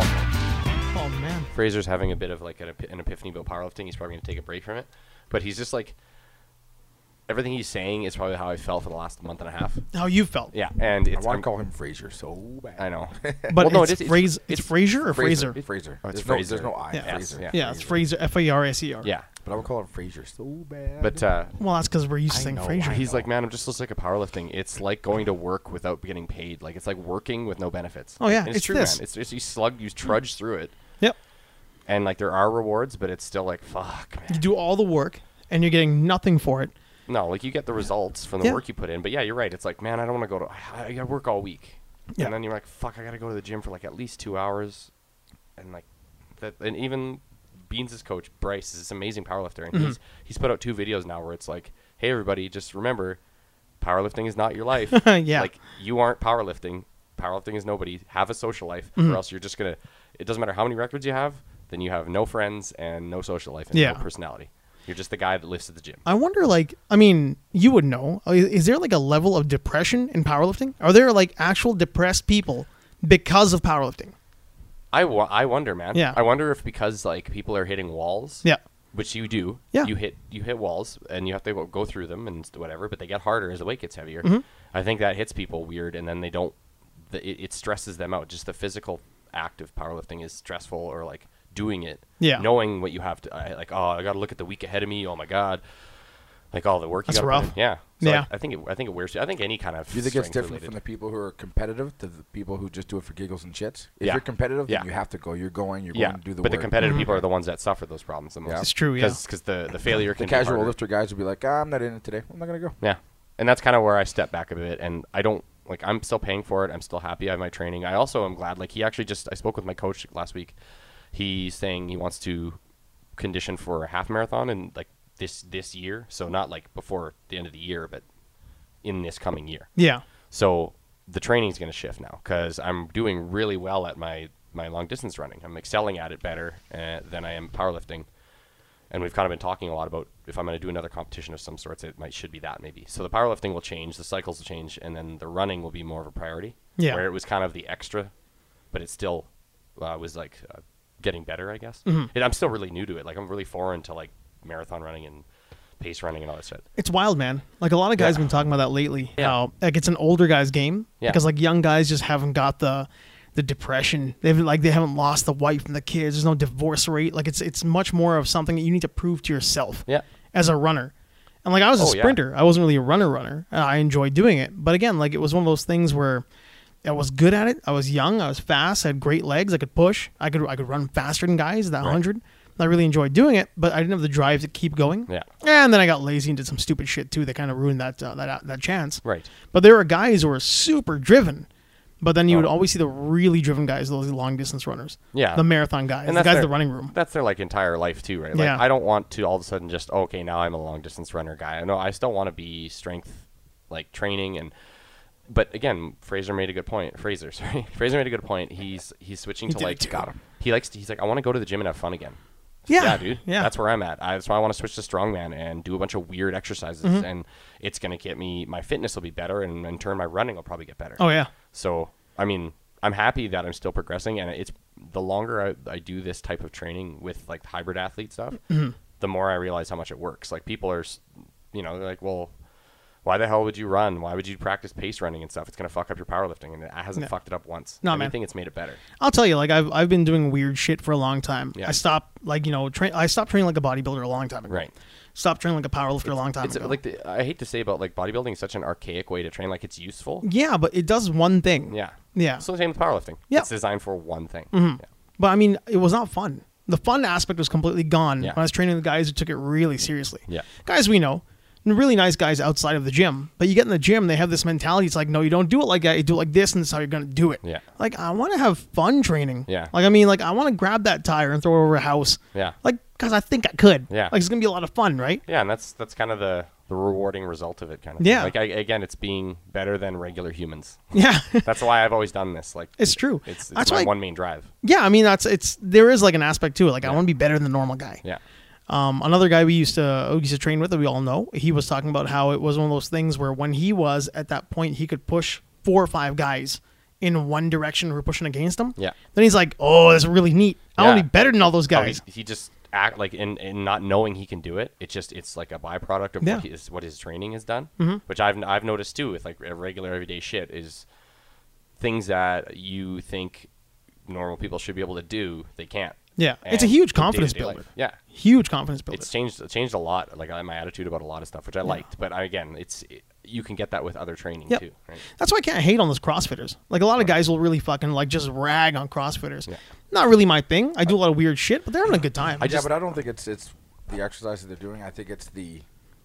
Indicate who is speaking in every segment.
Speaker 1: Oh,
Speaker 2: Fraser's having a bit of like an, ep- an epiphany about powerlifting. He's probably going to take a break from it, but he's just like everything he's saying is probably how I felt for the last month and a half.
Speaker 1: How you felt?
Speaker 2: Yeah, and
Speaker 3: I
Speaker 2: it's
Speaker 3: want to
Speaker 2: I'm-
Speaker 3: call him Fraser so bad.
Speaker 2: I know,
Speaker 1: But
Speaker 2: Well, no,
Speaker 1: it's,
Speaker 2: it is- it's-
Speaker 1: Fraser. It's,
Speaker 2: it's
Speaker 1: Fraser or Fraser.
Speaker 3: Fraser.
Speaker 2: Oh, it's
Speaker 3: there's, no,
Speaker 2: Fraser.
Speaker 3: there's no I.
Speaker 1: Yeah.
Speaker 3: Fraser.
Speaker 2: Yeah.
Speaker 1: Yeah, it's Fraser. F a r s e r.
Speaker 2: yeah,
Speaker 3: But I would call him Fraser so bad.
Speaker 2: but uh,
Speaker 1: Well, that's because we're used to
Speaker 3: I
Speaker 1: saying
Speaker 3: know,
Speaker 1: Fraser.
Speaker 3: I
Speaker 2: he's like,
Speaker 3: know.
Speaker 2: man, I'm just so sick of powerlifting. It's like going to work without getting paid. Like it's like working with no benefits.
Speaker 1: Oh, yeah,
Speaker 2: And it's,
Speaker 1: it's
Speaker 2: true,
Speaker 1: this.
Speaker 2: man. It's, it's you slug, you trudge through it,
Speaker 1: Yep.
Speaker 2: and like there are rewards, but it's still like fuck, man.
Speaker 1: You do all the work and you're getting nothing for it.
Speaker 2: No, like you get the results from the
Speaker 1: Yeah.
Speaker 2: work you put in. But yeah, you're right. It's like, man, I don't want to go to. I, I gotta work all week.
Speaker 1: Yeah.
Speaker 2: And then you're like, fuck, I gotta go to the gym for like at least two hours, and like that. And even Beans' coach Bryce is this amazing powerlifter,
Speaker 1: Mm-hmm.
Speaker 2: and he's he's put out two videos now where it's like, hey everybody, just remember, powerlifting is not your life.
Speaker 1: Yeah.
Speaker 2: Like you aren't powerlifting. Powerlifting is nobody. Have a social life,
Speaker 1: Mm-hmm.
Speaker 2: or else you're just gonna. It doesn't matter how many records you have. Then you have no friends and no social life and
Speaker 1: Yeah.
Speaker 2: no personality. You're just the guy that lives at the gym.
Speaker 1: I wonder, like, I mean, you would know. Uh, Is, is there like a level of depression in powerlifting? Are there like actual depressed people because of powerlifting?
Speaker 2: I wo- I wonder, man.
Speaker 1: Yeah.
Speaker 2: I wonder if because like people are hitting walls.
Speaker 1: Yeah.
Speaker 2: Which you do.
Speaker 1: Yeah.
Speaker 2: You hit you hit walls and you have to go- go through them and st- whatever, but they get harder as the weight gets heavier.
Speaker 1: Mm-hmm.
Speaker 2: I think that hits people weird, and then they don't. The, it, it stresses them out. Just the physical act of powerlifting is stressful, or like doing it.
Speaker 1: Yeah.
Speaker 2: Knowing what you have to, I, like, oh, I got to look at the week ahead of me. Oh my god. Like all the work.
Speaker 1: That's
Speaker 2: you gotta put
Speaker 1: rough.
Speaker 2: in. Yeah. So,
Speaker 1: Yeah.
Speaker 2: like, I, think it. I think it wears. you- I think any kind of.
Speaker 3: Do you think it's
Speaker 2: strength
Speaker 3: different
Speaker 2: related-
Speaker 3: from the people who are competitive to the people who just do it for giggles and shits? If
Speaker 2: Yeah.
Speaker 3: you're competitive, then
Speaker 2: Yeah.
Speaker 3: you have to go. You're going. You're
Speaker 2: yeah,
Speaker 3: going to do the
Speaker 2: but
Speaker 3: work.
Speaker 2: the competitive people are the ones that suffer those problems the most.
Speaker 3: Yeah. It's
Speaker 1: Mm-hmm. true, yeah.
Speaker 2: Because the, the failure
Speaker 3: the
Speaker 2: can be
Speaker 3: casual
Speaker 2: harder.
Speaker 3: lifter guys would be like, ah, I'm not in it today. I'm not gonna go.
Speaker 2: Yeah, and that's kind of where I step back a bit, and I don't like I'm still paying for it. I'm still happy. I have my training. I also am glad. Like he actually just I spoke with my coach last week. He's saying he wants to condition for a half marathon and like this this year, so not like before the end of the year, but in this coming year.
Speaker 1: Yeah.
Speaker 2: So the training's going to shift now because I'm doing really well at my my long distance running. I'm excelling at it better uh, than I am powerlifting. And we've kind of been talking a lot about if I'm going to do another competition of some sorts, it might should be that maybe. So the powerlifting will change, the cycles will change, and then the running will be more of a priority.
Speaker 1: Yeah.
Speaker 2: Where it was kind of the extra, but it still uh, was like uh, getting better, I guess. And I'm still really new to it. Like I'm really foreign to like marathon running and pace running and all that shit.
Speaker 1: It's wild, man. Like a lot of guys have been talking about that lately.
Speaker 2: Yeah.
Speaker 1: How like it's an older guy's game
Speaker 2: Yeah.
Speaker 1: because like young guys just haven't got the the depression. They've like they haven't lost the wife and the kids. There's no divorce rate. Like it's it's much more of something that you need to prove to yourself.
Speaker 2: Yeah.
Speaker 1: As a runner, and like I was a
Speaker 2: Oh, yeah.
Speaker 1: sprinter. I wasn't really a runner runner. And I enjoyed doing it, but again, like it was one of those things where. I was good at it. I was young. I was fast. I had great legs. I could push. I could I could run faster than guys. That hundred. I really enjoyed doing it, but I didn't have the drive to keep going.
Speaker 2: Yeah.
Speaker 1: And then I got lazy and did some stupid shit too that kind of ruined that uh, that that chance.
Speaker 2: Right.
Speaker 1: But there were guys who were super driven, but then you would
Speaker 2: Oh.
Speaker 1: always see the really driven guys, those long distance runners.
Speaker 2: Yeah.
Speaker 1: The marathon guys, the
Speaker 2: that's
Speaker 1: guys
Speaker 2: their-
Speaker 1: in the running room.
Speaker 2: That's their like entire life too, right? Like
Speaker 1: Yeah.
Speaker 2: I don't want to all of a sudden just okay now I'm a long distance runner guy. No, I still want to be strength like training and. But again, Fraser made a good point. Fraser, sorry, Fraser made a good point. He's he's switching
Speaker 1: He
Speaker 2: to
Speaker 1: did it
Speaker 2: like
Speaker 1: too.
Speaker 3: Got him.
Speaker 2: he likes to, he's like I want to go to the gym and have fun again.
Speaker 1: Yeah,
Speaker 2: dude.
Speaker 1: yeah.
Speaker 2: that's where I'm at. I, that's why I want to switch to strongman and do a bunch of weird exercises,
Speaker 1: Mm-hmm.
Speaker 2: and it's gonna get me. My fitness will be better, and in turn, my running will probably get better.
Speaker 1: Oh yeah.
Speaker 2: So, I mean, I'm happy that I'm still progressing, and it's the longer I, I do this type of training with like hybrid athlete stuff,
Speaker 1: Mm-hmm.
Speaker 2: the more I realize how much it works. Like people are, s- you know, they're like, well, why the hell would you run? Why would you practice pace running and stuff? It's gonna fuck up your powerlifting, and it hasn't fucked it up once.
Speaker 1: No,
Speaker 2: If
Speaker 1: man.
Speaker 2: anything, it's made it better.
Speaker 1: I'll tell you, like I've I've been doing weird shit for a long time.
Speaker 2: Yeah.
Speaker 1: I stopped like you know train. I stopped training like a bodybuilder a long time ago.
Speaker 2: Right.
Speaker 1: Stopped training like a powerlifter a long time
Speaker 2: It's
Speaker 1: ago.
Speaker 2: like the, I hate to say about like bodybuilding is such an archaic way to train. Like it's useful.
Speaker 1: yeah, but it does one thing.
Speaker 2: Yeah.
Speaker 1: Yeah. Mm-hmm.
Speaker 2: So the same with powerlifting.
Speaker 1: Yeah.
Speaker 2: It's designed for one thing. Yeah.
Speaker 1: But I mean, it was not fun. The fun aspect was completely gone
Speaker 2: Yeah.
Speaker 1: when I was training the guys who took it really seriously.
Speaker 2: Yeah.
Speaker 1: Guys we know, and really nice guys outside of the gym. But you get in the gym, they have this mentality. It's like, no, you don't do it like that. You do it like this, and this is how you're going to do it.
Speaker 2: Yeah.
Speaker 1: Like, I want to have fun training.
Speaker 2: Yeah.
Speaker 1: Like, I mean, like, I want to grab that tire and throw it over a house.
Speaker 2: Yeah.
Speaker 1: Like, because I think I could.
Speaker 2: Yeah.
Speaker 1: Like, it's going to be a lot of fun, right?
Speaker 2: Yeah, and that's that's kind of the the rewarding result of it, kind of. thing.
Speaker 1: Yeah.
Speaker 2: Like I, again, it's being better than regular humans.
Speaker 1: Yeah.
Speaker 2: That's why I've always done this. Like
Speaker 1: it's true.
Speaker 2: it's, it's
Speaker 1: that's
Speaker 2: my
Speaker 1: why.
Speaker 2: one main drive.
Speaker 1: yeah. I mean, that's, it's, there is like an aspect to it. Like, I want to be better than the normal guy.
Speaker 2: Yeah.
Speaker 1: Um, another guy we used to we used to train with that we all know, he was talking about how it was one of those things where when he was at that point, he could push four or five guys in one direction who were pushing against him.
Speaker 2: Yeah.
Speaker 1: Then he's like, "Oh, that's really neat. I want
Speaker 2: Yeah.
Speaker 1: to be better than all those
Speaker 2: Oh,
Speaker 1: guys.
Speaker 2: he's- he just act like in, in not knowing he can do it. It just it's like a byproduct of
Speaker 1: Yeah. Mm-hmm.
Speaker 2: what his what his training has done, which I've I've noticed too with like regular everyday shit is things that you think normal people should be able to do they can't.
Speaker 1: yeah, it's a
Speaker 2: And
Speaker 1: huge
Speaker 2: in
Speaker 1: confidence
Speaker 2: day-to-day
Speaker 1: builder.
Speaker 2: life- Yeah,
Speaker 1: Huge confidence builder.
Speaker 2: it's changed it changed a lot. Like I- my attitude about a lot of stuff, which I liked, but I, again, it's it, you can get that with other training
Speaker 1: Yep.
Speaker 2: too. Right?
Speaker 1: That's why I can't hate on those CrossFitters. Like a lot of guys will really fucking like just rag on CrossFitters.
Speaker 2: Yeah.
Speaker 1: Not really my thing. I do a lot of weird shit, but they're having a good time.
Speaker 2: I just-
Speaker 3: yeah, but I don't think it's it's the exercise that they're doing. I think it's the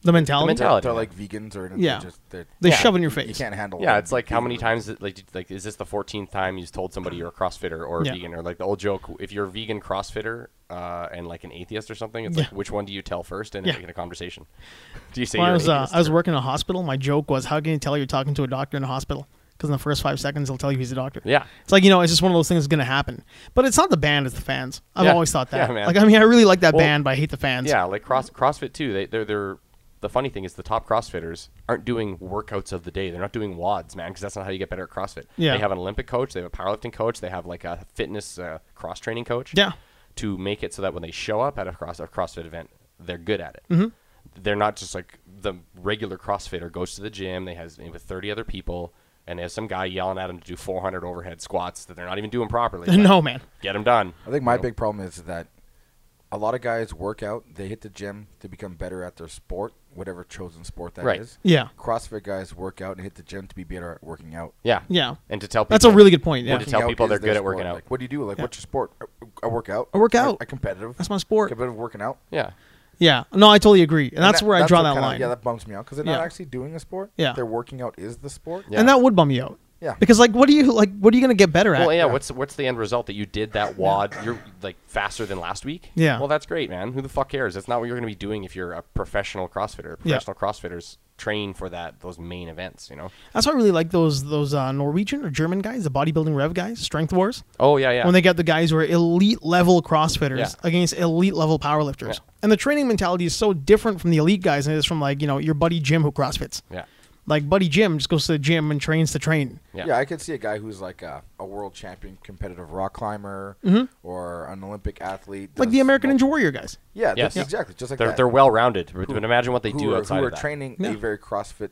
Speaker 1: the mentality.
Speaker 2: The mentality.
Speaker 3: they're like vegans or
Speaker 1: Yeah.
Speaker 3: Just, they're,
Speaker 1: They
Speaker 2: Yeah.
Speaker 1: shove in your
Speaker 3: you-
Speaker 1: face.
Speaker 3: You can't handle.
Speaker 2: Yeah,
Speaker 3: it.
Speaker 2: it's like how many
Speaker 3: Veganism.
Speaker 2: times that, like like is this the 14th time you've told somebody you're a CrossFitter or a
Speaker 1: Yeah.
Speaker 2: vegan or like the old joke if you're a vegan CrossFitter uh, and like an atheist or something it's like
Speaker 1: Yeah.
Speaker 2: which one do you tell first and
Speaker 1: Yeah.
Speaker 2: in a conversation do you say
Speaker 1: When I
Speaker 2: you're
Speaker 1: was
Speaker 2: an
Speaker 1: uh,
Speaker 2: atheist
Speaker 1: I was
Speaker 2: or-
Speaker 1: working in a hospital, my joke was, "How can you tell you're talking to a doctor in a hospital?" Because in the first five seconds, he'll tell you he's a doctor.
Speaker 2: Yeah.
Speaker 1: it's like you know, it's just one of those things that's gonna happen. But it's not the band; it's the fans. I've
Speaker 2: Yeah.
Speaker 1: always thought that.
Speaker 2: Yeah, man.
Speaker 1: Like I mean, I really like that
Speaker 2: Well,
Speaker 1: band, but I hate the fans.
Speaker 2: yeah like cross CrossFit too they they're they're the funny thing is the top CrossFitters aren't doing workouts of the day they're not doing wads man because that's not how you get better at CrossFit
Speaker 1: Yeah.
Speaker 2: they have an Olympic coach they have a powerlifting coach they have like a fitness uh, cross training coach
Speaker 1: yeah.
Speaker 2: to make it so that when they show up at a, cross, a CrossFit event, they're good at it.
Speaker 1: Mm-hmm.
Speaker 2: They're not just like the regular CrossFitter goes to the gym. They has with thirty other people, and they have some guy yelling at them to do four hundred overhead squats that they're not even doing properly. Like,
Speaker 1: no man.
Speaker 2: get them done.
Speaker 3: I think my big problem is that a lot of guys work out, they hit the gym to become better at their sport, whatever chosen sport that is.
Speaker 2: Right.
Speaker 1: Yeah,
Speaker 3: CrossFit guys work out and hit the gym to be better at working out.
Speaker 2: Yeah,
Speaker 1: yeah.
Speaker 2: And to tell people,
Speaker 1: That's a really good point. Yeah,
Speaker 2: Working- tell
Speaker 3: out
Speaker 2: people
Speaker 3: is
Speaker 2: they're
Speaker 3: their
Speaker 2: good at working
Speaker 3: sport.
Speaker 2: out.
Speaker 3: Like, what do you do? Like,
Speaker 1: Yeah.
Speaker 3: what's your sport? I, I work out.
Speaker 1: I work
Speaker 3: I-
Speaker 1: out.
Speaker 3: I competitive.
Speaker 1: That's my sport.
Speaker 3: Competitive working out.
Speaker 2: yeah,
Speaker 1: yeah. No, I totally agree, and,
Speaker 3: And
Speaker 1: that's
Speaker 3: that-
Speaker 1: where I draw
Speaker 3: what
Speaker 1: that
Speaker 3: kinda-
Speaker 1: line.
Speaker 3: Yeah, that bums me out because they're
Speaker 1: Yeah.
Speaker 3: not actually doing a sport.
Speaker 1: Yeah.
Speaker 3: Their working out is the sport.
Speaker 2: Yeah.
Speaker 1: And that would bum you out.
Speaker 3: Yeah.
Speaker 1: Because like, what are you like? What are you gonna get better at?
Speaker 2: Well, yeah, What's what's the end result that you did that wad? You're like faster than last week.
Speaker 1: Yeah.
Speaker 2: Well, that's great, man. Who the fuck cares? That's not what you're going to be doing if you're a professional CrossFitter.
Speaker 1: Yeah.
Speaker 2: Professional CrossFitters train for that those main events. You know.
Speaker 1: That's why I really like those those uh, Norwegian or German guys, the bodybuilding rev guys, Strength Wars.
Speaker 2: Oh yeah, yeah.
Speaker 1: When they get the guys who are elite level CrossFitters
Speaker 2: Yeah.
Speaker 1: against elite level powerlifters,
Speaker 2: Yeah.
Speaker 1: and the training mentality is so different from the elite guys, and it's from like you know your buddy Jim who CrossFits.
Speaker 2: yeah.
Speaker 1: Like buddy Jim just goes to the gym and trains to train.
Speaker 2: Yeah.
Speaker 3: Yeah. I could see a guy who's like a, a world champion competitive rock climber or an Olympic athlete.
Speaker 1: Mm-hmm. Like
Speaker 3: does
Speaker 1: the American
Speaker 3: mul-
Speaker 1: Ninja Warrior guys.
Speaker 3: Yeah,
Speaker 2: Yes.
Speaker 3: that's exactly. Just like
Speaker 2: They're
Speaker 3: that.
Speaker 2: they're well rounded, but but imagine what they
Speaker 3: who
Speaker 2: do
Speaker 3: are,
Speaker 2: outside
Speaker 3: who are
Speaker 2: of that.
Speaker 3: training
Speaker 1: Yeah.
Speaker 3: a very CrossFit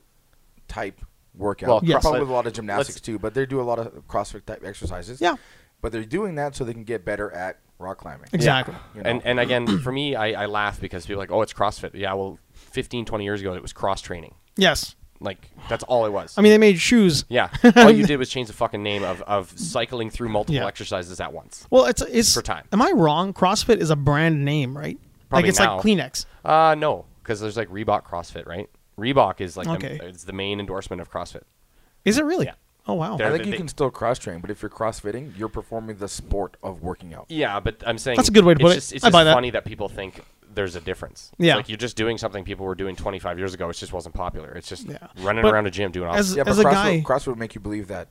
Speaker 3: type workout.
Speaker 2: Well,
Speaker 1: Yeah.
Speaker 3: probably
Speaker 2: CrossFit-
Speaker 3: with a lot of gymnastics
Speaker 2: let's-
Speaker 3: too, but they do a lot of CrossFit type exercises.
Speaker 1: Yeah.
Speaker 3: but they're doing that so they can get better at rock climbing.
Speaker 1: Exactly.
Speaker 3: You
Speaker 2: And
Speaker 3: know?
Speaker 2: and again, for me, I, I laugh because people are like, oh, it's CrossFit. Yeah, well, 15, 20 years ago, it was cross training.
Speaker 1: Yes.
Speaker 2: Like that's all it was.
Speaker 1: I mean, they made shoes.
Speaker 2: yeah, all you did was change the fucking name of, of cycling through multiple
Speaker 1: Yeah.
Speaker 2: exercises at once.
Speaker 1: Well, it's it's.
Speaker 2: For time.
Speaker 1: Am I wrong? CrossFit is a brand name, right? like
Speaker 2: Probably
Speaker 1: it's
Speaker 2: now.
Speaker 1: like Kleenex.
Speaker 2: Uh no, because there's like Reebok CrossFit, right? Reebok is like
Speaker 1: Okay.
Speaker 2: the, it's the main endorsement of CrossFit.
Speaker 1: Is it really?
Speaker 2: Yeah.
Speaker 1: Oh wow.
Speaker 2: They're-
Speaker 3: I think
Speaker 2: they-
Speaker 3: you can still cross train, but if you're CrossFitting, you're performing the sport of working out.
Speaker 2: Yeah, but I'm saying
Speaker 1: That's a good way to
Speaker 2: it's
Speaker 1: put it.
Speaker 2: just, It's
Speaker 1: I
Speaker 2: just
Speaker 1: buy that.
Speaker 2: funny that people think there's a difference. It's
Speaker 1: Yeah.
Speaker 2: like you're just doing something people were doing 25 years ago. It just wasn't popular. It's just
Speaker 1: Yeah.
Speaker 2: running
Speaker 1: But
Speaker 2: around a gym doing all
Speaker 1: as-
Speaker 3: Yeah, but
Speaker 1: a
Speaker 3: CrossFit,
Speaker 1: guy-
Speaker 3: CrossFit would make you believe that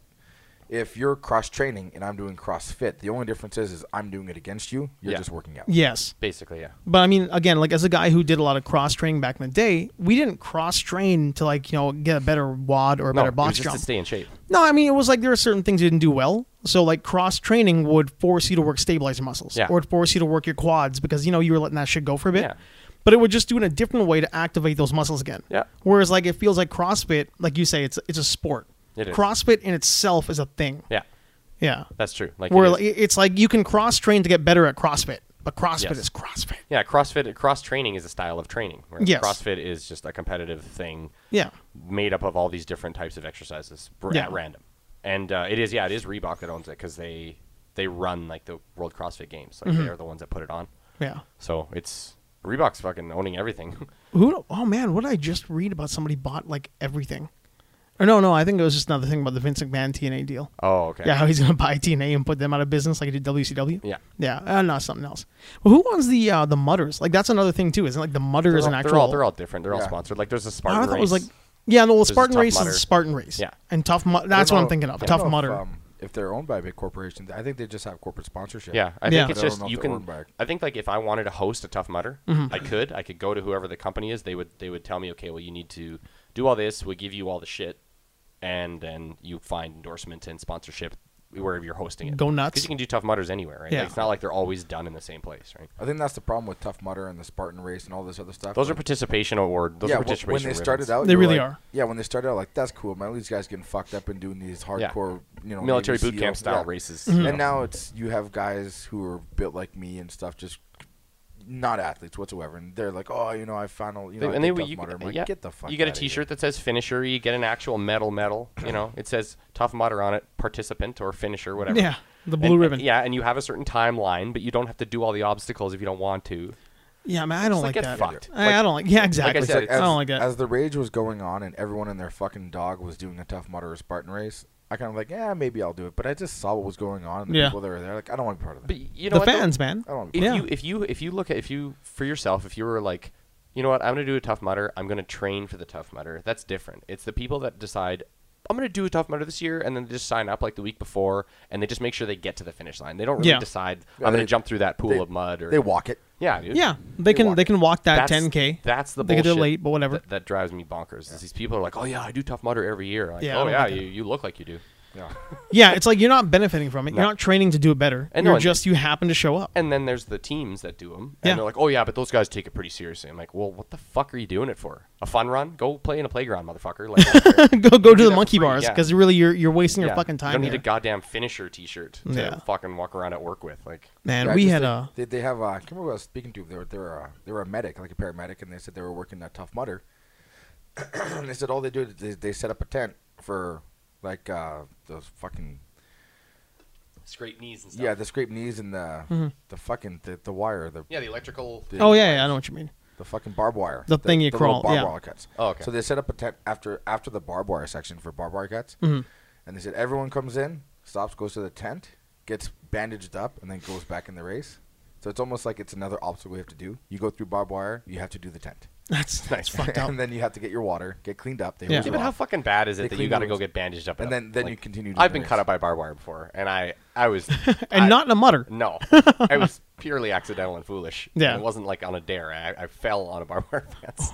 Speaker 3: if you're cross training and I'm doing CrossFit, the only difference is, is I'm doing it against you. You're
Speaker 2: Yeah.
Speaker 3: just working out.
Speaker 1: yes.
Speaker 2: basically, yeah.
Speaker 1: But I mean, again, like as a guy who did a lot of cross training back in the day, we didn't cross train to like you know get a better wad or a
Speaker 2: No,
Speaker 1: better
Speaker 2: it was
Speaker 1: box
Speaker 2: just
Speaker 1: jump.
Speaker 2: to stay in shape.
Speaker 1: no, I mean it was like there were certain things you didn't do well. So like cross training would force you to work stabilizer muscles,
Speaker 2: Yeah.
Speaker 1: or it'd force you to work your quads because you know you were letting that shit go for a bit.
Speaker 2: Yeah.
Speaker 1: But it would just do it in a different way to activate those muscles again.
Speaker 2: Yeah.
Speaker 1: Whereas like it feels like CrossFit, like you say, it's it's a sport.
Speaker 2: It is.
Speaker 1: CrossFit in itself is a thing.
Speaker 2: Yeah,
Speaker 1: Yeah.
Speaker 2: that's true. Like, it
Speaker 1: Where
Speaker 2: is-
Speaker 1: like, it's like you can cross train to get better at CrossFit, but CrossFit
Speaker 2: Yes.
Speaker 1: is CrossFit.
Speaker 2: yeah, CrossFit cross training is a style of training. Right?
Speaker 1: Yes.
Speaker 2: CrossFit is just a competitive thing
Speaker 1: Yeah.
Speaker 2: made up of all these different types of exercises r-
Speaker 1: Yeah.
Speaker 2: at random. And uh, it is yeah, it is Reebok that owns it because they they run like the World CrossFit Games.
Speaker 1: Mm-hmm.
Speaker 2: Like they are the ones that put it on.
Speaker 1: Yeah.
Speaker 2: So it's Reebok's fucking owning everything.
Speaker 1: Who? Oh man, what did I just read about? Somebody bought like everything. Or no, no, I think it was just another thing about the Vince McMahon TNA deal.
Speaker 2: oh okay.
Speaker 1: Yeah, how he's gonna buy TNA and put them out of business like he did WCW.
Speaker 2: Yeah.
Speaker 1: yeah, uh, not something else. Well, who owns the uh, the mutters? Like that's another thing too. Isn't like the mutter
Speaker 2: They're
Speaker 1: is
Speaker 2: all,
Speaker 1: an actual?
Speaker 2: they're all they're all different. They're all
Speaker 3: Yeah.
Speaker 2: sponsored. Like there's a
Speaker 1: I
Speaker 2: Spartan
Speaker 1: thought it
Speaker 2: race.
Speaker 1: was like yeah, no, well,
Speaker 2: a
Speaker 1: Spartan
Speaker 2: Tough
Speaker 1: Race
Speaker 2: Mudder.
Speaker 1: is a Spartan Race.
Speaker 2: Yeah.
Speaker 1: and tough. Mu-
Speaker 3: I don't
Speaker 1: that's what I'm
Speaker 3: know-
Speaker 1: thinking of.
Speaker 3: I don't
Speaker 1: Tough
Speaker 3: know if,
Speaker 1: mutter.
Speaker 3: um, if they're owned by big corporations, I think they just have corporate sponsorship.
Speaker 2: Yeah, I
Speaker 1: Yeah.
Speaker 2: think it's
Speaker 3: But I don't
Speaker 2: just
Speaker 3: know if
Speaker 2: you
Speaker 3: they're
Speaker 2: can.
Speaker 3: owned by-
Speaker 2: I think like if I wanted to host a Tough Mudder,
Speaker 1: Mm-hmm.
Speaker 2: I could. I could go to whoever the company is. They would they would tell me, okay, well you need to do all this. We'll give you all the shit, and then you find endorsement and sponsorship wherever you're hosting it.
Speaker 1: Go nuts.
Speaker 2: Because you can do tough mutters anywhere, right?
Speaker 1: Yeah.
Speaker 2: Like, it's not like they're always done in the same place, right?
Speaker 3: I think that's the problem with Tough Mudder and the Spartan race and all this other stuff.
Speaker 2: Those are
Speaker 3: like-
Speaker 2: participation award. Those are
Speaker 3: yeah, wh-
Speaker 2: participation
Speaker 3: when they
Speaker 2: ribbons.
Speaker 3: started out,
Speaker 1: They
Speaker 3: you were
Speaker 1: really
Speaker 3: like-
Speaker 1: are.
Speaker 3: Yeah, when they started out, like that's cool, man. These guys getting fucked up and doing these hardcore, you know,
Speaker 2: military
Speaker 3: Navy
Speaker 2: boot camp
Speaker 3: SEALs,
Speaker 2: style
Speaker 3: yeah.
Speaker 2: races.
Speaker 1: Mm-hmm.
Speaker 3: And now it's you have guys who are built like me and stuff, just not athletes whatsoever, and they're like, oh, you know, I finally, you know, I
Speaker 2: and they
Speaker 3: did
Speaker 2: will-
Speaker 3: Tough
Speaker 2: you,
Speaker 3: Mudder. I'm like,
Speaker 2: yeah,
Speaker 3: get the fuck.
Speaker 2: You get a
Speaker 3: outta here."
Speaker 2: T-shirt that says finisher. You get an actual metal medal. You know, it says tough mudder on it, participant or finisher, whatever.
Speaker 1: Yeah, the blue
Speaker 2: And-
Speaker 1: ribbon.
Speaker 2: and- yeah, and you have a certain timeline, but you don't have to do all the obstacles if you don't want to.
Speaker 1: Yeah, man, I don't
Speaker 2: It's
Speaker 1: like,
Speaker 2: like,
Speaker 1: that.
Speaker 2: get fucked.
Speaker 1: I,
Speaker 2: Like-
Speaker 1: I don't like. Yeah, exactly.
Speaker 2: Like I
Speaker 3: It's
Speaker 2: said,
Speaker 3: like
Speaker 1: I
Speaker 3: as,
Speaker 1: don't like that.
Speaker 3: as the rage was going on and everyone and their fucking dog was doing a tough mudder or Spartan race. I kind of like, yeah, maybe I'll do it, but I just saw what was going on. And the
Speaker 1: Yeah.
Speaker 3: people that were there, like, I don't want to be part of that.
Speaker 2: But you know
Speaker 1: the
Speaker 2: what, though?
Speaker 1: fans, man.
Speaker 3: I don't want to be
Speaker 2: If
Speaker 3: part
Speaker 1: Yeah.
Speaker 2: you if you if you look at if you for yourself, if you were like, you know what, I'm gonna do a tough mutter, I'm gonna train for the tough mutter. That's different. It's the people that decide I'm gonna do a tough mutter this year, and then they just sign up like the week before, and they just make sure they get to the finish line. They don't really
Speaker 1: Yeah.
Speaker 2: decide
Speaker 3: Yeah,
Speaker 2: I'm
Speaker 3: they-
Speaker 2: gonna jump through that pool
Speaker 3: they-
Speaker 2: of mud or
Speaker 3: of it. They walk it.
Speaker 2: yeah dude.
Speaker 1: Yeah, they can
Speaker 3: walk
Speaker 1: they
Speaker 3: it.
Speaker 1: can walk that
Speaker 2: That's-
Speaker 1: 10k.
Speaker 2: That's the
Speaker 1: they could
Speaker 2: bullshit
Speaker 1: do it late, but whatever.
Speaker 2: That, that drives me bonkers. Is these people are like, oh yeah, I do tough mutter every year. Like,
Speaker 1: Yeah, I
Speaker 2: oh
Speaker 1: don't
Speaker 2: yeah,
Speaker 1: like that.
Speaker 2: you, you look like you do.
Speaker 3: Yeah.
Speaker 1: yeah, it's like you're not benefiting from it. You're
Speaker 2: No.
Speaker 1: not training to do it better.
Speaker 2: And no
Speaker 1: you're
Speaker 2: one-
Speaker 1: just you happen to show up.
Speaker 2: And then there's the teams that do them, and
Speaker 1: Yeah.
Speaker 2: they're like, "Oh yeah, but those guys take it pretty seriously." I'm like, "Well, what the fuck are you doing it for? A fun run? Go play in a playground, motherfucker!" Like,
Speaker 1: go go to
Speaker 2: do
Speaker 1: the
Speaker 2: that
Speaker 1: monkey
Speaker 2: free,
Speaker 1: bars
Speaker 2: yeah.
Speaker 1: because really you're you're wasting
Speaker 2: yeah,
Speaker 1: your fucking
Speaker 2: You
Speaker 1: time.
Speaker 2: don't need
Speaker 1: there.
Speaker 2: a goddamn finisher T-shirt to
Speaker 1: Yeah.
Speaker 2: fucking walk around at work with. Like,
Speaker 1: man,
Speaker 3: Yeah,
Speaker 1: we
Speaker 3: just
Speaker 1: had
Speaker 3: like-
Speaker 1: a
Speaker 3: They, they have. Uh, I can't remember who I was speaking to. They were they were, uh, they were a medic, like a paramedic, and they said they were working at Tough Mudder. and they said all they do is they, they set up a tent for like uh, those fucking
Speaker 2: scrape knees and stuff.
Speaker 3: yeah the scraped knees and the
Speaker 1: Mm-hmm.
Speaker 3: the fucking the, the wire the
Speaker 2: yeah, the electrical.
Speaker 3: The-
Speaker 1: oh yeah, yeah I know what you mean.
Speaker 3: the fucking barbed wire.
Speaker 1: The thing you
Speaker 3: the little
Speaker 1: crawl-
Speaker 3: Barbed
Speaker 1: yeah.
Speaker 3: wire cuts.
Speaker 2: Oh, okay.
Speaker 3: So they set up a tent after after the barbed wire section for barbed wire cuts,
Speaker 1: Mm-hmm.
Speaker 3: and they said everyone comes in, stops, goes to the tent, gets bandaged up, and then goes back in the race. So it's almost like it's another obstacle you have to do. You go through barbed wire, you have to do the tent,
Speaker 1: That's that's fucked up.
Speaker 3: and then you have to get your water, get cleaned up. They
Speaker 1: Yeah.
Speaker 3: hose
Speaker 2: Yeah,
Speaker 3: you
Speaker 2: but how
Speaker 3: off.
Speaker 2: fucking bad is
Speaker 3: They
Speaker 2: it that you
Speaker 3: clean
Speaker 2: got to
Speaker 3: those.
Speaker 2: go get bandaged up?
Speaker 3: And
Speaker 2: up?
Speaker 3: then- then you
Speaker 2: Like,
Speaker 3: continue doing
Speaker 2: I've
Speaker 3: the
Speaker 2: been
Speaker 3: race.
Speaker 2: cut up by barbed wire before, and I I was
Speaker 1: and
Speaker 2: I-
Speaker 1: not in a mutter.
Speaker 2: No, it was purely accidental and foolish.
Speaker 1: Yeah.
Speaker 2: it wasn't like on a dare. I, I fell on a barbed wire fence.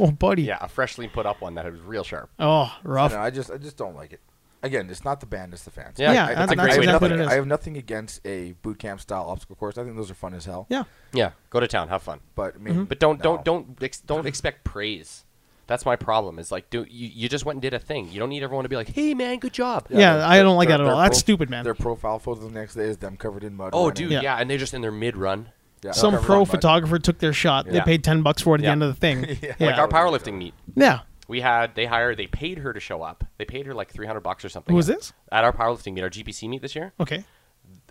Speaker 1: Oh, buddy.
Speaker 2: yeah, a freshly put up one that was real sharp.
Speaker 1: Oh,
Speaker 3: I,
Speaker 1: rough.
Speaker 3: don't know, I just I just don't like it. Again, it's not the band, it's the fans.
Speaker 2: Yeah,
Speaker 1: Yeah,
Speaker 2: I-
Speaker 1: that-
Speaker 2: it's
Speaker 1: that's
Speaker 2: a great way to
Speaker 1: exactly
Speaker 2: put
Speaker 1: what it is.
Speaker 3: I have nothing against a boot camp style obstacle course. I think those are fun as hell.
Speaker 1: Yeah. Mm-hmm.
Speaker 2: Yeah, go to town, have fun.
Speaker 3: But I mean,
Speaker 2: But don't
Speaker 3: no.
Speaker 2: don't don't ex- don't expect praise. That's my problem. Is like, do you, you just went and did a thing? You don't need everyone to be like, "Hey, man, good job."
Speaker 1: Yeah,
Speaker 3: their-
Speaker 1: I don't like
Speaker 3: their-
Speaker 1: that at
Speaker 3: their
Speaker 1: all. That's
Speaker 3: prof-
Speaker 1: stupid, man.
Speaker 3: Their profile photo the next day is them covered in mud.
Speaker 2: Oh,
Speaker 3: running.
Speaker 2: dude,
Speaker 1: Yeah.
Speaker 2: yeah. and they're just in their mid run.
Speaker 3: Yeah,
Speaker 1: Some
Speaker 3: covered in
Speaker 1: pro
Speaker 3: mud.
Speaker 1: photographer took their shot. They
Speaker 2: Yeah.
Speaker 1: paid ten bucks for it at the
Speaker 2: Yeah.
Speaker 1: end of the thing. yeah.
Speaker 2: Like
Speaker 1: Yeah.
Speaker 2: our powerlifting meet, we had they hired they paid her to show up. They paid her like three hundred bucks or something.
Speaker 1: Who was this?
Speaker 2: At our powerlifting meet, our GPC meet this year,
Speaker 1: Okay.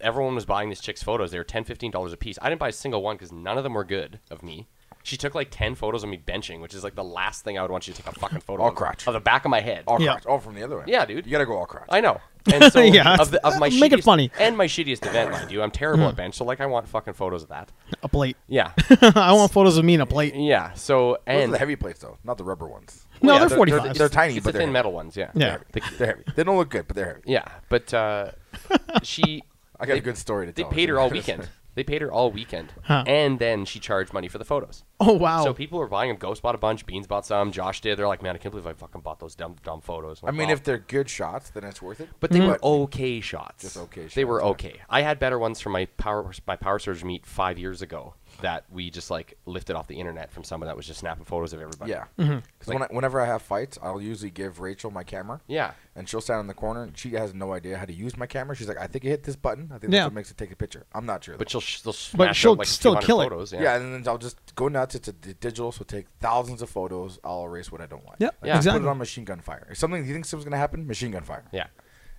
Speaker 2: everyone was buying these chicks' photos. They were 10 dollars a piece. I didn't buy a single one because none of them were good of me. She took like ten photos of me benching, which is like the last thing I would want you to take a fucking photo
Speaker 3: All
Speaker 2: of,
Speaker 3: crotch.
Speaker 2: of the back of my head.
Speaker 3: All
Speaker 1: Yeah.
Speaker 3: crotch. All from the other end.
Speaker 2: Yeah, dude.
Speaker 3: You gotta go all crotch.
Speaker 2: I know. And so
Speaker 1: Yeah,
Speaker 2: of, the, of my
Speaker 1: make it
Speaker 2: shittiest-
Speaker 1: funny.
Speaker 2: and my shittiest event, mind you. I'm terrible
Speaker 3: Hmm.
Speaker 2: at bench, so like I want fucking photos of that.
Speaker 1: A plate.
Speaker 2: Yeah,
Speaker 1: I want photos of me in a plate.
Speaker 2: yeah. So
Speaker 3: Those are
Speaker 2: and
Speaker 3: the heavy plates though, not the rubber ones.
Speaker 1: No,
Speaker 2: yeah,
Speaker 1: they're
Speaker 2: they're-
Speaker 1: forty
Speaker 3: They're,
Speaker 1: five.
Speaker 3: they're tiny,
Speaker 2: it's the
Speaker 3: but they're
Speaker 2: thin
Speaker 3: heavy.
Speaker 2: metal ones. Yeah,
Speaker 1: Yeah.
Speaker 2: They-
Speaker 3: They're heavy. They don't look good, but they're heavy.
Speaker 2: yeah. But uh, she,
Speaker 3: I got
Speaker 2: they,
Speaker 3: a good story to
Speaker 2: They
Speaker 3: tell.
Speaker 2: paid her all weekend. They paid her all weekend,
Speaker 1: Huh.
Speaker 2: and then she charged money for the photos.
Speaker 1: Oh wow.
Speaker 2: So people were buying them. Ghost bought a bunch. Beans bought some. Josh did. They're like, man, I can't believe I fucking bought those dumb, dumb photos.
Speaker 3: I mean,
Speaker 2: if
Speaker 3: if they're good shots, then it's worth it.
Speaker 2: But
Speaker 1: Mm-hmm.
Speaker 2: they were okay shots.
Speaker 3: Just okay
Speaker 2: They were
Speaker 3: shots,
Speaker 2: okay. I had better ones from my power my power surge meet five years ago that we just like lifted off the internet from someone that was just snapping photos of everybody.
Speaker 3: yeah.
Speaker 1: Mm-hmm.
Speaker 3: Because when I, whenever I have fights, I'll usually give Rachel my camera.
Speaker 2: Yeah.
Speaker 3: And she'll stand in the corner, and she has no idea how to use my camera. She's like, "I think I hit this button. I think
Speaker 1: Yeah.
Speaker 3: that's what makes it take a picture." I'm not sure.
Speaker 2: But
Speaker 3: though.
Speaker 2: she'll she'll smash out,
Speaker 1: she'll
Speaker 2: like,
Speaker 1: still
Speaker 2: 200
Speaker 1: kill it.
Speaker 2: photos.
Speaker 3: yeah. and then I'll just go nuts. It's a d- digital, so take thousands of photos. I'll erase what I don't like.
Speaker 1: Yep,
Speaker 3: Like, just Put
Speaker 1: exactly.
Speaker 3: it on machine gun fire. If something you think something's gonna happen, machine gun fire.
Speaker 2: Yeah.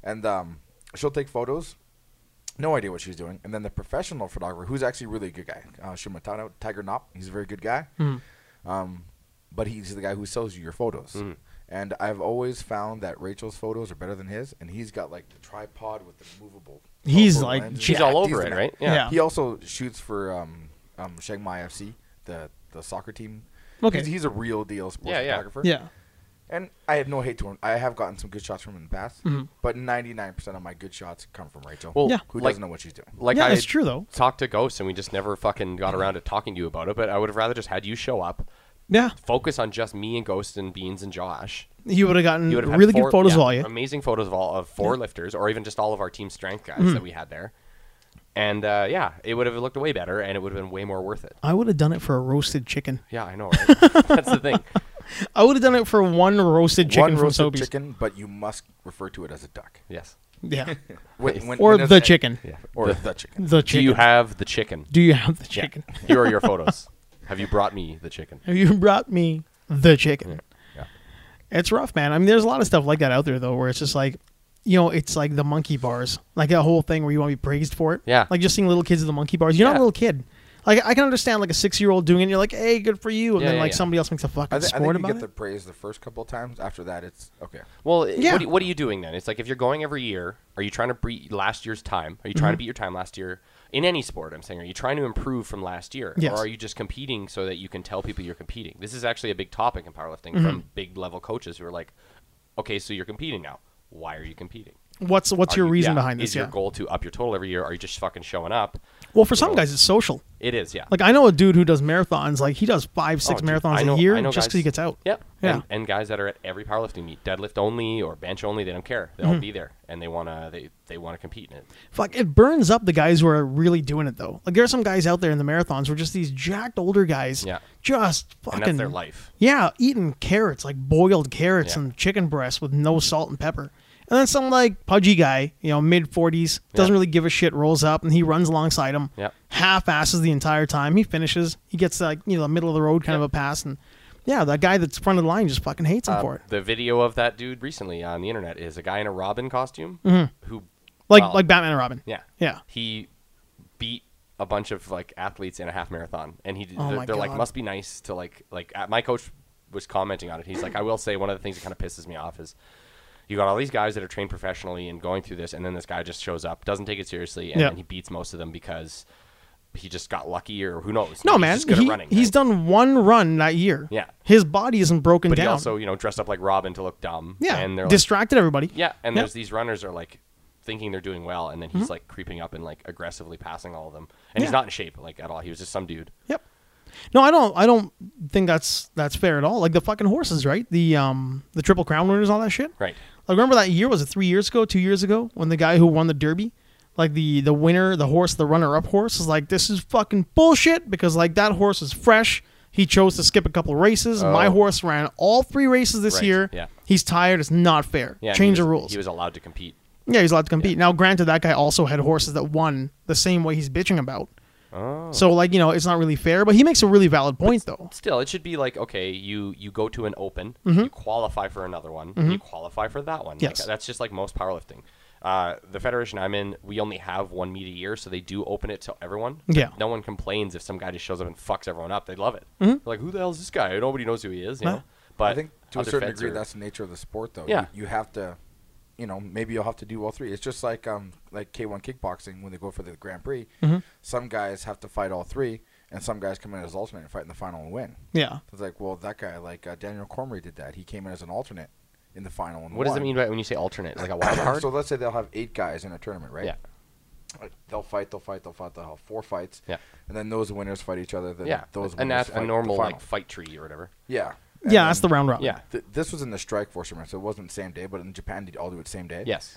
Speaker 3: And um, she'll take photos. No idea what she's doing. And then the professional photographer, who's actually really a good guy, uh, Shimatano Tiger Knop. He's a very good guy.
Speaker 1: Hmm.
Speaker 3: Um, but he's the guy who sells you your photos.
Speaker 2: Mm-hmm.
Speaker 3: And I've always found that Rachel's photos are better than his, and he's got like the tripod with the movable.
Speaker 1: He's,
Speaker 3: telephoto
Speaker 1: like,
Speaker 3: lens.
Speaker 2: She's
Speaker 1: Yeah,
Speaker 2: all
Speaker 3: he's
Speaker 2: over
Speaker 3: the
Speaker 2: it,
Speaker 3: man.
Speaker 2: right?
Speaker 1: Yeah.
Speaker 3: He also shoots for um, um, Chiang Mai FC, the the soccer team.
Speaker 1: Okay.
Speaker 3: He's, he's a real deal sports
Speaker 2: Yeah, yeah.
Speaker 3: photographer.
Speaker 1: yeah.
Speaker 3: And I have no hate to him. I have gotten some good shots from him in the past, but 99% of my good shots come from Rachel,
Speaker 2: Well,
Speaker 1: Mm-hmm. Yeah.
Speaker 3: who
Speaker 2: like-
Speaker 3: doesn't know what she's doing.
Speaker 2: Like
Speaker 1: yeah,
Speaker 2: I
Speaker 1: that's true though. Mm-hmm.
Speaker 2: talked to Ghost and we just never fucking got around to talking to you about it. But I would have rather just had you show up,
Speaker 1: Yeah.
Speaker 2: focus on just me and Ghost and Beans and Josh,
Speaker 1: You would have gotten
Speaker 2: You would have had
Speaker 1: Mm, really
Speaker 2: four,
Speaker 1: good photos of
Speaker 2: yeah, Um,
Speaker 1: all you.
Speaker 2: Amazing photos of all of four lifters, or even just all of our team strength guys
Speaker 1: Mm-hmm.
Speaker 2: that we had there. And uh, yeah, it would have looked way better, and it would have been way more worth it.
Speaker 1: I would have done it for a roasted chicken.
Speaker 2: Yeah, I know. Right? That's the thing.
Speaker 1: I would have done it for one roasted chicken
Speaker 3: One
Speaker 1: from
Speaker 3: roasted
Speaker 1: Sobeys.
Speaker 3: chicken, but you must refer to it as a duck.
Speaker 2: Yes.
Speaker 1: Yeah.
Speaker 3: When- when-
Speaker 1: or
Speaker 3: when it's
Speaker 1: the
Speaker 3: a-
Speaker 1: chicken.
Speaker 2: Yeah.
Speaker 3: Or
Speaker 2: The-
Speaker 3: the, chicken.
Speaker 1: The
Speaker 2: do
Speaker 1: chicken.
Speaker 2: you have the chicken?
Speaker 1: Do you have the
Speaker 2: Yeah.
Speaker 1: chicken?
Speaker 2: Here are your photos. Have you brought me the chicken?
Speaker 1: Have you brought me the chicken?
Speaker 2: Yeah.
Speaker 1: It's rough, man. I mean, there's a lot of stuff like that out there though, where it's just like, you know, it's like the monkey bars, like a whole thing where you want to be praised for it.
Speaker 2: Yeah.
Speaker 1: Like just seeing little kids at the monkey bars. You're not
Speaker 2: Yeah.
Speaker 1: a little kid. Like I can understand like a six year old doing it. and You're like, hey, good for you, and
Speaker 2: Yeah,
Speaker 1: then
Speaker 2: yeah,
Speaker 1: like
Speaker 2: yeah.
Speaker 1: somebody else makes a fucking
Speaker 3: I, thi- I think
Speaker 1: sport
Speaker 3: you
Speaker 1: about
Speaker 3: get
Speaker 1: it.
Speaker 3: the praise the first couple times. After that, it's okay.
Speaker 2: Well,
Speaker 1: Yeah.
Speaker 2: what, do you, what are you doing then? It's like if you're going every year, are you trying to beat last year's time? Are you
Speaker 1: Mm-hmm.
Speaker 2: trying to beat your time last year in any sport? I'm saying, are you trying to improve from last year,
Speaker 1: Yes.
Speaker 2: or are you just competing so that you can tell people you're competing? This is actually a big topic in powerlifting
Speaker 1: Mm-hmm.
Speaker 2: from big level coaches who are like, okay, so you're competing now. Why are you competing?
Speaker 1: What's what's
Speaker 2: Are
Speaker 1: your
Speaker 2: you-
Speaker 1: reason
Speaker 2: yeah,
Speaker 1: behind this?
Speaker 2: Is your
Speaker 1: yeah.
Speaker 2: goal to up your total every year? Are you just fucking showing up?
Speaker 1: Well, for some
Speaker 2: goal?
Speaker 1: guys, it's social.
Speaker 2: It is, yeah.
Speaker 1: Like I know a dude who does marathons. Like he does five, six
Speaker 2: Oh, dude,
Speaker 1: marathons
Speaker 2: I know-
Speaker 1: a year
Speaker 2: I know
Speaker 1: just because
Speaker 2: guys-
Speaker 1: he gets out.
Speaker 2: Yep.
Speaker 1: Yeah.
Speaker 2: And, and guys that are at every powerlifting meet, deadlift only or bench only, they don't care. They'll
Speaker 1: Mm-hmm.
Speaker 2: be there and they wanna they, they wanna compete in it.
Speaker 1: Fuck, it burns up the guys who are really doing it though. Like there are some guys out there in the marathons who are just these jacked older guys.
Speaker 2: Yeah.
Speaker 1: Just fucking
Speaker 2: And that's their life.
Speaker 1: Yeah, eating carrots, like boiled carrots
Speaker 2: Yeah.
Speaker 1: and chicken breast with no salt and pepper. And then some like pudgy guy, you know, mid forties, doesn't
Speaker 2: Yeah.
Speaker 1: really give a shit, rolls up and he runs alongside him.
Speaker 2: Yep.
Speaker 1: Half asses the entire time. He finishes. He gets like, you know, the middle of the road kind of a pass and yeah, that guy that's front of the line just fucking hates him
Speaker 2: Um,
Speaker 1: for it.
Speaker 2: The video of that dude recently on the internet is a guy in a Robin costume
Speaker 1: Mm-hmm.
Speaker 2: who
Speaker 1: Like
Speaker 2: well,
Speaker 1: like Batman and Robin.
Speaker 2: yeah
Speaker 1: Yeah.
Speaker 2: he beat a bunch of like athletes in a half marathon and he
Speaker 1: Oh
Speaker 2: they're,
Speaker 1: my
Speaker 2: they're like
Speaker 1: God.
Speaker 2: must be nice to like like uh, my coach was commenting on it he's like i will say one of the things that kind of pisses me off is you got all these guys that are trained professionally and going through this and then this guy just shows up doesn't take it seriously and
Speaker 1: Yeah.
Speaker 2: then he beats most of them because he just got lucky or who knows
Speaker 1: No
Speaker 2: he's
Speaker 1: man,
Speaker 2: just good at
Speaker 1: he-
Speaker 2: running,
Speaker 1: he's
Speaker 2: right?
Speaker 1: done one run that year.
Speaker 2: Yeah.
Speaker 1: his body isn't broken
Speaker 2: but
Speaker 1: down.
Speaker 2: he also you know dressed up like robin to look dumb
Speaker 1: yeah,
Speaker 2: and they're like,
Speaker 1: distracted everybody.
Speaker 2: Yeah, and
Speaker 1: Yeah. Mm-hmm.
Speaker 2: there's these runners are like thinking they're doing well, and then he's like creeping up and like aggressively passing all of them, and
Speaker 1: Yeah.
Speaker 2: he's not in shape like at all. He was just some dude.
Speaker 1: Yep. No, I don't. I don't think that's that's fair at all. Like the fucking horses, right? The um the triple crown winners, all that shit.
Speaker 2: Right.
Speaker 1: Like remember that year was it three years ago, two years ago when the guy who won the Derby, like the the winner, the horse, the runner up horse, is like this is fucking bullshit because like that horse is fresh. He chose to skip a couple races. My
Speaker 2: Oh.
Speaker 1: horse ran all three races this
Speaker 2: Right,
Speaker 1: year.
Speaker 2: yeah.
Speaker 1: He's tired. It's not fair.
Speaker 2: Yeah, and
Speaker 1: Change
Speaker 2: he
Speaker 1: the
Speaker 2: was-
Speaker 1: rules.
Speaker 2: He was allowed to compete.
Speaker 1: Yeah, he's allowed to compete. Now, granted, that guy also had horses that won the same way he's bitching about.
Speaker 2: Oh.
Speaker 1: So, like, you know, it's not really fair, but he makes a really valid point, though.
Speaker 2: Still, it should be like okay, you you go to an open, you qualify for another one, you qualify for that one.
Speaker 1: Mm-hmm. Yes.
Speaker 2: Like, that's just like most powerlifting. Uh, the federation I'm in, we only have one meet a year, so they do open it to everyone.
Speaker 1: Yeah.
Speaker 2: No one complains if some guy just shows up and fucks everyone up. They love it.
Speaker 1: Mm-hmm.
Speaker 2: They're like, who the hell is this guy? Nobody knows who he is. You
Speaker 1: Nah.
Speaker 2: know. But
Speaker 3: I think to a
Speaker 2: other
Speaker 3: certain
Speaker 2: feds
Speaker 3: degree
Speaker 2: are-
Speaker 3: that's the nature of the sport, though.
Speaker 2: Yeah.
Speaker 3: You, you have to, you know, maybe you'll have to do all three. It's just like um like K1 kickboxing when they go for the Grand Prix. Some guys have to fight all three, and some guys come in as alternate and fight in the final and win.
Speaker 1: Yeah.
Speaker 3: It's like, well, that guy, like uh, Daniel Cormier, did that. He came in as an alternate in the final and
Speaker 2: What does
Speaker 3: won.
Speaker 2: it mean by when you say alternate? Like a wild card?
Speaker 3: So let's say they'll have eight guys in a tournament, right?
Speaker 2: Yeah.
Speaker 3: Like, They'll fight, they'll fight, they'll fight. They'll have four fights.
Speaker 2: Yeah.
Speaker 3: And then those winners fight each other. Then
Speaker 2: yeah,
Speaker 3: Those
Speaker 2: an
Speaker 3: winners
Speaker 2: ath-
Speaker 3: fight
Speaker 2: a
Speaker 3: the
Speaker 2: normal
Speaker 3: final.
Speaker 2: like fight tree or whatever.
Speaker 3: Yeah. And
Speaker 1: Yeah, that's the
Speaker 3: then
Speaker 1: round robin.
Speaker 2: Yeah.
Speaker 3: th- this was in the strike force tournament, so it wasn't the same day. But in Japan, they all do it same day.
Speaker 2: Yes,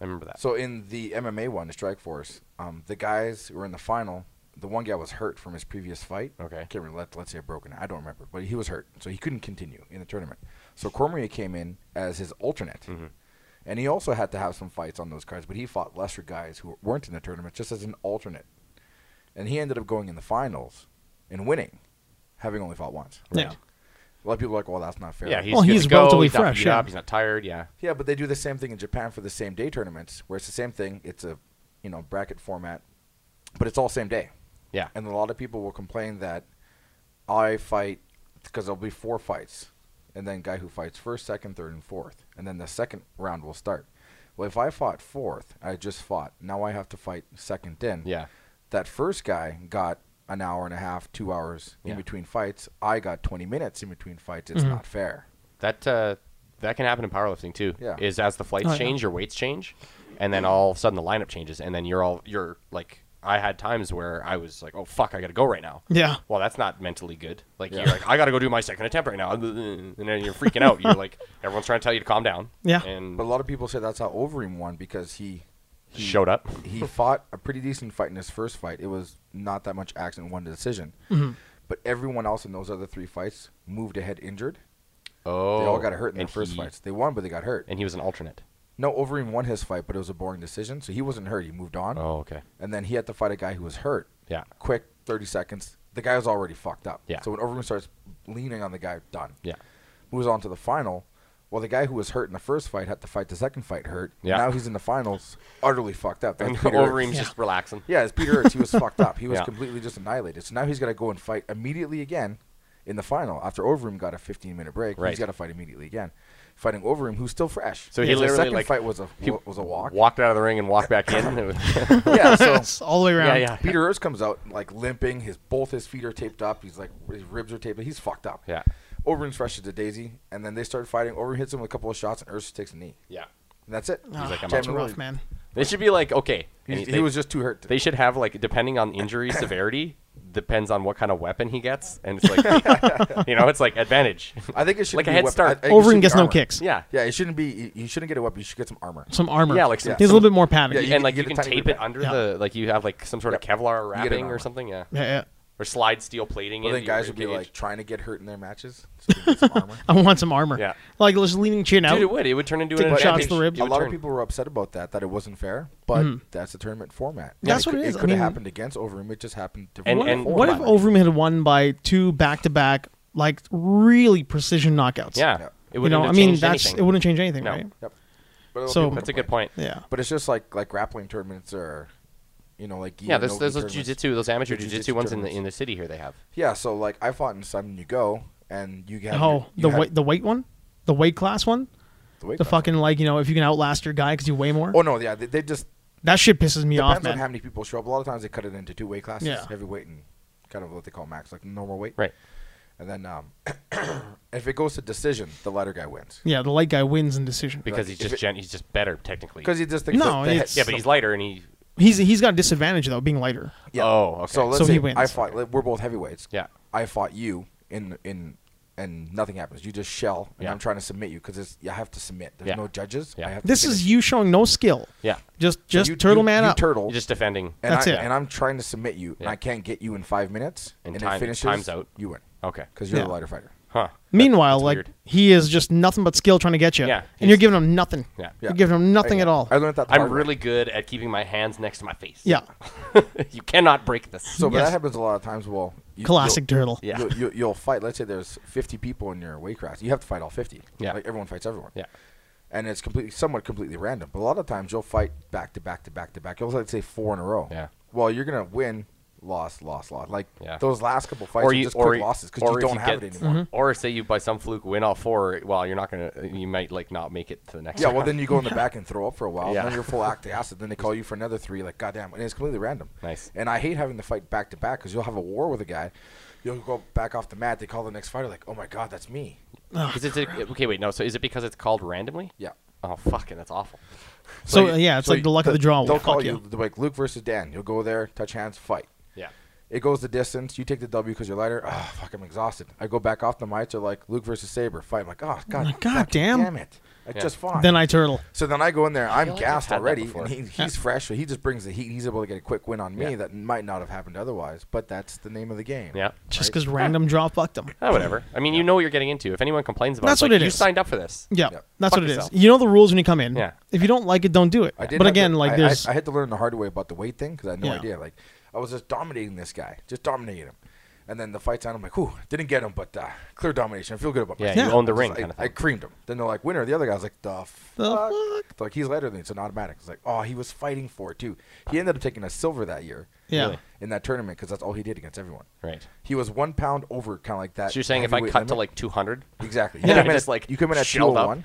Speaker 2: I remember that.
Speaker 3: So in the MMA one, the strike force, um, the guys who were in the final. The one guy was hurt from his previous fight.
Speaker 2: Okay.
Speaker 3: Can't remember. Let, let's say a broken. I don't remember, but he was hurt, so he couldn't continue in the tournament. So Cormier came in as his alternate,
Speaker 2: Mm-hmm.
Speaker 3: and he also had to have some fights on those cards. But he fought lesser guys who weren't in the tournament, just as an alternate, and he ended up going in the finals and winning, having only fought once.
Speaker 1: Yeah.
Speaker 3: A lot of people are like, "Well, that's not fair."
Speaker 2: yeah, he's
Speaker 1: Well,
Speaker 2: good
Speaker 1: he's
Speaker 2: to go.
Speaker 1: relatively
Speaker 2: he's not
Speaker 1: fresh,
Speaker 2: beat
Speaker 1: yeah.
Speaker 2: up, He's not tired. Yeah,
Speaker 3: Yeah, but they do the same thing in Japan for the same day tournaments, where it's the same thing. It's a you know bracket format, but it's all same day.
Speaker 2: yeah.
Speaker 3: And a lot of people will complain that I fight because there'll be four fights, and then guy who fights first, second, third, and fourth, and then the second round will start. Well, if I fought fourth, I just fought. Now I have to fight second in.
Speaker 2: Yeah.
Speaker 3: That first guy got an hour and a half, two hours in
Speaker 2: Yeah. Mm-hmm.
Speaker 3: between fights. I got 20 minutes in between fights. It's not fair.
Speaker 2: That uh, that can happen in powerlifting too.
Speaker 3: Yeah.
Speaker 2: Is as the flights
Speaker 1: Oh, yeah.
Speaker 2: change, your weights change, and then all of a sudden the lineup changes, and then you're all you're like I had times where I was like, oh fuck, I gotta go right now.
Speaker 1: Yeah.
Speaker 2: Well, that's not mentally good. Like
Speaker 3: Yeah.
Speaker 2: you're like, I gotta go do my second attempt right now, and then you're freaking out. You're like, everyone's trying to tell you to calm down.
Speaker 1: Yeah.
Speaker 2: And
Speaker 3: But a lot of people say that's how Overeem won because he he
Speaker 2: showed up.
Speaker 3: he fought a pretty decent fight in his first fight. It was not that much action, one decision. But everyone else in those other three fights moved ahead injured.
Speaker 2: Oh,
Speaker 3: They all got hurt in their first
Speaker 2: he,
Speaker 3: fights. They won, but they got hurt.
Speaker 2: and he was an alternate.
Speaker 3: No, Overeem won his fight, but it was a boring decision, so he wasn't hurt. He moved on,
Speaker 2: Oh, okay.
Speaker 3: and then he had to fight a guy who was hurt.
Speaker 2: Yeah.
Speaker 3: Quick, thirty seconds. The guy was already fucked up.
Speaker 2: Yeah.
Speaker 3: So when Overeem starts leaning on the guy, done.
Speaker 2: Yeah.
Speaker 3: Moves on to the final. Well, the guy who was hurt in the first fight had to fight the second fight hurt.
Speaker 2: Yeah.
Speaker 3: Now he's in the finals, utterly fucked up. That's
Speaker 2: And
Speaker 3: Peter Ertz.
Speaker 2: Overeem's just relaxing.
Speaker 3: Yeah, it's Peter Ertz. He was fucked up. He was
Speaker 2: Yeah.
Speaker 3: completely just annihilated. So now he's got to go and fight immediately again in the final. After Overeem got a 15 minute break,
Speaker 2: Right.
Speaker 3: he's got to fight immediately again. Fighting Overeem, who's still fresh.
Speaker 2: So he
Speaker 3: His
Speaker 2: literally,
Speaker 3: second
Speaker 2: like,
Speaker 3: fight was a
Speaker 2: He
Speaker 3: was a walk.
Speaker 2: Walked out of the ring and walked back in. It was-
Speaker 3: yeah, so
Speaker 1: It's all the way around.
Speaker 2: yeah.
Speaker 3: Peter Ertz comes out like limping. His both his feet are taped up. He's like his ribs are taped. up. He's fucked up.
Speaker 2: Yeah.
Speaker 3: Overeem's fresh as a daisy, and then they start fighting. Overeem hits him with a couple of shots, and Ertz takes a knee.
Speaker 2: yeah.
Speaker 3: And that's it. He's
Speaker 1: Ah,
Speaker 2: like, I'm
Speaker 1: that's
Speaker 2: out.
Speaker 1: rough, man.
Speaker 2: They should be like, okay.
Speaker 3: He,
Speaker 2: and
Speaker 3: he
Speaker 2: they-
Speaker 3: was just too hurt. To,
Speaker 2: They should have like depending on injury severity depends on what kind of weapon he gets, and it's like you know it's like advantage.
Speaker 3: I think it should
Speaker 2: like
Speaker 3: be
Speaker 2: a head
Speaker 3: weapon- I
Speaker 2: start.
Speaker 3: think it should
Speaker 1: Overeem
Speaker 3: be
Speaker 1: gets no
Speaker 3: armor.
Speaker 1: kicks.
Speaker 2: yeah,
Speaker 3: Yeah, it shouldn't be. You, you shouldn't get a weapon. You should get some armor.
Speaker 1: Some armor.
Speaker 2: Yeah, like some-
Speaker 1: He's a little bit more padded.
Speaker 3: Yeah,
Speaker 1: Yeah,
Speaker 3: you-
Speaker 2: and like you,
Speaker 3: get a
Speaker 2: can
Speaker 3: tiny
Speaker 2: tape
Speaker 3: bit
Speaker 2: it
Speaker 3: back.
Speaker 2: under
Speaker 1: Yeah.
Speaker 2: the like you have like some sort of
Speaker 3: Yep.
Speaker 2: Kevlar
Speaker 3: You get an
Speaker 2: wrapping
Speaker 3: armor.
Speaker 2: or something, yeah,
Speaker 1: yeah.
Speaker 2: or slide steel plating.
Speaker 3: But
Speaker 2: in
Speaker 3: then
Speaker 2: the
Speaker 3: guys would be
Speaker 2: ribcage.
Speaker 3: like trying to get hurt in their matches. So they get some armor.
Speaker 1: I want some armor.
Speaker 2: Yeah.
Speaker 1: Like just leaning chin out.
Speaker 2: dude, it would it would turn into
Speaker 1: Taking
Speaker 2: an
Speaker 1: shots
Speaker 2: advantage.
Speaker 1: to the ribs.
Speaker 2: It
Speaker 3: a
Speaker 2: would
Speaker 3: lot of
Speaker 2: turn-
Speaker 3: people were upset about that, that it wasn't fair. But that's the tournament format.
Speaker 1: Yeah. Mm-hmm. That's
Speaker 3: it
Speaker 1: what
Speaker 3: could,
Speaker 1: it is. I
Speaker 3: could have
Speaker 1: mean-
Speaker 3: happened against Overeem. It just happened to
Speaker 2: And-
Speaker 1: What,
Speaker 2: and-
Speaker 1: if, what if Overeem had won by two back to back, like really precision knockouts?
Speaker 2: yeah,
Speaker 3: Yeah.
Speaker 2: it
Speaker 1: You
Speaker 2: would.
Speaker 1: know, I mean, that's it wouldn't change anything,
Speaker 2: No.
Speaker 1: right?
Speaker 3: Yep. But it'll
Speaker 1: So-
Speaker 3: be able to
Speaker 2: That's a good
Speaker 3: play.
Speaker 2: point.
Speaker 1: Yeah.
Speaker 3: But it's just like like grappling tournaments or, you know, like gi
Speaker 2: Yeah,
Speaker 3: and
Speaker 2: there's
Speaker 3: no-gi
Speaker 2: there's those
Speaker 3: tournaments.
Speaker 2: jujitsu, those amateur
Speaker 3: The
Speaker 2: jujitsu
Speaker 3: jujitsu
Speaker 2: ones in the in the
Speaker 3: tournaments.
Speaker 2: city here they have.
Speaker 3: Yeah, so like I fought in Simon You Go, and you had
Speaker 1: oh,
Speaker 3: you
Speaker 1: the
Speaker 3: had-
Speaker 1: weight, the weight one, the weight class one,
Speaker 3: the, weight
Speaker 1: the
Speaker 3: class.
Speaker 1: fucking like you know if you can outlast your guy because you weigh more.
Speaker 3: Oh no, yeah, they, they just
Speaker 1: that shit pisses me off,
Speaker 3: depends
Speaker 1: man.
Speaker 3: on how many people show up. A lot of times they cut it into two weight classes,
Speaker 1: Yeah.
Speaker 3: heavyweight and kind of what they call max, like normal weight.
Speaker 2: Right.
Speaker 3: And then um, if it goes to decision, the lighter guy wins.
Speaker 1: yeah, the light guy wins in decision.
Speaker 2: Because
Speaker 3: Like,
Speaker 2: he's
Speaker 3: if
Speaker 2: just
Speaker 3: it-
Speaker 2: gen- he's just better technically.
Speaker 3: Because he just thinks
Speaker 1: No,
Speaker 3: that the
Speaker 1: it's-
Speaker 2: yeah, but he's lighter and he.
Speaker 1: He's he's got a disadvantage though, being lighter.
Speaker 3: Yeah.
Speaker 2: Oh, okay.
Speaker 3: So let's
Speaker 1: So
Speaker 3: say
Speaker 1: he wins.
Speaker 3: I fought. We're both heavyweights.
Speaker 2: Yeah.
Speaker 3: I fought you in in and nothing happens. You just shell, and
Speaker 2: Yeah.
Speaker 3: I'm trying to submit you because you have to submit. There's
Speaker 2: Yeah.
Speaker 3: no judges.
Speaker 2: Yeah.
Speaker 3: I have to
Speaker 1: This
Speaker 3: finish.
Speaker 1: is you showing no skill.
Speaker 2: Yeah,
Speaker 1: Just
Speaker 3: So
Speaker 1: just
Speaker 3: you-
Speaker 1: turtle
Speaker 3: you-
Speaker 1: man
Speaker 3: you
Speaker 1: up.
Speaker 3: Turtle.
Speaker 2: you're just defending.
Speaker 3: Oh. and
Speaker 1: That's
Speaker 3: I,
Speaker 1: it.
Speaker 3: And I'm trying to submit you, and
Speaker 2: Yeah.
Speaker 3: I can't get you in five minutes.
Speaker 2: And
Speaker 3: And,
Speaker 2: time-
Speaker 3: it finishes.
Speaker 2: time's out.
Speaker 3: You win
Speaker 2: Okay.
Speaker 3: because you're
Speaker 1: Yeah.
Speaker 3: the lighter fighter.
Speaker 2: Huh.
Speaker 1: Meanwhile,
Speaker 2: That's
Speaker 1: like
Speaker 2: weird.
Speaker 1: he is just nothing but skill trying to get you.
Speaker 2: Yeah,
Speaker 1: And you're
Speaker 2: he's-
Speaker 1: giving him nothing.
Speaker 2: Yeah.
Speaker 1: You're
Speaker 3: Yeah.
Speaker 1: giving him nothing
Speaker 3: I-
Speaker 1: at all.
Speaker 3: I learned that. the
Speaker 2: I'm
Speaker 3: hard way.
Speaker 2: really good at keeping my hands next to my face.
Speaker 1: yeah.
Speaker 2: you cannot break this.
Speaker 3: So, but
Speaker 1: Yes.
Speaker 3: that happens a lot of times. Well, you,
Speaker 1: Classic
Speaker 3: You'll,
Speaker 1: turtle.
Speaker 2: Yeah.
Speaker 3: You'll, you'll, you'll fight. Let's say there's 50 people in your weight class. You have to fight all 50.
Speaker 2: Yeah.
Speaker 3: Like everyone fights everyone.
Speaker 2: Yeah.
Speaker 3: And it's completely, somewhat completely random. But a lot of times you'll fight back to back to back to back. You'll let's say four in a row.
Speaker 2: Yeah.
Speaker 3: Well, you're gonna win, loss, loss, loss. Like
Speaker 2: Yeah.
Speaker 3: those last couple fights
Speaker 2: Or
Speaker 3: are
Speaker 2: you-
Speaker 3: just
Speaker 2: or
Speaker 3: quick
Speaker 2: you-
Speaker 3: losses because
Speaker 2: or
Speaker 3: you
Speaker 2: if
Speaker 3: don't
Speaker 2: you
Speaker 3: have
Speaker 2: get-
Speaker 3: it anymore.
Speaker 1: Mm-hmm.
Speaker 2: Or say you by some fluke win all four. Well, you're not gonna. You might like not make it to the next.
Speaker 3: Yeah,
Speaker 2: round.
Speaker 3: well, then you go in the back and throw up for a while.
Speaker 2: Yeah.
Speaker 3: And then you're full lactic acid. Then they call you for another three. Like, goddamn. And it's completely random.
Speaker 2: Nice.
Speaker 3: And I hate having to fight back to back because you'll have a war with a guy. You'll go back off the mat. They call the next fighter, like, oh my God, that's me.
Speaker 2: Is it okay? Wait, no. So is it because it's called randomly?
Speaker 3: Yeah.
Speaker 2: Oh fucking, that's awful.
Speaker 1: So,
Speaker 3: you-
Speaker 1: yeah, it's
Speaker 3: so
Speaker 1: like the luck of the draw.
Speaker 3: They'll
Speaker 1: Fuck
Speaker 3: call
Speaker 1: you.
Speaker 3: you they're like Luke versus Dan. You'll go there, touch hands, fight.
Speaker 2: Yeah.
Speaker 3: It goes the distance. You take the W because you're lighter. Ah, fuck, I'm exhausted. I go back off the mic to like Luke versus Saber fight. I'm like, oh god,
Speaker 1: God
Speaker 3: fucking
Speaker 1: damn.
Speaker 3: damn it! I
Speaker 2: Yeah.
Speaker 3: just fought.
Speaker 1: Then I turtle.
Speaker 3: so then I go in there.
Speaker 2: like
Speaker 3: I'm
Speaker 2: I've
Speaker 3: gassed
Speaker 2: had that
Speaker 3: already,
Speaker 2: before.
Speaker 3: and he, he's fresh. So he just brings the heat. He's able to get a quick win on me
Speaker 2: Yeah.
Speaker 3: that might not have happened otherwise. But that's the name of the game.
Speaker 2: Yeah.
Speaker 1: Just because random draw fucked him.
Speaker 2: Ah, whatever. I mean, you know what you're getting into. If anyone complains about
Speaker 1: That's
Speaker 2: it, it's
Speaker 1: what
Speaker 2: like,
Speaker 1: it
Speaker 2: you
Speaker 1: is.
Speaker 2: signed up for this.
Speaker 1: Yeah,
Speaker 3: Yeah.
Speaker 1: that's what
Speaker 2: Fuck
Speaker 1: it is.
Speaker 2: yourself.
Speaker 1: You know the rules when you come in.
Speaker 2: Yeah.
Speaker 1: If you don't like it, don't do it.
Speaker 3: I did
Speaker 1: but
Speaker 3: have to-
Speaker 1: again,
Speaker 3: I-
Speaker 1: like
Speaker 3: I-
Speaker 1: there's
Speaker 3: I, had to learn the hard way about the weight thing because I had no
Speaker 1: Yeah.
Speaker 3: idea. Like, I was just dominating this guy, just dominating him, and then the fight's on. I'm like, whew, didn't get him, but uh, clear domination. I feel good about
Speaker 2: Yeah,
Speaker 3: myself.
Speaker 1: Yeah.
Speaker 2: you own the ring.
Speaker 3: I,
Speaker 2: kind of
Speaker 3: I
Speaker 2: thing.
Speaker 3: creamed him. Then they're like, winner. The other guy's like, the fuck.
Speaker 1: The
Speaker 3: They're like he's lighter than me. It's an automatic. It's like, oh, he was fighting for it too. He ended up taking a silver that year.
Speaker 1: Yeah.
Speaker 2: Really?
Speaker 3: In that tournament, because that's all he did against everyone.
Speaker 2: right.
Speaker 3: He was one pound over, kind of like that.
Speaker 2: So you're saying if I
Speaker 3: heavyweight
Speaker 2: cut to
Speaker 3: limit.
Speaker 2: like 200?
Speaker 3: exactly,
Speaker 2: Yeah,
Speaker 3: you come in
Speaker 2: just,
Speaker 3: at-
Speaker 2: like,
Speaker 3: you come in at
Speaker 2: shelled up.
Speaker 3: 201,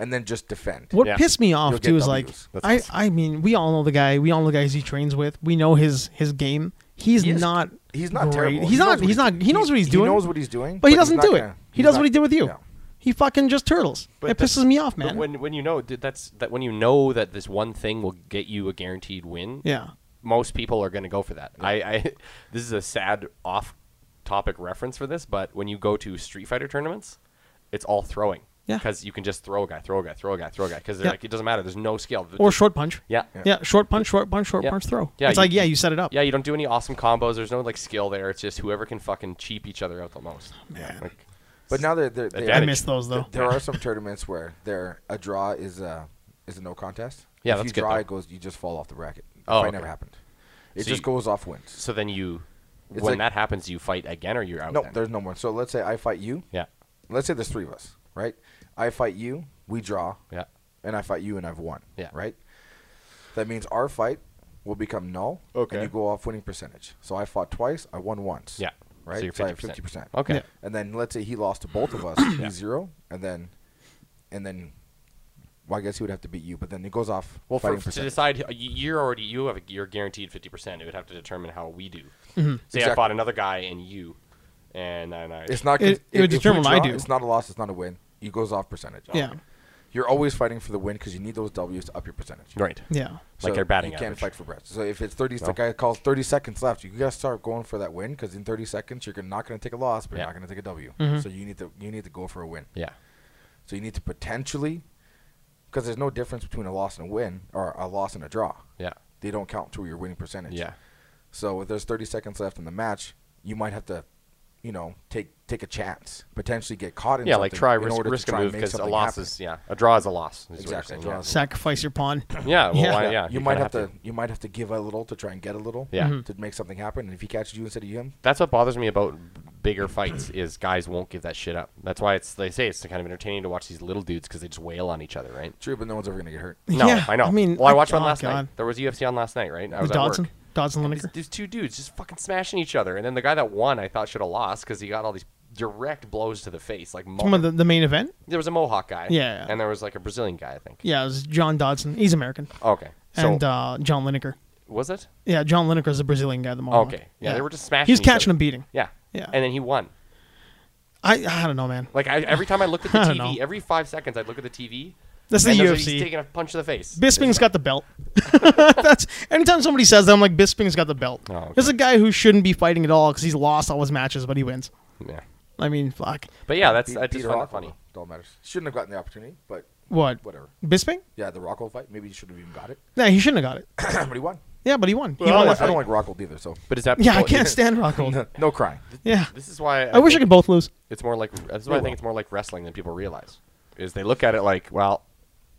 Speaker 3: and then just defend.
Speaker 1: what
Speaker 2: Yeah.
Speaker 1: pissed me off
Speaker 3: You'll
Speaker 1: too
Speaker 3: get
Speaker 1: is like
Speaker 3: Ws.
Speaker 2: That's
Speaker 1: I
Speaker 2: awesome.
Speaker 1: I mean we all know the guy we all know the guys he trains with we know his his game he's
Speaker 3: He is-
Speaker 1: not
Speaker 3: He's not
Speaker 1: great.
Speaker 3: terrible.
Speaker 1: he's
Speaker 3: knows
Speaker 1: not
Speaker 3: what
Speaker 1: he's not he knows what he's
Speaker 3: he
Speaker 1: doing
Speaker 3: knows what he's doing,
Speaker 1: but he
Speaker 3: he's
Speaker 1: doesn't
Speaker 3: not
Speaker 1: do it
Speaker 3: gonna-
Speaker 1: he
Speaker 3: he's
Speaker 1: does
Speaker 3: not-
Speaker 1: what he did with you
Speaker 3: no.
Speaker 1: he fucking just turtles
Speaker 2: But
Speaker 1: it
Speaker 2: that's-
Speaker 1: pisses me off
Speaker 2: But
Speaker 1: man
Speaker 2: when when you know dude, that's that when you know that this one thing will get you a guaranteed win.
Speaker 1: yeah
Speaker 2: most people are going to go for that. I, I this is a sad off topic reference for this, but when you go to Street Fighter tournaments, it's all throwing.
Speaker 1: Yeah.
Speaker 2: Because you can just throw a guy, throw a guy, throw a guy, throw a guy. Because
Speaker 1: Yeah.
Speaker 2: like it doesn't matter. There's no skill.
Speaker 1: or short punch.
Speaker 2: yeah.
Speaker 3: Yeah.
Speaker 1: Yeah, short punch, short punch, short
Speaker 2: Yeah.
Speaker 1: punch, throw.
Speaker 2: Yeah,
Speaker 1: it's
Speaker 2: you-
Speaker 1: like yeah, you set it up.
Speaker 2: Yeah, you don't do any awesome combos. There's no like skill there. It's just whoever can fucking cheap each other out the most.
Speaker 3: Man.
Speaker 2: Like,
Speaker 3: But now they're, they're,
Speaker 1: I
Speaker 2: Advantage.
Speaker 3: they're
Speaker 1: miss those though.
Speaker 3: there are some tournaments where there a draw is a is a no contest.
Speaker 2: Yeah,
Speaker 3: if
Speaker 2: that's
Speaker 3: you
Speaker 2: good,
Speaker 3: draw,
Speaker 2: though.
Speaker 3: it goes. You just fall off the bracket. The
Speaker 2: Oh,
Speaker 3: fight
Speaker 2: okay.
Speaker 3: never happened. It
Speaker 2: So
Speaker 3: just
Speaker 2: you-
Speaker 3: goes off wins.
Speaker 2: so then you,
Speaker 3: It's
Speaker 2: when
Speaker 3: like-
Speaker 2: that happens, you fight again or you're out.
Speaker 3: No,
Speaker 2: then?
Speaker 3: there's no more. So let's say I fight you.
Speaker 2: Yeah.
Speaker 3: Let's say there's three of us, right? I fight you. We draw,
Speaker 2: Yeah.
Speaker 3: and I fight you, and I've won.
Speaker 2: Yeah.
Speaker 3: Right. That means our fight will become null.
Speaker 2: Okay.
Speaker 3: And you go off winning percentage. So I fought twice. I won once.
Speaker 2: Yeah.
Speaker 3: Right.
Speaker 2: So you're
Speaker 3: I have
Speaker 2: 50%.
Speaker 3: fifty percent.
Speaker 2: Okay.
Speaker 1: Yeah.
Speaker 3: And then let's say he lost to both of us, he's zero, and then, and then, well, I guess he would have to beat you. But then it goes off
Speaker 2: Well, for,
Speaker 3: fighting
Speaker 2: to
Speaker 3: percent.
Speaker 2: decide, y- you're already you have a, you're guaranteed fifty percent. It would have to determine how we do. Say I
Speaker 3: Exactly.
Speaker 2: fought another guy and you, and I. And I
Speaker 3: it's not.
Speaker 1: It-
Speaker 3: cons-
Speaker 1: it would
Speaker 3: if we
Speaker 1: determine what I
Speaker 3: draw,
Speaker 1: do.
Speaker 3: It's not a loss. It's not a win. It goes off percentage.
Speaker 1: Yeah.
Speaker 3: You're always fighting for the win because you need those W's to up your percentage.
Speaker 2: right.
Speaker 1: Yeah.
Speaker 2: Like your batting
Speaker 3: You can't
Speaker 2: average.
Speaker 3: fight for breath. So if it's 30,
Speaker 2: No.
Speaker 3: the guy calls 30 seconds left, you gotta start going for that win because in 30 seconds you're not gonna take a loss, but
Speaker 2: Yeah.
Speaker 3: you're not gonna take a W. So you need to you need to go for a win.
Speaker 2: Yeah.
Speaker 3: So you need to potentially, because there's no difference between a loss and a win or a loss and a draw.
Speaker 2: Yeah.
Speaker 3: They don't count to your winning percentage.
Speaker 2: Yeah.
Speaker 3: So if there's 30 seconds left in the match, you might have to, you know, take take a chance, potentially get caught in
Speaker 2: Yeah. Like
Speaker 3: something
Speaker 2: try
Speaker 3: in
Speaker 2: risk,
Speaker 3: order to
Speaker 2: risk a
Speaker 3: try and
Speaker 2: move
Speaker 3: make
Speaker 2: because a
Speaker 3: something
Speaker 2: loss
Speaker 3: happen.
Speaker 2: is yeah a draw is a loss. is what you're
Speaker 3: Exactly, a
Speaker 2: saying,
Speaker 3: draw is
Speaker 1: Sacrifice your pawn.
Speaker 2: Yeah. Yeah. Well,
Speaker 1: Yeah.
Speaker 2: why- yeah.
Speaker 3: you
Speaker 2: kinda
Speaker 3: might have to, you might have to give a little to try and get a little
Speaker 2: Yeah. Mhm.
Speaker 3: to make something happen. And if he catches you instead of him,
Speaker 2: That's what bothers me about bigger fights is guys won't give that shit up. That's why it's they say it's kind of entertaining to watch these little dudes because they just wail on each other, right?
Speaker 3: true, but no one's ever gonna get hurt.
Speaker 2: No,
Speaker 1: Yeah,
Speaker 2: I know.
Speaker 1: I mean,
Speaker 2: well, I watched
Speaker 1: oh,
Speaker 2: one last
Speaker 1: God.
Speaker 2: night. There was UFC on last night, right? I was
Speaker 1: With Dodson,
Speaker 2: at work.
Speaker 1: Dodson
Speaker 2: These,
Speaker 1: Lineker.
Speaker 2: these two dudes just fucking smashing each other, and then the guy that won, I thought should have lost because he got all these direct blows to the face. Like mo-
Speaker 1: Remember the, the main event?
Speaker 2: there was a Mohawk guy,
Speaker 1: Yeah.
Speaker 2: and there was like a Brazilian guy, I think.
Speaker 1: Yeah, it was John Dodson. He's American.
Speaker 2: Okay, so
Speaker 1: and uh, John Lineker.
Speaker 2: was it?
Speaker 1: Yeah, John Lineker is the Brazilian guy. The Mohawk.
Speaker 2: Okay, yeah, they were just smashing.
Speaker 1: He was
Speaker 2: each
Speaker 1: catching
Speaker 2: other.
Speaker 1: a beating.
Speaker 2: Yeah,
Speaker 1: Yeah.
Speaker 2: and then he won.
Speaker 1: I I don't know, man.
Speaker 2: Like I, every time I looked at the
Speaker 1: I don't
Speaker 2: TV,
Speaker 1: know.
Speaker 2: every five seconds I'd look at the TV.
Speaker 1: That's the
Speaker 2: and those are-
Speaker 1: UFC.
Speaker 2: He's taking a punch to the face.
Speaker 1: Bisping's got the belt. That's anytime somebody says that, I'm like, Bisping's got the belt.
Speaker 2: Oh, okay.
Speaker 1: This is a guy who shouldn't be fighting at all because he's lost all his matches, but he wins.
Speaker 2: yeah.
Speaker 1: I mean, fuck.
Speaker 2: But yeah, that's
Speaker 3: Beat-
Speaker 2: I just
Speaker 3: Peter
Speaker 2: find
Speaker 3: Rock
Speaker 2: that funny.
Speaker 3: It all matters. Shouldn't have gotten the opportunity, but
Speaker 1: What?
Speaker 3: whatever.
Speaker 1: Bisping?
Speaker 3: Yeah, the Rockhold fight. Maybe he should have even got it,
Speaker 1: Yeah, he shouldn't have got it.
Speaker 3: but he won.
Speaker 1: Yeah, but he won. he
Speaker 3: I don't,
Speaker 1: won
Speaker 3: like,
Speaker 1: that
Speaker 3: I don't
Speaker 1: fight.
Speaker 3: like Rockhold either. So
Speaker 2: But is that
Speaker 1: Yeah, I
Speaker 2: well,
Speaker 1: can't stand Rockhold.
Speaker 3: no crying.
Speaker 1: Yeah,
Speaker 2: Oh, This is why
Speaker 1: I wish I
Speaker 2: think
Speaker 1: could both lose.
Speaker 2: It's more like that's why I
Speaker 3: They
Speaker 2: think
Speaker 3: will.
Speaker 2: it's more like wrestling than people realize. Is they look at it like, well,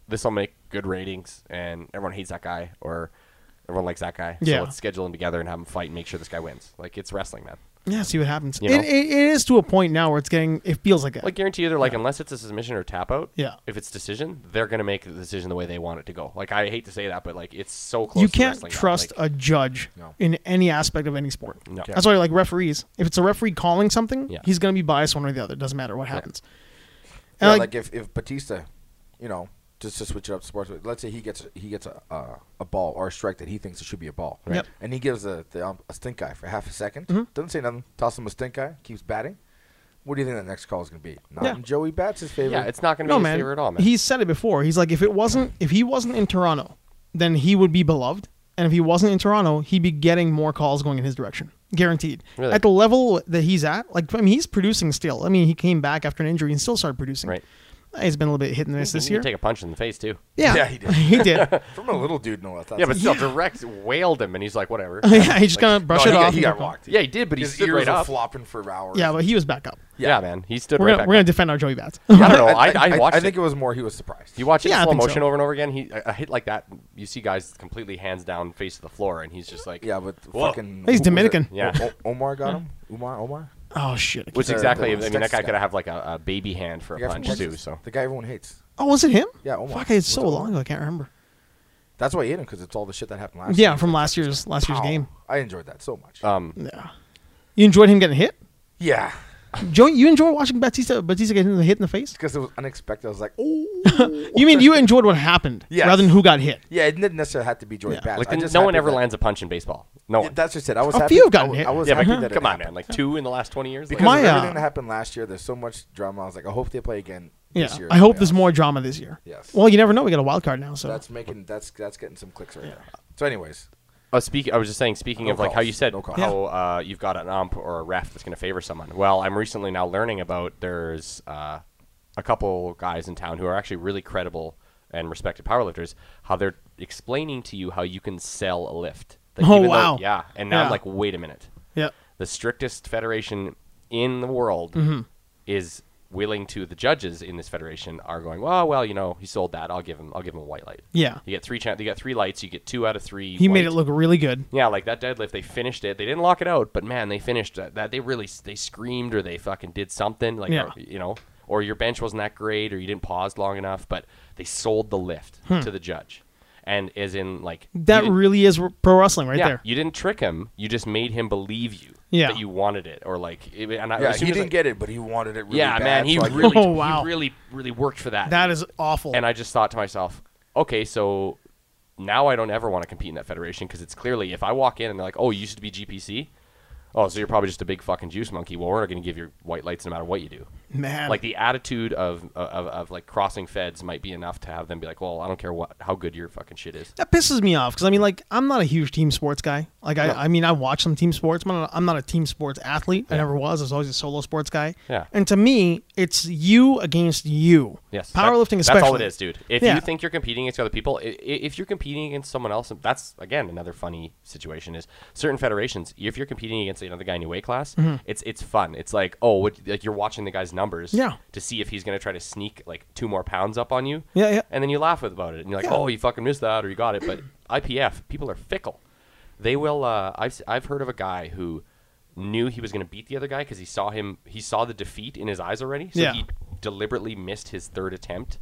Speaker 2: this will make good ratings, and everyone hates that guy, or everyone likes that guy.
Speaker 1: Yeah.
Speaker 2: So let's schedule them together and have them fight and make sure this guy wins. Like it's wrestling, man.
Speaker 1: Yeah, see what happens.
Speaker 2: You
Speaker 1: It,
Speaker 2: know?
Speaker 1: it, it is to a point now where it's getting. It feels like that.
Speaker 2: Like guarantee you, they're like, unless it's a submission or tap out.
Speaker 1: Yeah.
Speaker 2: If it's decision, they're gonna make the decision the way they want it to go. Like I hate to say that, but like it's so close.
Speaker 1: you
Speaker 2: to
Speaker 1: can't
Speaker 2: wrestling now.
Speaker 1: trust
Speaker 2: Like,
Speaker 1: a judge
Speaker 3: No.
Speaker 1: in any aspect of any sport.
Speaker 2: No.
Speaker 1: That's why, like referees, if it's a referee calling something,
Speaker 2: Yeah.
Speaker 1: he's going to be biased one way or the other. Doesn't matter what happens.
Speaker 3: Yeah,
Speaker 1: And,
Speaker 3: like,
Speaker 1: like,
Speaker 3: if, if Batista, you know, just to switch it up, to sports. Let's say he gets he gets a uh, a ball or a strike that he thinks it should be a ball,
Speaker 1: Right. Yep. Mm-hmm.
Speaker 3: and he gives a the, um, a stink eye for half a 2nd Doesn't say nothing. Toss him a stink eye. Keeps batting. What do you think that next call is going to be? Not
Speaker 1: Yeah.
Speaker 3: in Joey Bats' favor.
Speaker 2: yeah, it's not gonna be
Speaker 1: no
Speaker 2: his
Speaker 1: man,
Speaker 2: favorite at all, man.
Speaker 1: he's said it before. He's like, if it wasn't, if he wasn't in Toronto, then he would be beloved, and if he wasn't in Toronto, he'd be getting more calls going in his direction, guaranteed.
Speaker 2: Really?
Speaker 1: At the level that he's at, like I mean, he's producing still. I mean, he came back after an injury and still started producing.
Speaker 2: Right.
Speaker 1: He's been a little bit hit and miss
Speaker 2: He
Speaker 1: this
Speaker 2: can
Speaker 1: year.
Speaker 2: Take a punch in the face too.
Speaker 1: yeah,
Speaker 3: Yeah, he did.
Speaker 1: he did.
Speaker 3: from a little dude. No, that's
Speaker 2: Yeah, but still direct whaled him, and he's like, whatever.
Speaker 1: yeah, he just kind of brushed
Speaker 3: he
Speaker 1: it
Speaker 3: got-
Speaker 1: off.
Speaker 3: he
Speaker 1: and
Speaker 3: got
Speaker 1: kept going.
Speaker 3: walked.
Speaker 2: Yeah, he did, but he
Speaker 3: his
Speaker 2: stood
Speaker 3: ears
Speaker 2: right
Speaker 3: are
Speaker 2: up.
Speaker 3: flopping for hours.
Speaker 1: Yeah, but he was back up.
Speaker 2: Yeah, man, he stood
Speaker 1: We're
Speaker 2: right
Speaker 1: gonna
Speaker 2: back.
Speaker 1: we're gonna
Speaker 2: up.
Speaker 1: defend our Joey Bats.
Speaker 2: I don't know. I, I, watched.
Speaker 3: think
Speaker 2: it.
Speaker 3: it was more he was surprised.
Speaker 2: You watch it
Speaker 1: Yeah, I
Speaker 2: in slow
Speaker 1: think so.
Speaker 2: motion over and over again. He a, a hit like that, you see guys completely hands down, face to the floor, and he's just like,
Speaker 3: yeah, but
Speaker 2: Whoa.
Speaker 1: He's
Speaker 3: fucking. who was it?
Speaker 1: Dominican.
Speaker 2: Yeah.
Speaker 3: O- O- Omar got him. Omar. Omar.
Speaker 1: oh shit! I can't-
Speaker 2: Which
Speaker 3: the-
Speaker 2: exactly.
Speaker 3: the
Speaker 2: I mean, that
Speaker 3: Texas
Speaker 2: guy
Speaker 3: guy.
Speaker 2: could have like a, a baby hand for
Speaker 3: The
Speaker 2: a
Speaker 3: guy from
Speaker 2: punch too.
Speaker 3: Texas.
Speaker 2: So
Speaker 3: The guy everyone hates.
Speaker 1: oh, was it him?
Speaker 3: Yeah, Omar.
Speaker 1: Fuck, it's
Speaker 3: Was
Speaker 1: so
Speaker 3: it Omar?
Speaker 1: long ago. I can't remember.
Speaker 3: That's why I hate him because it's all the shit that happened last.
Speaker 1: Yeah,
Speaker 3: year.
Speaker 1: from last year's last year's
Speaker 3: Ow.
Speaker 1: game.
Speaker 3: I enjoyed that so much.
Speaker 2: um,
Speaker 1: Yeah. You enjoyed him getting hit?
Speaker 3: yeah,
Speaker 1: Joey, you enjoy watching Batista Batista get hit in the face?
Speaker 3: because it was unexpected. I was like, oh,
Speaker 1: You mean you enjoyed what happened
Speaker 3: Yes.
Speaker 1: rather than who got hit?
Speaker 3: yeah. It didn't necessarily have to be Joey
Speaker 1: Yeah.
Speaker 3: Bats.
Speaker 2: like
Speaker 3: I
Speaker 2: n-
Speaker 3: just
Speaker 2: no one
Speaker 3: happy
Speaker 2: ever
Speaker 3: that-
Speaker 2: lands a punch in baseball. No
Speaker 3: Yeah,
Speaker 2: one.
Speaker 3: that's just it. I was
Speaker 1: A
Speaker 3: happy.
Speaker 1: few have
Speaker 3: I
Speaker 1: gotten
Speaker 3: was,
Speaker 1: hit. Uh-huh.
Speaker 3: I was
Speaker 2: yeah, but
Speaker 3: happy that it
Speaker 2: come on,
Speaker 3: happened.
Speaker 2: man. Like two in the last twenty years.
Speaker 3: Because
Speaker 2: like,
Speaker 1: My-
Speaker 3: of
Speaker 1: uh,
Speaker 3: everything that happened last year, there's so much drama. I was like, I hope they play again.
Speaker 1: Yeah.
Speaker 3: this year in
Speaker 1: I
Speaker 3: the
Speaker 1: hope there's
Speaker 3: playoffs.
Speaker 1: more drama this year.
Speaker 3: Yes.
Speaker 1: Well, you never know. We got a wild card now, so
Speaker 3: That's making that's that's getting some clicks right there. So, anyways,
Speaker 2: Uh, speak, I was just saying, speaking
Speaker 3: No
Speaker 2: of like how
Speaker 3: calls.
Speaker 2: you said
Speaker 3: No calls.
Speaker 2: how uh, you've got an ump or a ref that's going to favor someone. Well, I'm recently now learning about there's uh, a couple guys in town who are actually really credible and respected powerlifters. How they're explaining to you how you can sell a lift. Like,
Speaker 1: Oh,
Speaker 2: even though-
Speaker 1: wow.
Speaker 2: yeah, and now
Speaker 1: Yeah.
Speaker 2: I'm like, wait a minute.
Speaker 1: Yeah.
Speaker 2: The strictest federation in the world
Speaker 1: Mm-hmm.
Speaker 2: is willing to. The judges in this federation are going, well, well, you know, he sold that. I'll give him. I'll give him a white light.
Speaker 1: Yeah.
Speaker 2: You get three. Cha- you get three lights. You get two out of three.
Speaker 1: He made
Speaker 2: white.
Speaker 1: it look really good.
Speaker 2: Yeah, like that deadlift, they finished it. They didn't lock it out, but man, they finished that. that they really they screamed or they fucking did something like
Speaker 1: Yeah.
Speaker 2: or, you know, or your bench wasn't that great or you didn't pause long enough, but they sold the lift to the judge. And as in like you
Speaker 1: Hmm. That
Speaker 2: didn't-
Speaker 1: really is r- pro wrestling right
Speaker 2: yeah,
Speaker 1: there.
Speaker 2: you didn't trick him. You just made him believe you
Speaker 1: Yeah.
Speaker 2: that you wanted it or like it, and I,
Speaker 3: Yeah,
Speaker 2: as soon
Speaker 3: he
Speaker 2: as I-
Speaker 3: didn't get it, but he wanted it really
Speaker 2: Yeah,
Speaker 3: bad.
Speaker 2: man, he
Speaker 3: so I
Speaker 2: really
Speaker 1: Oh, wow.
Speaker 2: he really really worked for that.
Speaker 1: That is awful.
Speaker 2: And I just thought to myself, okay, so now I don't ever want to compete in that federation because it's clearly if I walk in and they're like, oh, you used to be GPC. Oh, so you're probably just a big fucking juice monkey. Well, we're not going to give you white lights no matter what you do.
Speaker 1: Man.
Speaker 2: Like the attitude of, of of like crossing feds might be enough to have them be like, well, I don't care what how good your fucking shit is.
Speaker 1: that pisses me off because I mean, like, I'm not a huge team sports guy. Like, I, I mean, I watch some team sports. but I'm not a, I'm not a team sports athlete. I never was. I was always a solo sports guy.
Speaker 2: Yeah.
Speaker 1: And to me, it's you against you.
Speaker 2: Yes, that-
Speaker 1: Powerlifting, especially.
Speaker 2: That's all it is, dude. If
Speaker 1: Yeah.
Speaker 2: you think you're competing against other people, i- i- if you're competing against someone else, that's again another funny situation. Is certain federations, if you're competing against another guy in your weight class,
Speaker 1: Mm-hmm.
Speaker 2: it's it's fun. It's like oh, what, like you're watching the guy's numbers,
Speaker 1: Yeah.
Speaker 2: to see if he's gonna try to sneak like two more pounds up on you,
Speaker 1: Yeah, yeah.
Speaker 2: and then you laugh about it, and you're like,
Speaker 1: Yeah.
Speaker 2: oh, you fucking missed that or you got it. But IPF people are fickle. They will. Uh, I've s- I've heard of a guy who knew he was gonna beat the other guy because he saw him. He saw the defeat in his eyes already, so
Speaker 1: Yeah. Oh,
Speaker 2: he deliberately missed his third attempt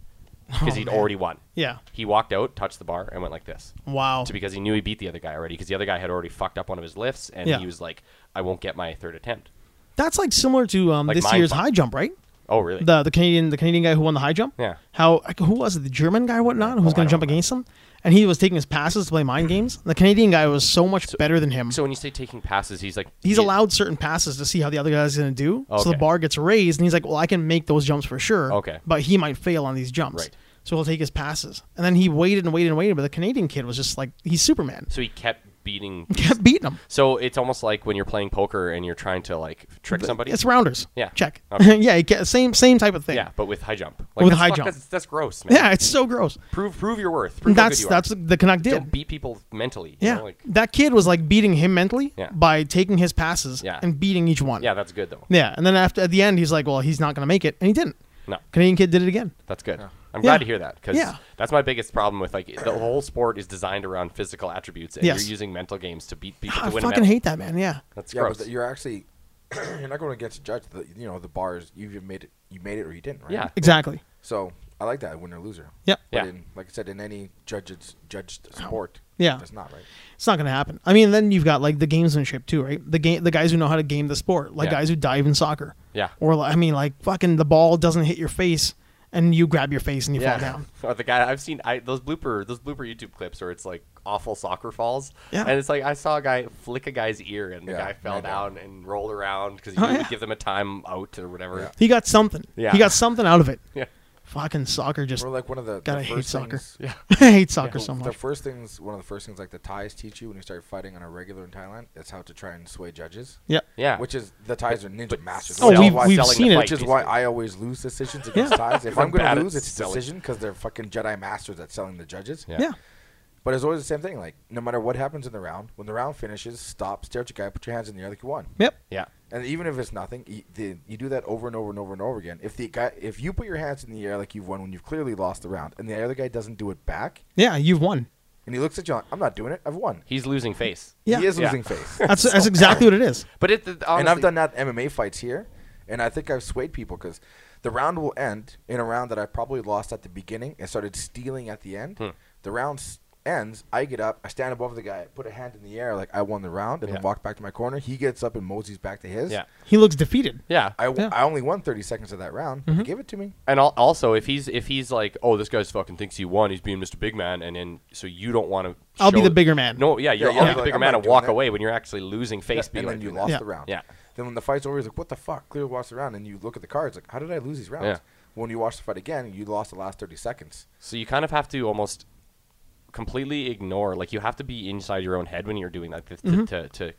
Speaker 2: because he'd
Speaker 1: man.
Speaker 2: already won.
Speaker 1: Yeah.
Speaker 2: He walked out, touched the bar, and went like this.
Speaker 1: Wow.
Speaker 2: To because he knew he beat the other guy already because the other guy had already fucked up one of his lifts and
Speaker 1: Yeah.
Speaker 2: he was like, I won't get my third attempt.
Speaker 1: That's like similar to um,
Speaker 2: Like
Speaker 1: this
Speaker 2: mind
Speaker 1: year's
Speaker 2: fuck.
Speaker 1: high jump, right?
Speaker 2: Oh, really?
Speaker 1: The the Canadian the Canadian guy who won the high jump.
Speaker 2: Yeah.
Speaker 1: How like, who was it? The German guy, or whatnot, who was
Speaker 2: Oh, I
Speaker 1: going
Speaker 2: don't
Speaker 1: to jump
Speaker 2: remember.
Speaker 1: against him, and he was taking his passes to play mind games. The Canadian guy was so much better than him.
Speaker 2: so when you say taking passes, he's like,
Speaker 1: he's
Speaker 2: he-
Speaker 1: allowed certain passes to see how the other guy's going to do. So the
Speaker 2: Okay.
Speaker 1: bar gets raised, and he's like, "Well, I can make those jumps for sure."
Speaker 2: Okay.
Speaker 1: But he might fail on these jumps.
Speaker 2: Right.
Speaker 1: So he'll take his passes, and then he waited and waited and waited. But the Canadian kid was just like, "He's Superman."
Speaker 2: So he kept beating.
Speaker 1: Kept beating him.
Speaker 2: so it's almost like when you're playing poker and you're trying to like trick somebody.
Speaker 1: It's rounders.
Speaker 2: Yeah.
Speaker 1: Check.
Speaker 2: Okay.
Speaker 1: yeah. He ca same same type of thing.
Speaker 2: yeah, but with high jump. Like,
Speaker 1: With
Speaker 2: that's
Speaker 1: high
Speaker 2: fuck-
Speaker 1: jump.
Speaker 2: That's, that's gross, man.
Speaker 1: Yeah. It's so gross.
Speaker 2: Prove prove your worth. Prove
Speaker 1: that's
Speaker 2: how good you
Speaker 1: that's
Speaker 2: are.
Speaker 1: what the Canuck did.
Speaker 2: Don't beat people mentally. you
Speaker 1: yeah,
Speaker 2: know, like-
Speaker 1: that kid was like beating him mentally
Speaker 2: Yeah.
Speaker 1: by taking his passes
Speaker 2: Yeah.
Speaker 1: and beating each one.
Speaker 2: yeah, that's good though.
Speaker 1: yeah. And then after at the end, he's like, "Well, he's not going to make it," and he didn't.
Speaker 2: No.
Speaker 1: Canadian kid did it again.
Speaker 2: That's good. I'm
Speaker 1: Yeah.
Speaker 2: glad to hear that because
Speaker 1: Yeah.
Speaker 2: that's my biggest problem with like the whole sport is designed around physical attributes, and
Speaker 1: Yes. Ah,
Speaker 2: you're using mental games to beat people
Speaker 1: I
Speaker 2: to win.
Speaker 1: fucking
Speaker 2: a medal.
Speaker 1: hate that man. Yeah,
Speaker 2: That's
Speaker 3: yeah,
Speaker 2: gross.
Speaker 3: but you're actually you're not going against a judge. The, you know the bar is you either made it, you made it, or you didn't, right?
Speaker 2: Yeah.
Speaker 1: exactly.
Speaker 3: So I like that winner loser.
Speaker 1: Yep.
Speaker 3: But
Speaker 2: Yeah.
Speaker 3: In, like I said, in any judged judged sport,
Speaker 1: Oh. Yeah.
Speaker 3: that's not right.
Speaker 1: It's not going to happen. I mean, then you've got like the gamesmanship too, right? The game, the guys who know how to game the sport, like
Speaker 2: Yeah.
Speaker 1: guys who dive in soccer.
Speaker 2: Yeah.
Speaker 1: Or like, I mean, like fucking the ball doesn't hit your face, and you grab your face and you fall down.
Speaker 2: Or the guy I've seen I, those blooper those blooper YouTube clips where it's like awful soccer falls.
Speaker 1: Yeah.
Speaker 2: And it's like I saw a guy flick a guy's ear and the
Speaker 3: Yeah,
Speaker 2: guy fell
Speaker 3: I know.
Speaker 2: down and rolled around because he
Speaker 1: Oh,
Speaker 2: would
Speaker 1: yeah.
Speaker 2: give them a time out or whatever.
Speaker 1: He got something.
Speaker 2: Yeah.
Speaker 1: He got something out of it.
Speaker 2: Yeah.
Speaker 1: Fucking soccer just.
Speaker 3: Or like one of the,
Speaker 1: God,
Speaker 3: the
Speaker 1: I hate
Speaker 3: first
Speaker 1: soccer.
Speaker 3: things-
Speaker 2: Yeah.
Speaker 1: I hate soccer so
Speaker 3: The
Speaker 1: much.
Speaker 3: first things, one of the first things, like the Thais teach you when you start fighting on a regular in Thailand, is how to try and sway judges.
Speaker 1: Yep.
Speaker 2: Yeah.
Speaker 3: Which is the Thais are ninja
Speaker 2: But
Speaker 3: masters.
Speaker 1: Oh,
Speaker 2: sell-
Speaker 1: we've-
Speaker 3: Why-
Speaker 1: we've
Speaker 2: selling the
Speaker 1: seen it.
Speaker 2: fight,
Speaker 3: which is why
Speaker 2: basically.
Speaker 3: I always lose decisions against Thais. If I'm
Speaker 2: I'm bad
Speaker 3: going to
Speaker 2: at
Speaker 3: lose, it's
Speaker 2: selling.
Speaker 3: decision because they're fucking Jedi masters at selling the judges.
Speaker 2: Yeah.
Speaker 1: Yeah.
Speaker 3: But it's always the same thing. Like no matter what happens in the round, when the round finishes, stop, stare at your guy, put your hands in the air like you won.
Speaker 1: Yep.
Speaker 2: Yeah.
Speaker 3: And even if it's nothing, you, the, you do that over and over and over and over again. If the guy, if you put your hands in the air like you've won when you've clearly lost the round, and the other guy doesn't do it back,
Speaker 1: Yeah. You've won.
Speaker 3: and he looks at you, like, I'm not doing it. I've won.
Speaker 2: He's losing face.
Speaker 1: Yeah.
Speaker 3: He is
Speaker 2: Yeah.
Speaker 3: losing face.
Speaker 1: That's that's exactly what it is.
Speaker 2: But it honestly,
Speaker 3: and I've done that in MMA fights here, and I think I've swayed people because the round will end in a round that I probably lost at the beginning and started stealing at the
Speaker 2: Hmm.
Speaker 3: end. The round s- ends. I get up, I stand above the guy, put a hand in the air like I won the round, and
Speaker 2: Yeah.
Speaker 3: then walk back to my corner. He gets up and moseys back to his.
Speaker 2: Yeah.
Speaker 1: He looks defeated.
Speaker 2: Yeah. Mm-hmm.
Speaker 3: I, w-
Speaker 1: Yeah.
Speaker 3: I only won 30 seconds of that round. He gave it to me.
Speaker 2: And al- also, if he's if he's like, oh, this guy's fucking thinks he won, he's being Mr. Big Man, and then so you don't want to.
Speaker 1: I'll be the bigger man.
Speaker 2: No, yeah, you're
Speaker 3: Yeah,
Speaker 2: I'll
Speaker 3: yeah.
Speaker 2: be the
Speaker 3: Like,
Speaker 2: bigger
Speaker 3: I'm
Speaker 2: man
Speaker 3: not
Speaker 2: and
Speaker 3: doing
Speaker 2: walk
Speaker 3: that.
Speaker 2: away when you're actually losing face. being
Speaker 3: and
Speaker 2: like
Speaker 3: then you
Speaker 2: that.
Speaker 3: lost
Speaker 1: Yeah.
Speaker 3: the round.
Speaker 2: Yeah.
Speaker 3: Then when the fight's over, he's like, "What the fuck?" Clearly lost the round, and you look at the cards like, "How did I lose these rounds?"
Speaker 2: Yeah.
Speaker 3: When you watch the fight again, you lost the last thirty seconds.
Speaker 2: So you kind of have to almost completely ignore. Like you have to be inside your own head when you're doing that to, to, to, to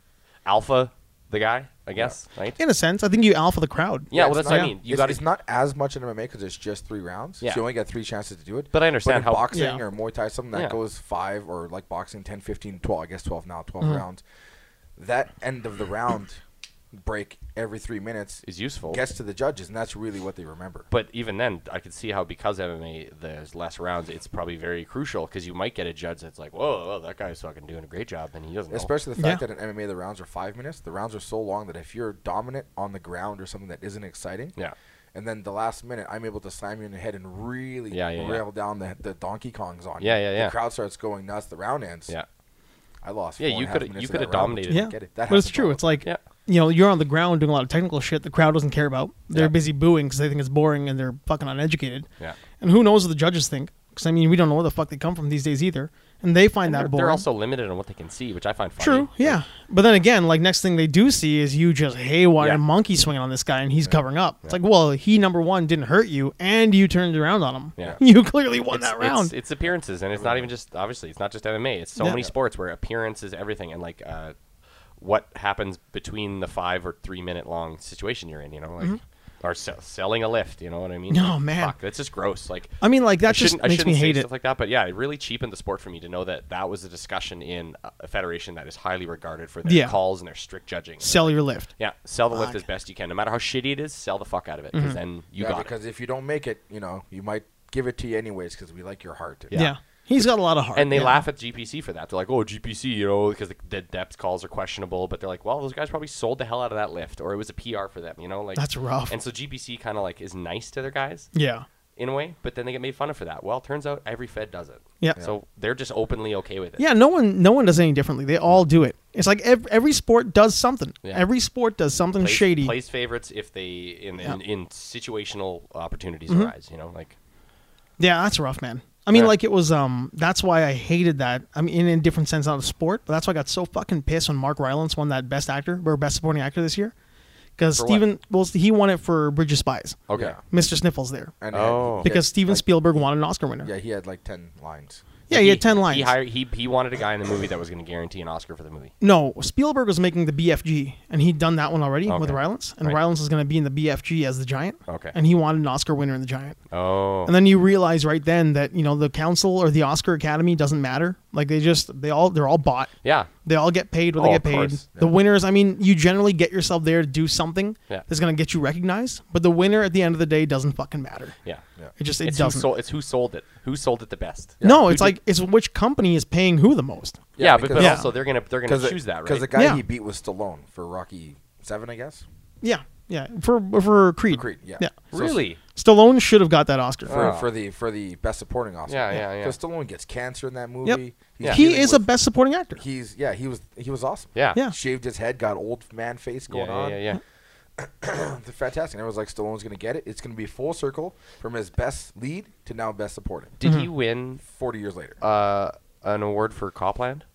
Speaker 2: alpha the guy, I guess, right? Yeah,
Speaker 1: In a sense, I think you alpha the crowd.
Speaker 2: well,
Speaker 3: it's
Speaker 2: that's
Speaker 3: not-
Speaker 2: what I mean. You
Speaker 3: it's,
Speaker 2: got
Speaker 3: it's
Speaker 2: to.
Speaker 3: not as much in MMA because it's just three rounds.
Speaker 2: Yeah.
Speaker 3: So you only got three chances to do it.
Speaker 2: But I understand
Speaker 3: in
Speaker 2: how-
Speaker 3: boxing
Speaker 1: Yeah.
Speaker 3: or Muay Thai, something that
Speaker 2: Yeah.
Speaker 3: goes five or like boxing, 10, 15, 12, I guess 12 now, 12
Speaker 1: Uh-huh.
Speaker 3: rounds. That end of the round break every three minutes
Speaker 2: Is useful.
Speaker 3: gets to the judges, and that's really what they remember.
Speaker 2: But even then, I could see how because MMA there's less rounds, it's probably very crucial because you might get a judge that's like, "Whoa, whoa, that guy's fucking doing a great job," and he doesn't. know.
Speaker 3: Especially the fact
Speaker 1: Yeah.
Speaker 3: that in MMA the rounds are five minutes. The rounds are so long that if you're dominant on the ground or something that isn't exciting,
Speaker 2: Yeah.
Speaker 3: and then the last minute I'm able to slam you in the head and really
Speaker 2: Yeah, yeah, yeah.
Speaker 3: rail down the, the Donkey Kongs on
Speaker 2: Yeah,
Speaker 3: you.
Speaker 2: yeah,
Speaker 3: The
Speaker 2: yeah.
Speaker 3: crowd starts going nuts. The round ends.
Speaker 2: yeah,
Speaker 3: I lost.
Speaker 2: Yeah,
Speaker 3: four
Speaker 2: you
Speaker 3: and a half
Speaker 2: coulda-
Speaker 3: minutes
Speaker 2: you
Speaker 3: of that
Speaker 2: coulda
Speaker 3: round, but
Speaker 2: dominated
Speaker 3: you
Speaker 2: it.
Speaker 1: Yeah,
Speaker 3: didn't get it. That
Speaker 1: but it's
Speaker 3: happens
Speaker 1: true.
Speaker 3: all
Speaker 1: It's like
Speaker 2: Yeah.
Speaker 1: you know you're on the ground doing a lot of technical shit. The crowd doesn't care about. They're
Speaker 2: Yeah.
Speaker 1: busy booing because they think it's boring and they're fucking uneducated.
Speaker 2: Yeah.
Speaker 1: And who knows what the judges think? Because I mean, we don't know where the fuck they come from these days either, and they find
Speaker 2: And
Speaker 1: that
Speaker 2: they're,
Speaker 1: boring.
Speaker 2: they're also limited on what they can see, which I find funny.
Speaker 1: True. Yeah. But then again, like next thing they do see is you just haywire
Speaker 2: Yeah.
Speaker 1: monkey swinging on this guy, and he's covering up. It's like, well, he number one didn't hurt you, and you turned around on him.
Speaker 2: Yeah.
Speaker 1: You clearly won that
Speaker 2: it's-
Speaker 1: round.
Speaker 2: It's, it's appearances, and it's not even just obviously it's not just MMA. It's so
Speaker 1: Yeah.
Speaker 2: many sports where appearance is everything, and like uh, what happens between the five or three minute long situation you're in. You know, like or se- selling a lift. You know what I mean?
Speaker 1: Oh,
Speaker 2: Like,
Speaker 1: Mm-hmm. man.
Speaker 2: fuck, that's just gross. Like
Speaker 1: I mean, like
Speaker 2: I
Speaker 1: that just
Speaker 2: shouldn't, I
Speaker 1: makes me
Speaker 2: shouldn't say
Speaker 1: hate
Speaker 2: stuff
Speaker 1: it.
Speaker 2: like that, but yeah, it really cheapened the sport for me to know that that was a discussion in a- a federation that is highly regarded for their
Speaker 1: Yeah.
Speaker 2: calls and their strict judging.
Speaker 1: Sell your lift.
Speaker 2: yeah, sell the lift
Speaker 1: Fuck. Mm-hmm.
Speaker 2: as best you can, no matter how shitty it is. Sell the fuck out of it, because then you
Speaker 3: yeah,
Speaker 2: got it.
Speaker 3: because if you don't make it, you know, you might give it to you anyways because we like your heart.
Speaker 1: Yeah. He's got a lot of heart.
Speaker 2: And they
Speaker 1: yeah.
Speaker 2: laugh at GPC for that. They're like, "Oh, GPC, you know, because the, the depth calls are questionable." But they're like, "Well, those guys probably sold the hell out of that lift, or it was a PR for them, you know." Like
Speaker 1: That's rough.
Speaker 2: And so GPC kind of like is nice to their guys
Speaker 1: Yeah.
Speaker 2: in a way, but then they get made fun of for that. Well, turns out every Fed does it.
Speaker 1: Yeah.
Speaker 2: So they're just openly okay with it.
Speaker 1: Yeah, no one, no one does any differently. They all do it. It's like ev- every sport does something.
Speaker 2: Yeah.
Speaker 1: Every sport does something
Speaker 2: Plays-
Speaker 1: shady.
Speaker 2: Plays favorites if they in in, in situational opportunities
Speaker 1: Mm-hmm.
Speaker 2: arise. You know, like
Speaker 1: Yeah, that's rough, man. I mean,
Speaker 2: Yeah.
Speaker 1: like it was. Um, that's why I hated that. I mean, in a different sense, not a sport, but that's why I got so fucking pissed when Mark Rylance won that Best Actor or Best Supporting Actor this year, because
Speaker 2: For what?
Speaker 1: Steven, well, he won it for Bridge of Spies.
Speaker 2: okay,
Speaker 3: Yeah.
Speaker 1: Mr. Sniffles there,
Speaker 3: And
Speaker 2: Oh.
Speaker 1: because Steven
Speaker 3: like,
Speaker 1: Spielberg won an Oscar winner.
Speaker 3: Yeah, he had like ten lines.
Speaker 1: Yeah, he, had ten lines.
Speaker 2: He hired he he wanted a guy in the movie that was going to guarantee an Oscar for the movie.
Speaker 1: No, Spielberg was making the BFG, and he'd done that one already with
Speaker 2: Okay.
Speaker 1: Rylance, and
Speaker 2: Right.
Speaker 1: Rylance was going to be in the BFG as the Giant.
Speaker 2: Okay.
Speaker 1: And he wanted an Oscar winner in the Giant.
Speaker 2: Oh,
Speaker 1: And then you realize right then that you know the council or the Oscar Academy doesn't matter. Like they just they all they're all bought.
Speaker 2: yeah,
Speaker 1: They all get paid when
Speaker 2: Oh,
Speaker 1: they get
Speaker 2: of
Speaker 1: paid.
Speaker 2: course.
Speaker 1: The winners, I mean, you generally get yourself there to do something
Speaker 2: Yeah.
Speaker 1: that's going to get you recognized, but the winner at the end of the day doesn't fucking matter.
Speaker 2: yeah,
Speaker 3: Yeah.
Speaker 1: It just it
Speaker 2: It's who,
Speaker 1: doesn't.
Speaker 2: sold, it's who sold it. Who sold it the best?
Speaker 1: No,
Speaker 2: Who
Speaker 1: it's
Speaker 2: did-
Speaker 1: like it's which company is paying who the most.
Speaker 2: yeah,
Speaker 3: Yeah,
Speaker 2: but,
Speaker 3: because-
Speaker 2: but
Speaker 1: Yeah.
Speaker 2: also they're gonna they're gonna choose that
Speaker 3: Because
Speaker 2: right.
Speaker 3: the guy
Speaker 1: Yeah.
Speaker 3: he beat was Stallone for Rocky Seven, I guess.
Speaker 1: Yeah. Yeah. For for Creed.
Speaker 3: Creed, yeah. So-
Speaker 2: really?
Speaker 1: Stallone should have got that Oscar.
Speaker 3: For,
Speaker 2: Oh.
Speaker 3: for the for the best supporting Oscar.
Speaker 2: Yeah, yeah, yeah.
Speaker 3: Because Stallone gets cancer in that movie.
Speaker 1: Yep.
Speaker 3: He's
Speaker 1: He
Speaker 3: dealing
Speaker 1: is a
Speaker 3: with-
Speaker 1: best supporting actor.
Speaker 3: He's yeah. He was he was awesome.
Speaker 2: Yeah.
Speaker 1: Yeah.
Speaker 3: Shaved his head, got old man face
Speaker 2: Yeah,
Speaker 3: going
Speaker 2: yeah,
Speaker 3: on. Mm-hmm.
Speaker 2: yeah, yeah.
Speaker 3: They're fantastic. And everyone's like, Stallone's going to get it. It's going to be full circle from his best lead to now best supporting.
Speaker 2: Did he win
Speaker 3: 40 years later.
Speaker 2: uh, an award for Copland?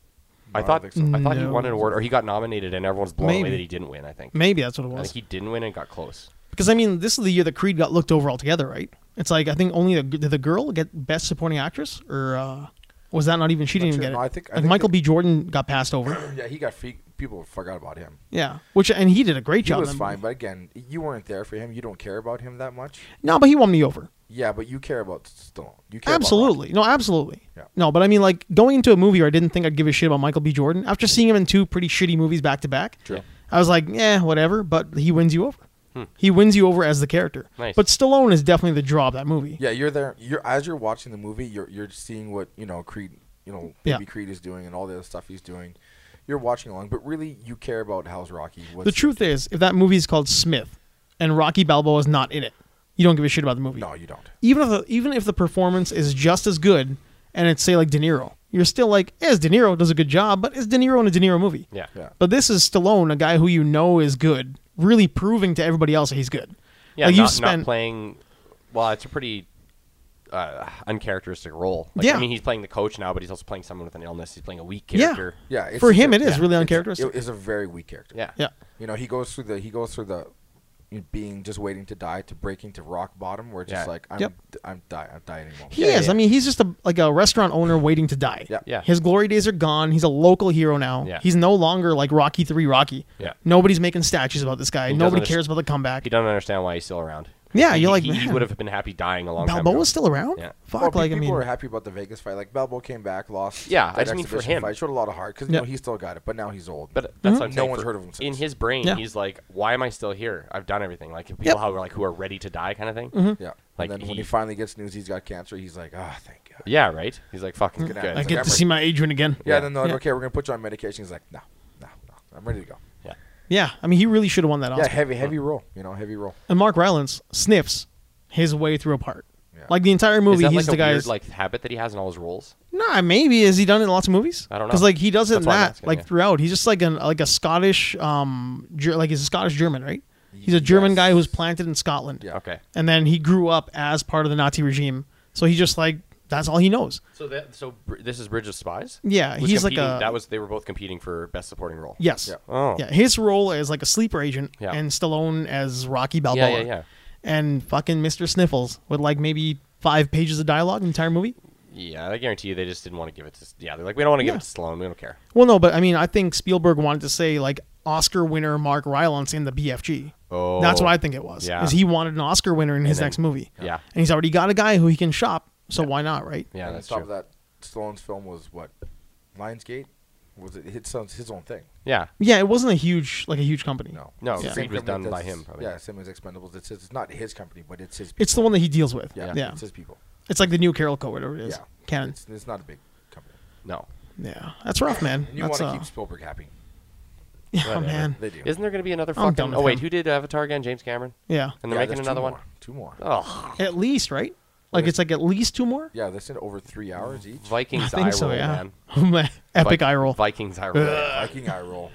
Speaker 2: I
Speaker 3: No, I
Speaker 2: thought
Speaker 3: don't
Speaker 2: I,
Speaker 3: think
Speaker 1: so.
Speaker 2: thought he
Speaker 1: No.
Speaker 2: won an award, or he got nominated, and everyone's blown away
Speaker 1: Maybe.
Speaker 2: that he didn't win. I think.
Speaker 1: Maybe that's what it
Speaker 2: I
Speaker 1: was.
Speaker 2: think he didn't win and got close.
Speaker 1: Because I mean, this is the year that Creed got looked over altogether, right? It's like I think only the, did the girl get Best Supporting Actress, or uh, was that not even she
Speaker 3: Not
Speaker 1: didn't
Speaker 3: sure.
Speaker 1: even get it?
Speaker 3: No, I think- I
Speaker 1: like
Speaker 3: think
Speaker 1: Michael
Speaker 3: they-
Speaker 1: B. Jordan got passed over.
Speaker 3: yeah, he got free. People forgot about him.
Speaker 1: yeah, which and he did a great
Speaker 3: He
Speaker 1: job.
Speaker 3: was
Speaker 1: in that
Speaker 3: fine,
Speaker 1: movie.
Speaker 3: but again, you weren't there for him. You don't care about him that much.
Speaker 1: No, but he won me over.
Speaker 3: Yeah, but you care about Stallone. You care about
Speaker 1: Absolutely, no, absolutely.
Speaker 3: Yeah.
Speaker 1: No, but I mean, like going into a movie where I didn't think I'd give a shit about Michael B. Jordan after seeing him in two pretty shitty movies back to back.
Speaker 3: True. Hmm.
Speaker 1: I was like, eh, whatever. But he wins you over. He wins you over as the character.
Speaker 2: Nice.
Speaker 1: But Stallone is definitely the draw of that movie.
Speaker 3: Yeah, you're there. You're as you're watching the movie, you're you're seeing what you know Creed, you know
Speaker 1: Yeah.
Speaker 3: baby Creed is doing and all the other stuff he's doing. You're watching along, but really you care about how's Rocky. What's
Speaker 1: The truth is, if that movie is called Smith and Rocky Balboa is not in it, you don't give a shit about the movie.
Speaker 3: No, you don't.
Speaker 1: Even if the, even if the performance is just as good and it's say like De Niro, you're still like, eh, it's De Niro does a good job, but it's De Niro in a De Niro movie.
Speaker 2: Yeah.
Speaker 3: Yeah.
Speaker 1: But this is Stallone, a guy who you know is good, really proving to everybody else that he's good.
Speaker 2: Yeah.
Speaker 1: like
Speaker 2: not,
Speaker 1: you spent
Speaker 2: not playing. Well, it's a pretty uh, uncharacteristic role. Like,
Speaker 1: Yeah.
Speaker 2: I mean, he's playing the coach now, but he's also playing someone with an illness. He's playing a weak
Speaker 1: Yeah.
Speaker 2: character.
Speaker 3: Yeah, it's
Speaker 1: for
Speaker 3: just
Speaker 1: him.
Speaker 3: a-
Speaker 1: It is
Speaker 2: yeah,
Speaker 1: really
Speaker 3: it's-
Speaker 1: uncharacteristic.
Speaker 3: It is a very weak character.
Speaker 2: Yeah.
Speaker 1: yeah.
Speaker 3: You know, he goes through the he goes through the being just waiting to die to breaking to rock bottom where just
Speaker 2: Yeah.
Speaker 3: like I'm
Speaker 1: Yep.
Speaker 3: I'm die I'm dying moment.
Speaker 1: He
Speaker 2: Yeah,
Speaker 1: is.
Speaker 2: yeah.
Speaker 1: I mean, he's just a like a restaurant owner waiting to die.
Speaker 3: Yeah.
Speaker 2: Yeah.
Speaker 1: His glory days are gone. He's a local hero now.
Speaker 2: Yeah.
Speaker 1: He's no longer like Rocky Three Rocky.
Speaker 2: Yeah.
Speaker 1: Nobody's making statues about this guy.
Speaker 2: doesn't
Speaker 1: Nobody
Speaker 2: underst-
Speaker 1: cares about the comeback.
Speaker 2: He doesn't understand why he's still around.
Speaker 1: Yeah,
Speaker 2: He-
Speaker 1: you're like,
Speaker 2: he, he
Speaker 1: man.
Speaker 2: would have been happy dying a long time ago.
Speaker 1: Balboa's still around.
Speaker 2: Yeah.
Speaker 1: Fuck,
Speaker 3: Well, pe-
Speaker 1: like I
Speaker 3: people
Speaker 1: mean,
Speaker 3: were happy about the Vegas fight. Like Balboa came back, lost.
Speaker 2: Yeah, I
Speaker 3: that
Speaker 2: just mean for
Speaker 3: exhibition
Speaker 2: him.
Speaker 3: Fight. Showed a lot of heart because you
Speaker 1: Yeah.
Speaker 3: know he still got it, but now he's old.
Speaker 2: But that's what I'm
Speaker 3: No
Speaker 2: saying.
Speaker 3: one's
Speaker 2: for-
Speaker 3: heard of him
Speaker 2: In
Speaker 3: since.
Speaker 2: his brain,
Speaker 1: Mm-hmm. Yeah.
Speaker 2: he's like, "Why am I still here? I've done everything." Like people
Speaker 1: Yep. Mm-hmm.
Speaker 2: how like who are ready to die, kind of thing.
Speaker 3: yeah,
Speaker 2: Like,
Speaker 3: and then when
Speaker 2: he-
Speaker 3: he finally gets news he's got cancer, he's like, ah, thank God.
Speaker 2: Yeah, right. He's like, "Fucking
Speaker 3: Get out.
Speaker 2: good."
Speaker 1: Mm-hmm. I
Speaker 3: Like,
Speaker 1: get
Speaker 3: I'm
Speaker 1: to
Speaker 3: re-
Speaker 1: see my Adrian again.
Speaker 3: Yeah, then they're like,
Speaker 1: Yeah.
Speaker 3: okay, we're gonna put you on medication. He's like, no, no, no, I'm ready to go.
Speaker 2: yeah.
Speaker 1: Yeah, I mean, he really should have won that Oscar.
Speaker 3: Yeah, heavy, heavy roll. You know, heavy roll.
Speaker 1: And Mark Rylance sniffs his way through a part.
Speaker 3: Yeah.
Speaker 1: Like the entire
Speaker 2: Is
Speaker 1: movie,
Speaker 2: that
Speaker 1: he's
Speaker 2: like
Speaker 1: the
Speaker 2: a
Speaker 1: guy.
Speaker 2: weird
Speaker 1: who's-
Speaker 2: like habit that he has in all his roles?
Speaker 1: Nah, maybe has he done it in lots of movies?
Speaker 2: I don't know.
Speaker 1: Because like he does it in
Speaker 2: That's why I'm
Speaker 1: that
Speaker 2: asking,
Speaker 1: like
Speaker 2: yeah.
Speaker 1: throughout. He's just like an like a Scottish um ger- like he's a Scottish German, right? He's a
Speaker 3: Yes.
Speaker 1: German guy who was planted in Scotland.
Speaker 3: Yeah.
Speaker 2: Okay.
Speaker 1: And then he grew up as part of the Nazi regime, so he just like that's all he knows.
Speaker 2: So that so Br- this is Bridge of Spies.
Speaker 1: Yeah,
Speaker 2: Who's
Speaker 1: he's like
Speaker 2: competing-
Speaker 1: a-
Speaker 2: that was they were both competing for best supporting role.
Speaker 1: Yes.
Speaker 3: Yeah.
Speaker 2: Oh.
Speaker 1: Yeah, his role is like a sleeper agent,
Speaker 2: Yeah.
Speaker 1: and Stallone as Rocky Balboa.
Speaker 2: Yeah, yeah, yeah.
Speaker 1: And fucking Mr. Sniffles with like maybe five pages of dialogue in the entire movie.
Speaker 2: Yeah, I guarantee you they just didn't want to give it to. Yeah, they're like, we don't want to give
Speaker 1: Yeah.
Speaker 2: it to Stallone. We don't care.
Speaker 1: Well, no, but I mean, I think Spielberg wanted to say like Oscar winner Mark Rylance in the BFG.
Speaker 2: Oh.
Speaker 1: that's what I think it was.
Speaker 2: Yeah.
Speaker 1: is he wanted an Oscar winner in his
Speaker 2: then-
Speaker 1: next movie?
Speaker 2: Yeah.
Speaker 1: and he's already got a guy who he can shop, so why not, right?
Speaker 2: Yeah,
Speaker 3: and
Speaker 2: that's
Speaker 3: on
Speaker 2: true.
Speaker 3: top of that, Stallone's film was what? Lionsgate? Was it his, his own thing?
Speaker 2: Yeah.
Speaker 1: Yeah, it wasn't a huge like a huge company.
Speaker 3: No.
Speaker 2: No,
Speaker 3: It's the
Speaker 2: Creed
Speaker 3: same
Speaker 2: was
Speaker 3: company
Speaker 2: done by
Speaker 3: that's-
Speaker 2: him, probably.
Speaker 3: Yeah, same as Expendables. It's, it's not his company, but it's his. People.
Speaker 1: it's the one that he deals with.
Speaker 3: Yeah,
Speaker 1: Yeah,
Speaker 3: it's his people.
Speaker 1: It's like the new Carol Co. Whatever it is.
Speaker 3: Yeah,
Speaker 1: Canon.
Speaker 3: It's, it's not a big company.
Speaker 2: No.
Speaker 1: yeah, that's rough, man.
Speaker 3: And you want
Speaker 1: that's
Speaker 3: to
Speaker 1: uh,
Speaker 3: keep Spielberg happy.
Speaker 1: yeah,
Speaker 2: Whatever.
Speaker 1: man.
Speaker 3: They do.
Speaker 2: Isn't there going to be another
Speaker 1: I'm
Speaker 2: fucking?
Speaker 1: done
Speaker 2: Oh
Speaker 1: with
Speaker 2: wait,
Speaker 1: him.
Speaker 2: who did Avatar again? James Cameron.
Speaker 1: Yeah,
Speaker 2: And they're
Speaker 3: Yeah,
Speaker 2: making
Speaker 3: there's two
Speaker 2: another one.
Speaker 3: more, Two more.
Speaker 2: Oh,
Speaker 1: at least right. Like it's like at least two more.
Speaker 3: Yeah, this in over three hours each.
Speaker 2: Vikings
Speaker 1: I
Speaker 2: eye
Speaker 1: think so.
Speaker 2: roll,
Speaker 1: yeah.
Speaker 2: man.
Speaker 1: Man. Epic
Speaker 2: Vi-
Speaker 1: eye roll.
Speaker 2: Vikings eye roll.
Speaker 3: Viking eye roll.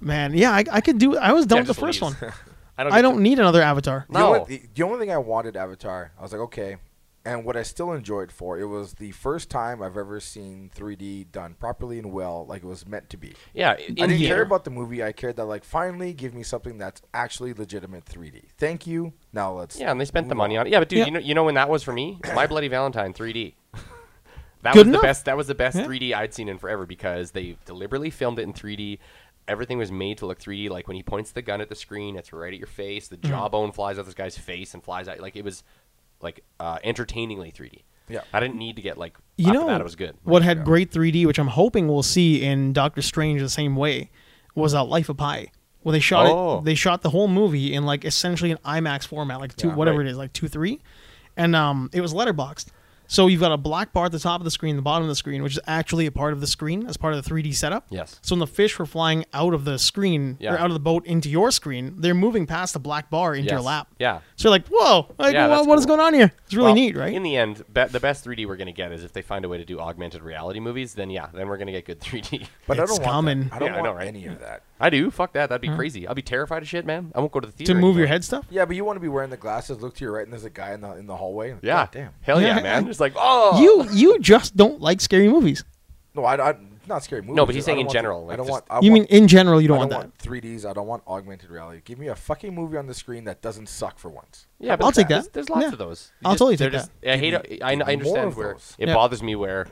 Speaker 1: Man, yeah, I, I could do. I was done
Speaker 2: Yeah,
Speaker 1: with the first
Speaker 2: just leaves.
Speaker 1: one.
Speaker 2: I don't.
Speaker 1: I
Speaker 2: get
Speaker 1: don't
Speaker 2: to-
Speaker 1: need another Avatar.
Speaker 2: No.
Speaker 3: The only, the- the only thing I wanted Avatar, I was like, okay. And what I still enjoyed for it was the first time I've ever seen 3D done properly and well, like it was meant to be.
Speaker 2: Yeah. In
Speaker 3: I didn't
Speaker 2: here.
Speaker 3: care about the movie. I cared that like finally give me something that's actually legitimate 3D. Thank you. Now let's.
Speaker 2: Yeah, and they spent the
Speaker 3: move
Speaker 2: money on it. Yeah, but dude,
Speaker 1: Yeah.
Speaker 2: you know, you know when that was for me, My Bloody Valentine 3D. That
Speaker 1: Good
Speaker 2: was
Speaker 1: enough.
Speaker 2: the best. That was the best
Speaker 1: Yeah.
Speaker 2: 3D I'd seen in forever because they deliberately filmed it in 3D. Everything was made to look 3D. Like when he points the gun at the screen, it's right at your face.
Speaker 1: Mm.
Speaker 2: The jawbone flies out this guy's face and flies out. Like it was, like uh, entertainingly 3D.
Speaker 3: Yeah.
Speaker 2: I didn't need to get like.
Speaker 1: You
Speaker 2: after
Speaker 1: know
Speaker 2: that it was good.
Speaker 1: What had great 3D, which I'm hoping we'll see in Doctor Strange the same way, was uh, Life of Pi. Well, they shot
Speaker 2: Oh.
Speaker 1: it. They shot the whole movie in like essentially an IMAX format, like two
Speaker 3: Yeah,
Speaker 1: whatever
Speaker 2: right.
Speaker 1: it is, like two three, and um, it was letterboxed. So you've got a black bar at the top of the screen, the bottom of the screen, which is actually a part of the screen as part of the 3D setup.
Speaker 2: Yes.
Speaker 1: So when the fish were flying out of the screen
Speaker 2: Yeah.
Speaker 1: or out of the boat into your screen, they're moving past the black bar into
Speaker 2: Yes.
Speaker 1: your lap.
Speaker 2: Yeah.
Speaker 1: So you're like, whoa, like,
Speaker 2: Yeah,
Speaker 1: wha-
Speaker 2: that's
Speaker 1: what is
Speaker 2: cool.
Speaker 1: going on here? It's really
Speaker 2: Well,
Speaker 1: neat, right?
Speaker 2: In the end, be- the best 3D we're gonna get is if they find a way to do augmented reality movies. Then yeah, then we're gonna get good 3D.
Speaker 3: But I
Speaker 1: It's
Speaker 3: don't want.
Speaker 1: common.
Speaker 3: That. I don't
Speaker 2: Yeah, I
Speaker 3: want
Speaker 2: know, right?
Speaker 3: any of that.
Speaker 2: I do. Fuck that. That'd be crazy. I'll be terrified of shit, man. I won't go to the
Speaker 1: to
Speaker 2: theater.
Speaker 1: move your
Speaker 2: anymore.
Speaker 1: head stuff.
Speaker 3: Yeah, but you want to be wearing the glasses. Look to your right, and there's a guy in the in the hallway. Like,
Speaker 2: Yeah.
Speaker 3: God damn.
Speaker 2: Hell yeah,
Speaker 1: Yeah.
Speaker 2: man. It's like, oh.
Speaker 1: You you just don't like scary movies.
Speaker 3: No, I. I not scary movie.
Speaker 2: No, but he's saying in general,
Speaker 3: I
Speaker 2: like,
Speaker 3: don't
Speaker 2: just-
Speaker 3: want. I
Speaker 1: you
Speaker 3: want-
Speaker 1: mean in general you don't,
Speaker 3: I
Speaker 1: want
Speaker 3: don't
Speaker 1: that?
Speaker 3: want 3ds i don't want augmented reality give me a fucking movie on the screen that doesn't suck for once
Speaker 2: Yeah, but
Speaker 1: I'll take
Speaker 2: there's-
Speaker 1: that.
Speaker 2: There's lots
Speaker 1: Yeah.
Speaker 2: of those.
Speaker 1: I'll totally
Speaker 2: they're
Speaker 1: take
Speaker 2: I hate.
Speaker 3: Give me-
Speaker 2: I,
Speaker 3: give
Speaker 2: I
Speaker 3: me more
Speaker 2: understand
Speaker 3: of
Speaker 2: where
Speaker 3: those.
Speaker 2: it
Speaker 1: Yeah.
Speaker 2: bothers me where.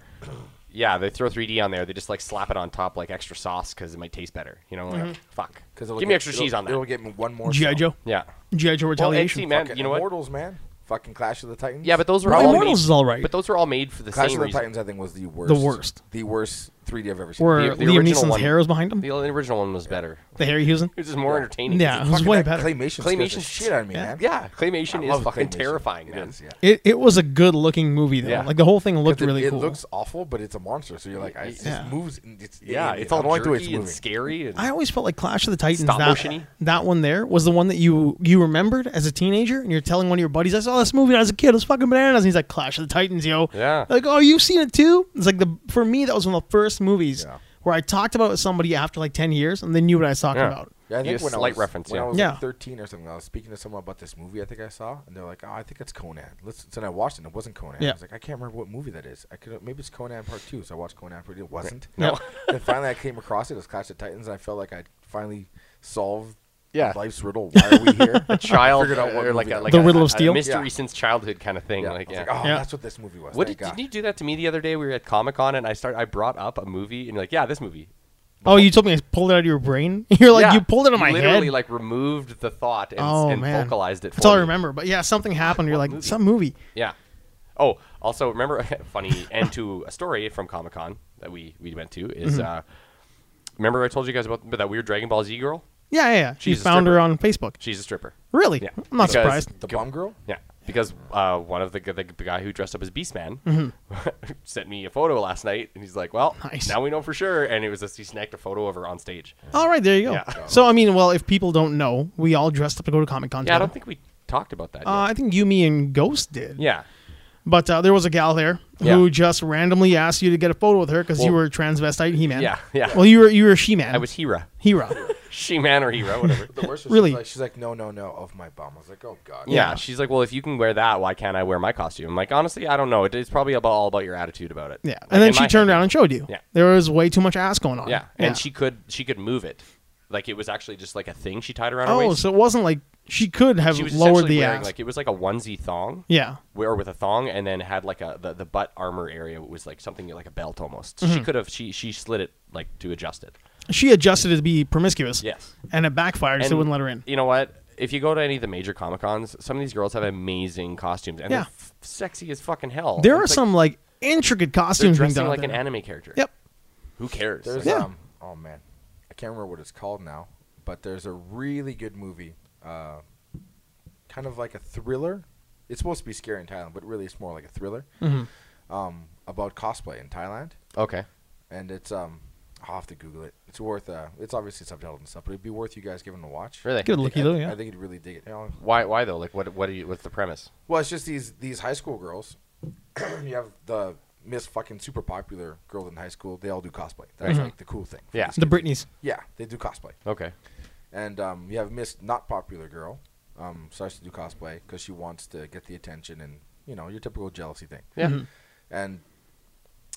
Speaker 2: Yeah, they throw 3D on there. They just like slap it on top like extra sauce because it might taste better. You know,
Speaker 1: Mm-hmm.
Speaker 2: like, fuck.
Speaker 3: because
Speaker 2: Give me extra cheese on
Speaker 3: it'll
Speaker 2: that.
Speaker 3: get me one more
Speaker 1: GI
Speaker 3: sell.
Speaker 1: Joe,
Speaker 2: Yeah.
Speaker 1: GI Joe
Speaker 2: Well, and
Speaker 1: Retaliation.
Speaker 2: see, man,
Speaker 3: Fucking
Speaker 2: you know what?
Speaker 3: Immortals, man. Fucking Clash of the Titans.
Speaker 2: Yeah, but those were
Speaker 1: Well,
Speaker 2: all
Speaker 1: Immortals
Speaker 2: made,
Speaker 1: is all right.
Speaker 2: But those were all made for the
Speaker 3: Clash of
Speaker 2: same
Speaker 3: the
Speaker 2: reason.
Speaker 3: Titans, I think, was the worst.
Speaker 1: worst.
Speaker 3: The worst 3D I've ever seen.
Speaker 1: Where
Speaker 2: the
Speaker 1: Liam
Speaker 2: original
Speaker 1: Neeson's
Speaker 2: one-
Speaker 1: hair was behind him.
Speaker 2: The
Speaker 1: The,
Speaker 2: original one was better.
Speaker 1: Harry Houston.
Speaker 2: It was just more entertaining.
Speaker 1: Yeah. It was
Speaker 3: Fucking
Speaker 1: way
Speaker 3: that
Speaker 1: better.
Speaker 3: Claymation,
Speaker 2: Claymation
Speaker 3: claymation the shit out of me,
Speaker 1: Yeah.
Speaker 3: man.
Speaker 2: Yeah,
Speaker 3: I
Speaker 2: claymation
Speaker 3: love
Speaker 2: is fucking
Speaker 3: claymation.
Speaker 2: terrifying,
Speaker 3: It
Speaker 2: man.
Speaker 3: is, yeah.
Speaker 1: It, it was a good looking movie though.
Speaker 2: Yeah.
Speaker 1: Like the whole thing looked
Speaker 3: It-
Speaker 1: really
Speaker 3: it
Speaker 1: cool.
Speaker 3: looks awful, but it's a monster, so you're like, I, it just
Speaker 1: Yeah.
Speaker 3: moves. and It's,
Speaker 2: Yeah,
Speaker 3: it-
Speaker 2: it's
Speaker 3: I
Speaker 2: all
Speaker 3: don't like the way
Speaker 2: jerky and
Speaker 3: moving.
Speaker 2: scary. and-
Speaker 1: I always felt like Clash of the Titans.
Speaker 2: Stop
Speaker 1: That,
Speaker 2: motion-y.
Speaker 1: that one there was the one that you you remembered as a teenager, and you're telling one of your buddies, "I saw this movie when I was a kid. It was fucking bananas." And he's like, "Clash of the Titans, yo."
Speaker 2: Yeah.
Speaker 1: Like, oh, you've seen it too? It's like the for me that was one of the first movies
Speaker 3: Yeah.
Speaker 1: where I talked about it with somebody after like ten years, and they knew what I was talking
Speaker 2: Yeah.
Speaker 1: about.
Speaker 3: Yeah, I
Speaker 2: You
Speaker 3: think
Speaker 2: get
Speaker 3: when I
Speaker 2: slight
Speaker 3: was,
Speaker 2: reference,
Speaker 3: when
Speaker 2: yeah.
Speaker 3: I was
Speaker 1: Yeah.
Speaker 3: like 13 or something, I was speaking to someone about this movie I think I saw, and they're like, "Oh, I think it's Conan." Let's. So then I watched it. and It wasn't Conan.
Speaker 1: Yeah.
Speaker 3: I was like, I can't remember what movie that is. I could maybe it's Conan Part Two. So I watched Conan Part Two. It wasn't.
Speaker 1: No.
Speaker 3: then finally, I came across it. It was Clash of Titans, and I felt like I would finally solved
Speaker 2: Yeah.
Speaker 3: Life's riddle. Why are we here?
Speaker 2: a child
Speaker 3: figured out what
Speaker 2: or like
Speaker 3: movie
Speaker 2: a
Speaker 3: that
Speaker 2: like
Speaker 1: The
Speaker 2: a,
Speaker 1: Riddle
Speaker 2: a-
Speaker 1: of Steel?
Speaker 2: a mystery
Speaker 3: Yeah.
Speaker 2: since childhood kind of thing. Like,
Speaker 3: I was
Speaker 2: yeah.
Speaker 3: like, oh,
Speaker 1: Yeah.
Speaker 3: that's what this movie was.
Speaker 2: what did,
Speaker 3: Thank God.
Speaker 2: didn't you do that to me the other day? We were at Comic Con and I start I brought up a movie and you're like, yeah, this movie.
Speaker 1: Oh, you told me I pulled it out of your brain. You're like
Speaker 2: Yeah.
Speaker 1: you pulled it out of my
Speaker 2: literally,
Speaker 1: head.
Speaker 2: like removed the thought and,
Speaker 1: oh
Speaker 2: and
Speaker 1: man,
Speaker 2: vocalized it.
Speaker 1: That's
Speaker 2: for
Speaker 1: all I
Speaker 2: me.
Speaker 1: remember. But yeah, something happened. You're
Speaker 2: what
Speaker 1: like
Speaker 2: movie?
Speaker 1: some movie.
Speaker 2: Yeah. Oh, also remember funny and to a story from Comic Con that we we went to is uh, remember I told you guys about that weird Dragon Ball Z girl?
Speaker 1: Yeah, yeah, yeah. She
Speaker 2: She's a
Speaker 1: found her
Speaker 2: stripper.
Speaker 1: on Facebook.
Speaker 2: She's a stripper.
Speaker 1: Really?
Speaker 2: Yeah.
Speaker 1: I'm not
Speaker 2: Because-
Speaker 1: surprised.
Speaker 3: The bum girl?
Speaker 2: Yeah, because uh, one of the, the the guy who dressed up as Beastman sent me a photo last night, and he's like, "Well,
Speaker 1: Nice.
Speaker 2: now we know for sure." And it was this, he snagged a photo of her on stage.
Speaker 1: All right, there you go.
Speaker 2: Yeah.
Speaker 1: So I mean, well, if people don't know, we all dressed up to go to Comic Con.
Speaker 2: Yeah, I don't think we talked about that.
Speaker 1: Uh, I think you, me, and Ghost did.
Speaker 2: yet. Yeah,
Speaker 1: But uh, there was a gal there
Speaker 2: Yeah.
Speaker 1: who just randomly asked you to get a photo with her because you
Speaker 2: Well-
Speaker 1: were transvestite He-Man.
Speaker 2: Yeah, yeah.
Speaker 1: Well, you were you were She-Man.
Speaker 2: I was Hera,
Speaker 1: Hera.
Speaker 2: she man or Hera, whatever.
Speaker 3: The worst was
Speaker 1: Really?
Speaker 3: she's like, she's like, no, no, no, of my bum. I was like, oh god.
Speaker 2: Yeah, she's like, well, if you can wear that, why can't I wear my costume? I'm like, honestly, I don't know. It, it's probably about all about your attitude about it.
Speaker 1: Yeah.
Speaker 2: Like,
Speaker 1: And then
Speaker 2: in
Speaker 1: she
Speaker 2: my
Speaker 1: turned
Speaker 2: head-
Speaker 1: around and showed you.
Speaker 2: Yeah.
Speaker 1: There was way too much ass going on.
Speaker 2: Yeah, and she could she could move it, like it was actually just like a thing she tied around her
Speaker 1: Oh,
Speaker 2: waist.
Speaker 1: so it wasn't like she could have
Speaker 2: she was
Speaker 1: lowered
Speaker 2: essentially
Speaker 1: the
Speaker 2: wearing
Speaker 1: ass.
Speaker 2: like it was like a onesie thong.
Speaker 1: yeah.
Speaker 2: where with a thong and then had like a the, the butt armor area was like something like a belt almost.
Speaker 1: Mm-hmm.
Speaker 2: She could have she she slid it like to adjust it.
Speaker 1: She adjusted it to be promiscuous.
Speaker 2: Yes.
Speaker 1: And it backfired, so
Speaker 2: And
Speaker 1: it wouldn't let her in.
Speaker 2: You know what? If you go to any of the major comic cons, some of these girls have amazing costumes and
Speaker 1: Yeah.
Speaker 2: they're f- sexy as fucking hell.
Speaker 1: There are
Speaker 2: It's like
Speaker 1: some like intricate
Speaker 2: they're
Speaker 1: costumes being
Speaker 2: dressing
Speaker 1: done. out
Speaker 2: like an
Speaker 1: there.
Speaker 2: anime character.
Speaker 1: Yep.
Speaker 2: Who cares?
Speaker 3: There's
Speaker 2: Like,
Speaker 1: Yeah.
Speaker 3: um oh man. I can't remember what it's called now, but there's a really good movie. Uh kind of like a thriller. It's supposed to be scary in Thailand, but really it's more like a thriller. Um about cosplay in Thailand.
Speaker 2: okay.
Speaker 3: And it's um I'll have to Google it. It's worth uh it's obviously subtitled and stuff, but it'd be worth you guys giving it a watch.
Speaker 2: Really?
Speaker 1: Good
Speaker 3: I,
Speaker 1: looky
Speaker 3: think-
Speaker 1: though,
Speaker 3: I
Speaker 1: yeah.
Speaker 3: think you'd really dig it. You know,
Speaker 2: Why why though? Like what what do you what's the premise?
Speaker 3: Well, it's just these these high school girls. you have the Miss fucking super popular girl in high school. They all do cosplay. That's
Speaker 2: Right.
Speaker 3: like the cool thing. for
Speaker 2: Yeah.
Speaker 3: these
Speaker 1: The
Speaker 3: kids.
Speaker 1: Britneys.
Speaker 3: Yeah, they do cosplay.
Speaker 2: Okay.
Speaker 3: And um, you have Miss not popular girl um, starts to do cosplay because she wants to get the attention and you know your typical jealousy thing.
Speaker 2: Yeah.
Speaker 3: And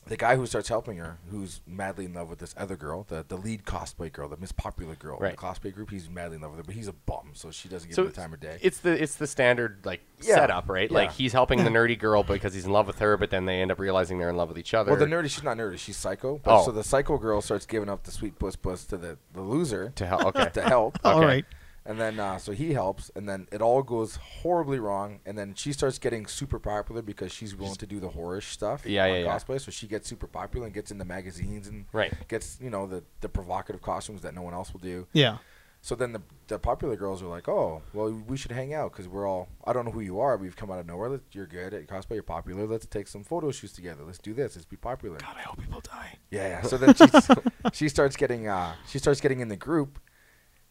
Speaker 3: the guy who starts helping her, who's madly in love with this other girl, the, the lead cosplay girl, the Miss Popular girl in
Speaker 2: Right.
Speaker 3: the cosplay group, he's madly in love with her, but he's a bum, so she doesn't give
Speaker 2: So
Speaker 3: him the time of day.
Speaker 2: it's the it's the standard like
Speaker 3: Yeah.
Speaker 2: setup, right?
Speaker 3: Yeah.
Speaker 2: Like he's helping the nerdy girl because he's in love with her, but then they end up realizing they're in love with each other.
Speaker 3: Well, the nerdy, she's not nerdy, she's psycho. But
Speaker 2: Oh.
Speaker 3: So the psycho girl starts giving up the sweet puss puss to the, the loser
Speaker 2: to help. Okay.
Speaker 3: to help.
Speaker 1: Oh, All
Speaker 2: Okay.
Speaker 1: right.
Speaker 3: And then, uh, so he helps, and then it all goes horribly wrong. And then she starts getting super popular because she's willing to do the horror stuff.
Speaker 2: Yeah,
Speaker 3: on
Speaker 2: yeah, yeah.
Speaker 3: cosplay. So she gets super popular and gets in the magazines and
Speaker 2: Right.
Speaker 3: gets, you know, the, the provocative costumes that no one else will do.
Speaker 1: Yeah.
Speaker 3: So then the, the popular girls are like, oh, well, we should hang out because we're all, I don't know who you are, but you've come out of nowhere. Let- You're good at cosplay, you're popular. Let's take some photo shoots together. Let's do this. Let's be popular.
Speaker 1: God, I hope people die.
Speaker 3: Yeah. yeah. So then she's, she starts getting uh, she starts getting in the group.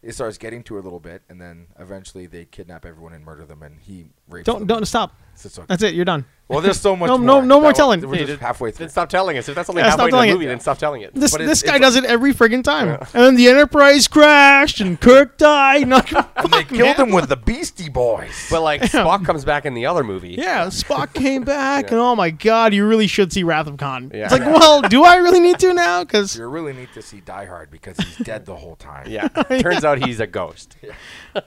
Speaker 3: It starts getting to her a little bit, and then eventually they kidnap everyone and murder them, and he rapes.
Speaker 1: Don't
Speaker 3: them.
Speaker 1: don't stop.
Speaker 3: So it's okay.
Speaker 1: That's it. You're done.
Speaker 3: Well, there's so much.
Speaker 1: No,
Speaker 3: more.
Speaker 1: no- no
Speaker 3: That
Speaker 1: more
Speaker 3: was-
Speaker 1: telling.
Speaker 3: We're
Speaker 2: Hey,
Speaker 3: just
Speaker 2: then-
Speaker 3: halfway through.
Speaker 2: Then stop telling us. If that's only
Speaker 1: Yeah, stop
Speaker 2: halfway in
Speaker 1: telling
Speaker 2: the
Speaker 1: it.
Speaker 2: movie, then stop telling it. Uh.
Speaker 1: This
Speaker 3: But
Speaker 1: this
Speaker 3: it's-
Speaker 1: guy
Speaker 3: it's-
Speaker 1: does it every friggin' time. And then the Enterprise crashed and Kirk died. And
Speaker 3: And they killed him with the Beastie Boys.
Speaker 2: but like Spock comes back in the other movie.
Speaker 1: Yeah, Spock came back, and oh my god, you really should see Wrath of Khan.
Speaker 2: Yeah.
Speaker 1: It's like, well, do I really need to now? Because
Speaker 3: you really need to see Die Hard because he's dead the whole time.
Speaker 2: Yeah. Turns out he's a ghost.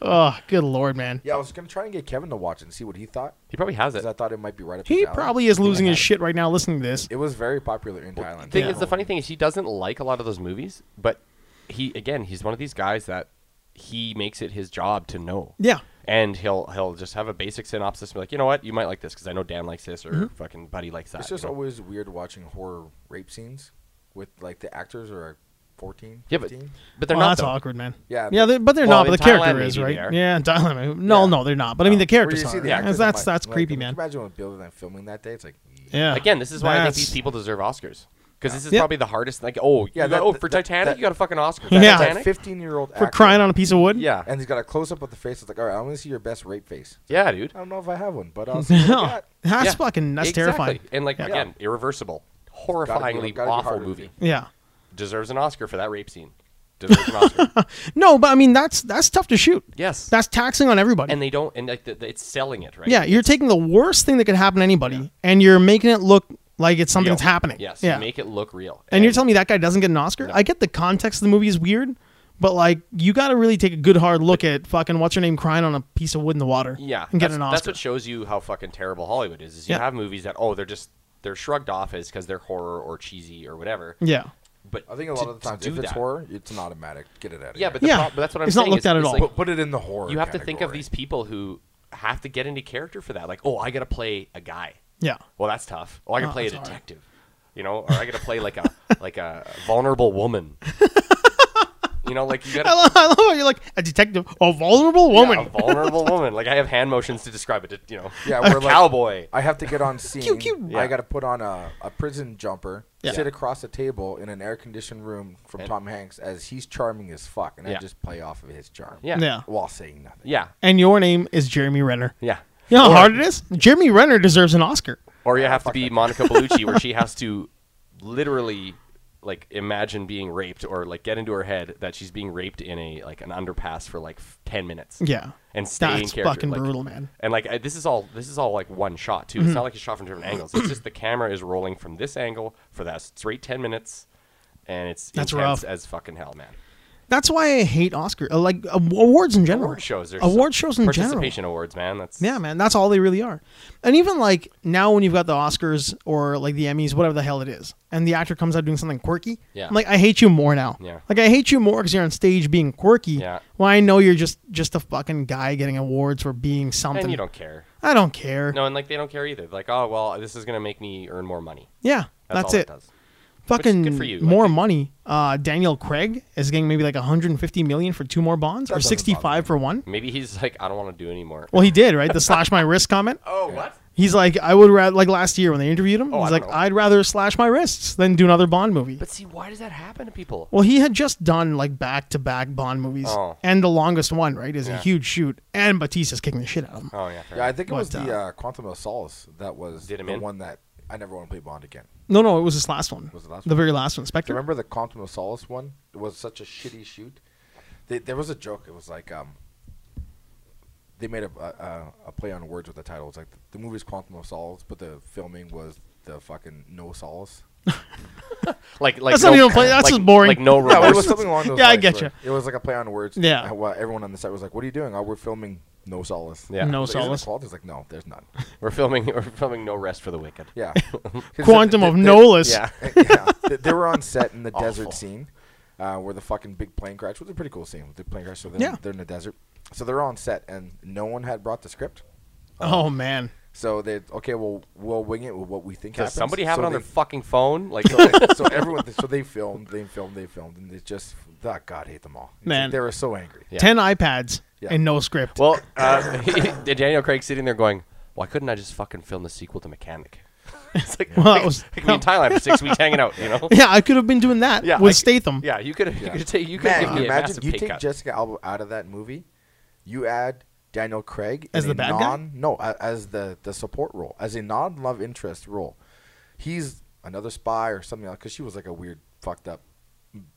Speaker 1: oh, good lord, man,
Speaker 3: Yeah, I was gonna try and get Kevin to watch it and see what he thought
Speaker 2: He probably has it.
Speaker 3: because I thought it might be right up.
Speaker 1: he
Speaker 3: his alley.
Speaker 1: probably is losing his
Speaker 2: had it.
Speaker 1: shit right now listening to this.
Speaker 3: It was very popular in Thailand.
Speaker 2: thing
Speaker 1: Yeah.
Speaker 2: is, the funny thing is, he doesn't like a lot of those movies, but he again, he's one of these guys that he makes it his job to know.
Speaker 1: Yeah,
Speaker 2: And he'll he'll just have a basic synopsis and be like, you know what, you might like this because I know Dan likes this or
Speaker 1: Mm-hmm.
Speaker 2: fucking Buddy likes that.
Speaker 3: It's just
Speaker 2: you know?
Speaker 3: always weird watching horror rape scenes with like the actors are 14,
Speaker 2: yeah, but
Speaker 3: 15.
Speaker 2: but they're
Speaker 1: well,
Speaker 2: not
Speaker 1: that's
Speaker 2: though.
Speaker 1: awkward, man.
Speaker 3: Yeah,
Speaker 1: yeah,
Speaker 3: but-
Speaker 1: they, but they're
Speaker 2: Well,
Speaker 1: not. But the
Speaker 2: in Thailand,
Speaker 1: character is
Speaker 2: maybe
Speaker 1: right.
Speaker 2: they are.
Speaker 1: Yeah, in Thailand. No,
Speaker 3: Yeah.
Speaker 1: no, they're not. But I mean, the characters
Speaker 3: Where you see
Speaker 1: are.
Speaker 3: the
Speaker 1: Yeah,
Speaker 3: actors, I'm
Speaker 1: that's
Speaker 3: like-
Speaker 1: that's
Speaker 3: like,
Speaker 1: creepy,
Speaker 3: can you
Speaker 1: man.
Speaker 3: Imagine when building and filming that day. It's like
Speaker 1: Yeah.
Speaker 2: Again, this is why I think
Speaker 1: That's-
Speaker 2: these people deserve Oscars because this is
Speaker 1: Yep.
Speaker 2: probably the hardest. Like, oh
Speaker 3: Yeah,
Speaker 2: yeah,
Speaker 3: that-
Speaker 2: oh for
Speaker 3: that-
Speaker 2: Titanic,
Speaker 3: that-
Speaker 2: you got a fucking Oscar. for
Speaker 1: Yeah.
Speaker 2: Titanic?
Speaker 3: fifteen-year-old
Speaker 1: For crying on a piece of wood.
Speaker 2: yeah,
Speaker 3: and he's got a close-up of the face. It's like, all right, I want to see your best rape face.
Speaker 2: yeah, dude.
Speaker 3: I don't know if I have one, but I'll see what I
Speaker 1: No,
Speaker 3: got.
Speaker 1: that's
Speaker 2: Yeah,
Speaker 1: fucking that's
Speaker 2: exactly.
Speaker 1: terrifying.
Speaker 2: And like
Speaker 1: Yeah.
Speaker 2: again, irreversible,
Speaker 3: Gotta be-
Speaker 2: horrifyingly
Speaker 3: gotta be
Speaker 2: awful
Speaker 3: harder.
Speaker 2: movie.
Speaker 1: Yeah.
Speaker 2: Deserves an Oscar for that rape scene. Deserves an Oscar.
Speaker 1: No, but I mean that's that's tough to shoot.
Speaker 2: Yes.
Speaker 1: That's taxing on everybody.
Speaker 2: and they don't. And like the, the- it's selling it, right?
Speaker 1: Yeah, you're taking the worst thing that could happen to anybody, and you're making it look like it's something
Speaker 2: Real.
Speaker 1: that's happening.
Speaker 2: Yes.
Speaker 1: yeah.
Speaker 2: Make it look real.
Speaker 1: and, you're telling me that guy doesn't get an Oscar? I get the context of the movie is weird, But like, you got to really take a good hard look at fucking what's her name crying on a piece of wood in the water.
Speaker 2: Yeah,
Speaker 1: and get
Speaker 2: that's,
Speaker 1: an
Speaker 2: that's
Speaker 1: Oscar.
Speaker 2: what shows you how fucking terrible Hollywood is. Is you
Speaker 1: Yeah.
Speaker 2: have movies that oh they're just they're shrugged off as because they're horror or cheesy or whatever.
Speaker 1: yeah,
Speaker 2: But
Speaker 3: I think a
Speaker 2: to-
Speaker 3: lot of the
Speaker 2: to
Speaker 3: times,
Speaker 2: do
Speaker 3: if it's
Speaker 2: that-
Speaker 3: horror, it's an automatic. Get it out of
Speaker 2: yeah,
Speaker 3: here.
Speaker 2: but, the
Speaker 1: Yeah.
Speaker 2: pro- but that's what I'm
Speaker 1: It's not
Speaker 2: saying.
Speaker 1: looked at at all.
Speaker 2: like,
Speaker 3: Put, put it in the horror.
Speaker 2: you have to think of
Speaker 3: category.
Speaker 2: these people who have to get into character for that. Like oh I gotta play a guy.
Speaker 1: yeah.
Speaker 2: Well that's tough. Oh I gotta
Speaker 1: Oh,
Speaker 2: play a
Speaker 1: that's hard.
Speaker 2: detective. You know, or I gotta play like a like a vulnerable woman. you know, like you gotta.
Speaker 1: I love, I love how you're like a detective, a vulnerable
Speaker 2: yeah,
Speaker 1: woman.
Speaker 2: a vulnerable woman. Like I have hand motions to describe it. You know,
Speaker 3: Yeah,
Speaker 2: a
Speaker 3: we're like-
Speaker 2: cowboy.
Speaker 3: I have to get on scene.
Speaker 1: cute.
Speaker 2: Yeah.
Speaker 3: I got to put on a, a prison jumper,
Speaker 1: Yeah.
Speaker 3: sit across a table in an air conditioned room from
Speaker 2: And-
Speaker 3: Tom Hanks as he's charming as fuck, and
Speaker 2: Yeah.
Speaker 3: I just play off of his charm.
Speaker 2: Yeah.
Speaker 1: Yeah.
Speaker 3: While saying nothing.
Speaker 2: yeah,
Speaker 1: And your name is Jeremy Renner.
Speaker 2: yeah.
Speaker 1: You know how hard it is. Jeremy Renner deserves an Oscar.
Speaker 2: Or you have to
Speaker 3: fuck
Speaker 2: be
Speaker 3: that.
Speaker 2: Monica Bellucci, where she has to literally like imagine being raped, or like get into her head that she's being raped in a like an underpass for like f- ten minutes.
Speaker 1: Yeah,
Speaker 2: and stay in
Speaker 1: that's
Speaker 2: character.
Speaker 1: fucking
Speaker 2: like-
Speaker 1: brutal, Mm-hmm. man.
Speaker 2: And like I, this is all this is all like one shot too. It's not like it's shot from different angles. It's just the camera is rolling from this angle for that straight ten minutes, and it's
Speaker 1: That's
Speaker 2: intense
Speaker 1: rough.
Speaker 2: as fucking hell, man.
Speaker 1: That's why I hate Oscar, uh, like aw- awards in general.
Speaker 2: Award shows, there's
Speaker 1: award shows in general.
Speaker 2: Participation awards, man. That's
Speaker 1: Yeah, man, that's all they really are. And even like now, when you've got the Oscars or like the Emmys, whatever the hell it is, and the actor comes out doing something quirky,
Speaker 2: Yeah.
Speaker 1: I'm like, I hate you more now.
Speaker 2: Yeah.
Speaker 1: Like I hate you more because you're on stage being quirky.
Speaker 2: Yeah.
Speaker 1: Well, I know you're just just a fucking guy getting awards for being something.
Speaker 2: and you don't care.
Speaker 1: I don't care.
Speaker 2: No, and like they don't care either. Like, oh well, this is gonna make me earn more money.
Speaker 1: Yeah,
Speaker 2: That's,
Speaker 1: that's,
Speaker 2: all
Speaker 1: it.
Speaker 2: does. is
Speaker 1: Fucking
Speaker 2: good for you, I
Speaker 1: more
Speaker 2: think.
Speaker 1: money. Uh, Daniel Craig is getting maybe like 150 million for two more bonds, or
Speaker 3: That doesn't
Speaker 1: 65
Speaker 3: bother
Speaker 1: for one.
Speaker 2: Maybe he's like, I don't want to do anymore.
Speaker 1: Well, he did right. The slash my wrist comment.
Speaker 2: Oh what?
Speaker 1: He's like, I would rather like last year when they interviewed him.
Speaker 2: Oh, I
Speaker 1: he's
Speaker 2: don't
Speaker 1: like,
Speaker 2: know.
Speaker 1: I'd rather slash my wrists than do another Bond movie.
Speaker 2: But see, why does that happen to people?
Speaker 1: well, he had just done like back to back Bond movies,
Speaker 2: Oh.
Speaker 1: and the longest one right is a
Speaker 2: Yeah.
Speaker 1: huge shoot, and Batista's kicking the shit out of him.
Speaker 2: Oh yeah, fair
Speaker 3: Yeah, I
Speaker 2: enough.
Speaker 3: think it
Speaker 1: What,
Speaker 3: was the
Speaker 1: uh,
Speaker 3: uh, Quantum of Solace that was
Speaker 2: Did
Speaker 3: the
Speaker 2: him in?
Speaker 3: one that I never want to play Bond again.
Speaker 1: No, no, it was his last one.
Speaker 3: Was the last
Speaker 1: the
Speaker 3: one?
Speaker 1: very last one,
Speaker 3: Do
Speaker 1: Spectre.
Speaker 3: you remember the Quantum of Solace one? It was such a shitty shoot. They, there was a joke. It was like um, they made a, a a play on words with the title. It's like the, the movie's Quantum of Solace, but the filming was the fucking No Solace.
Speaker 2: like like
Speaker 1: That's not even play- that's
Speaker 2: like-
Speaker 1: just boring.
Speaker 2: Like no
Speaker 3: No, it was
Speaker 2: remorse.
Speaker 3: something along those
Speaker 1: Yeah, I
Speaker 3: lines
Speaker 1: get
Speaker 3: where It was like a play on words.
Speaker 1: Yeah.
Speaker 3: Uh, well, everyone on the set was like, "What are you doing? Oh, we're filming No Solace."
Speaker 2: Yeah.
Speaker 1: No
Speaker 3: I was like, "Isn't it
Speaker 1: Solace.
Speaker 3: called?" It's like, no, there's none.
Speaker 2: we're filming we're filming no rest for the wicked.
Speaker 3: Yeah.
Speaker 1: Quantum of Nolus.
Speaker 3: Nolas.
Speaker 2: Yeah.
Speaker 3: Eh, yeah, they, they were on set in the
Speaker 2: Awful.
Speaker 3: desert scene, uh, where the fucking big plane crash was a pretty cool scene. with The plane crash, so they're,
Speaker 1: Yeah.
Speaker 3: they're in the desert. So they're on set, and no one had brought the script.
Speaker 1: Oh man,
Speaker 3: So they okay, well, we'll wing it with what we think.
Speaker 2: Does
Speaker 3: happens.
Speaker 2: somebody have
Speaker 3: so
Speaker 2: it on
Speaker 3: they,
Speaker 2: their fucking phone? Like
Speaker 3: so, so everyone, so they filmed, they filmed, they filmed, and it just, oh, God, I hate them all. It's like
Speaker 1: Man.
Speaker 3: they were so angry.
Speaker 2: Yeah.
Speaker 1: ten iPads
Speaker 3: Yeah.
Speaker 1: and no script.
Speaker 2: Well, uh, Daniel Craig sitting there going, "Why couldn't I just fucking film the sequel to Mechanic?" it's like,
Speaker 1: Well, that
Speaker 2: like,
Speaker 1: was-
Speaker 2: like me in Thailand for six weeks hanging out, you know?
Speaker 1: yeah, I could have been doing that
Speaker 2: Yeah,
Speaker 1: with
Speaker 2: I c-
Speaker 1: Statham.
Speaker 2: Yeah, you could you
Speaker 3: Yeah.
Speaker 2: could take you could
Speaker 3: Man,
Speaker 2: give
Speaker 3: you
Speaker 2: me a
Speaker 3: imagine
Speaker 2: massive
Speaker 3: you
Speaker 2: pay
Speaker 3: take
Speaker 2: cut.
Speaker 3: Jessica Alba out of that movie, you add Daniel Craig
Speaker 1: As
Speaker 3: in
Speaker 1: the
Speaker 3: a
Speaker 1: bad guy?
Speaker 3: non, guy. No, a- as the the support role, as a non love interest role. He's another spy or something like because she was like a weird fucked up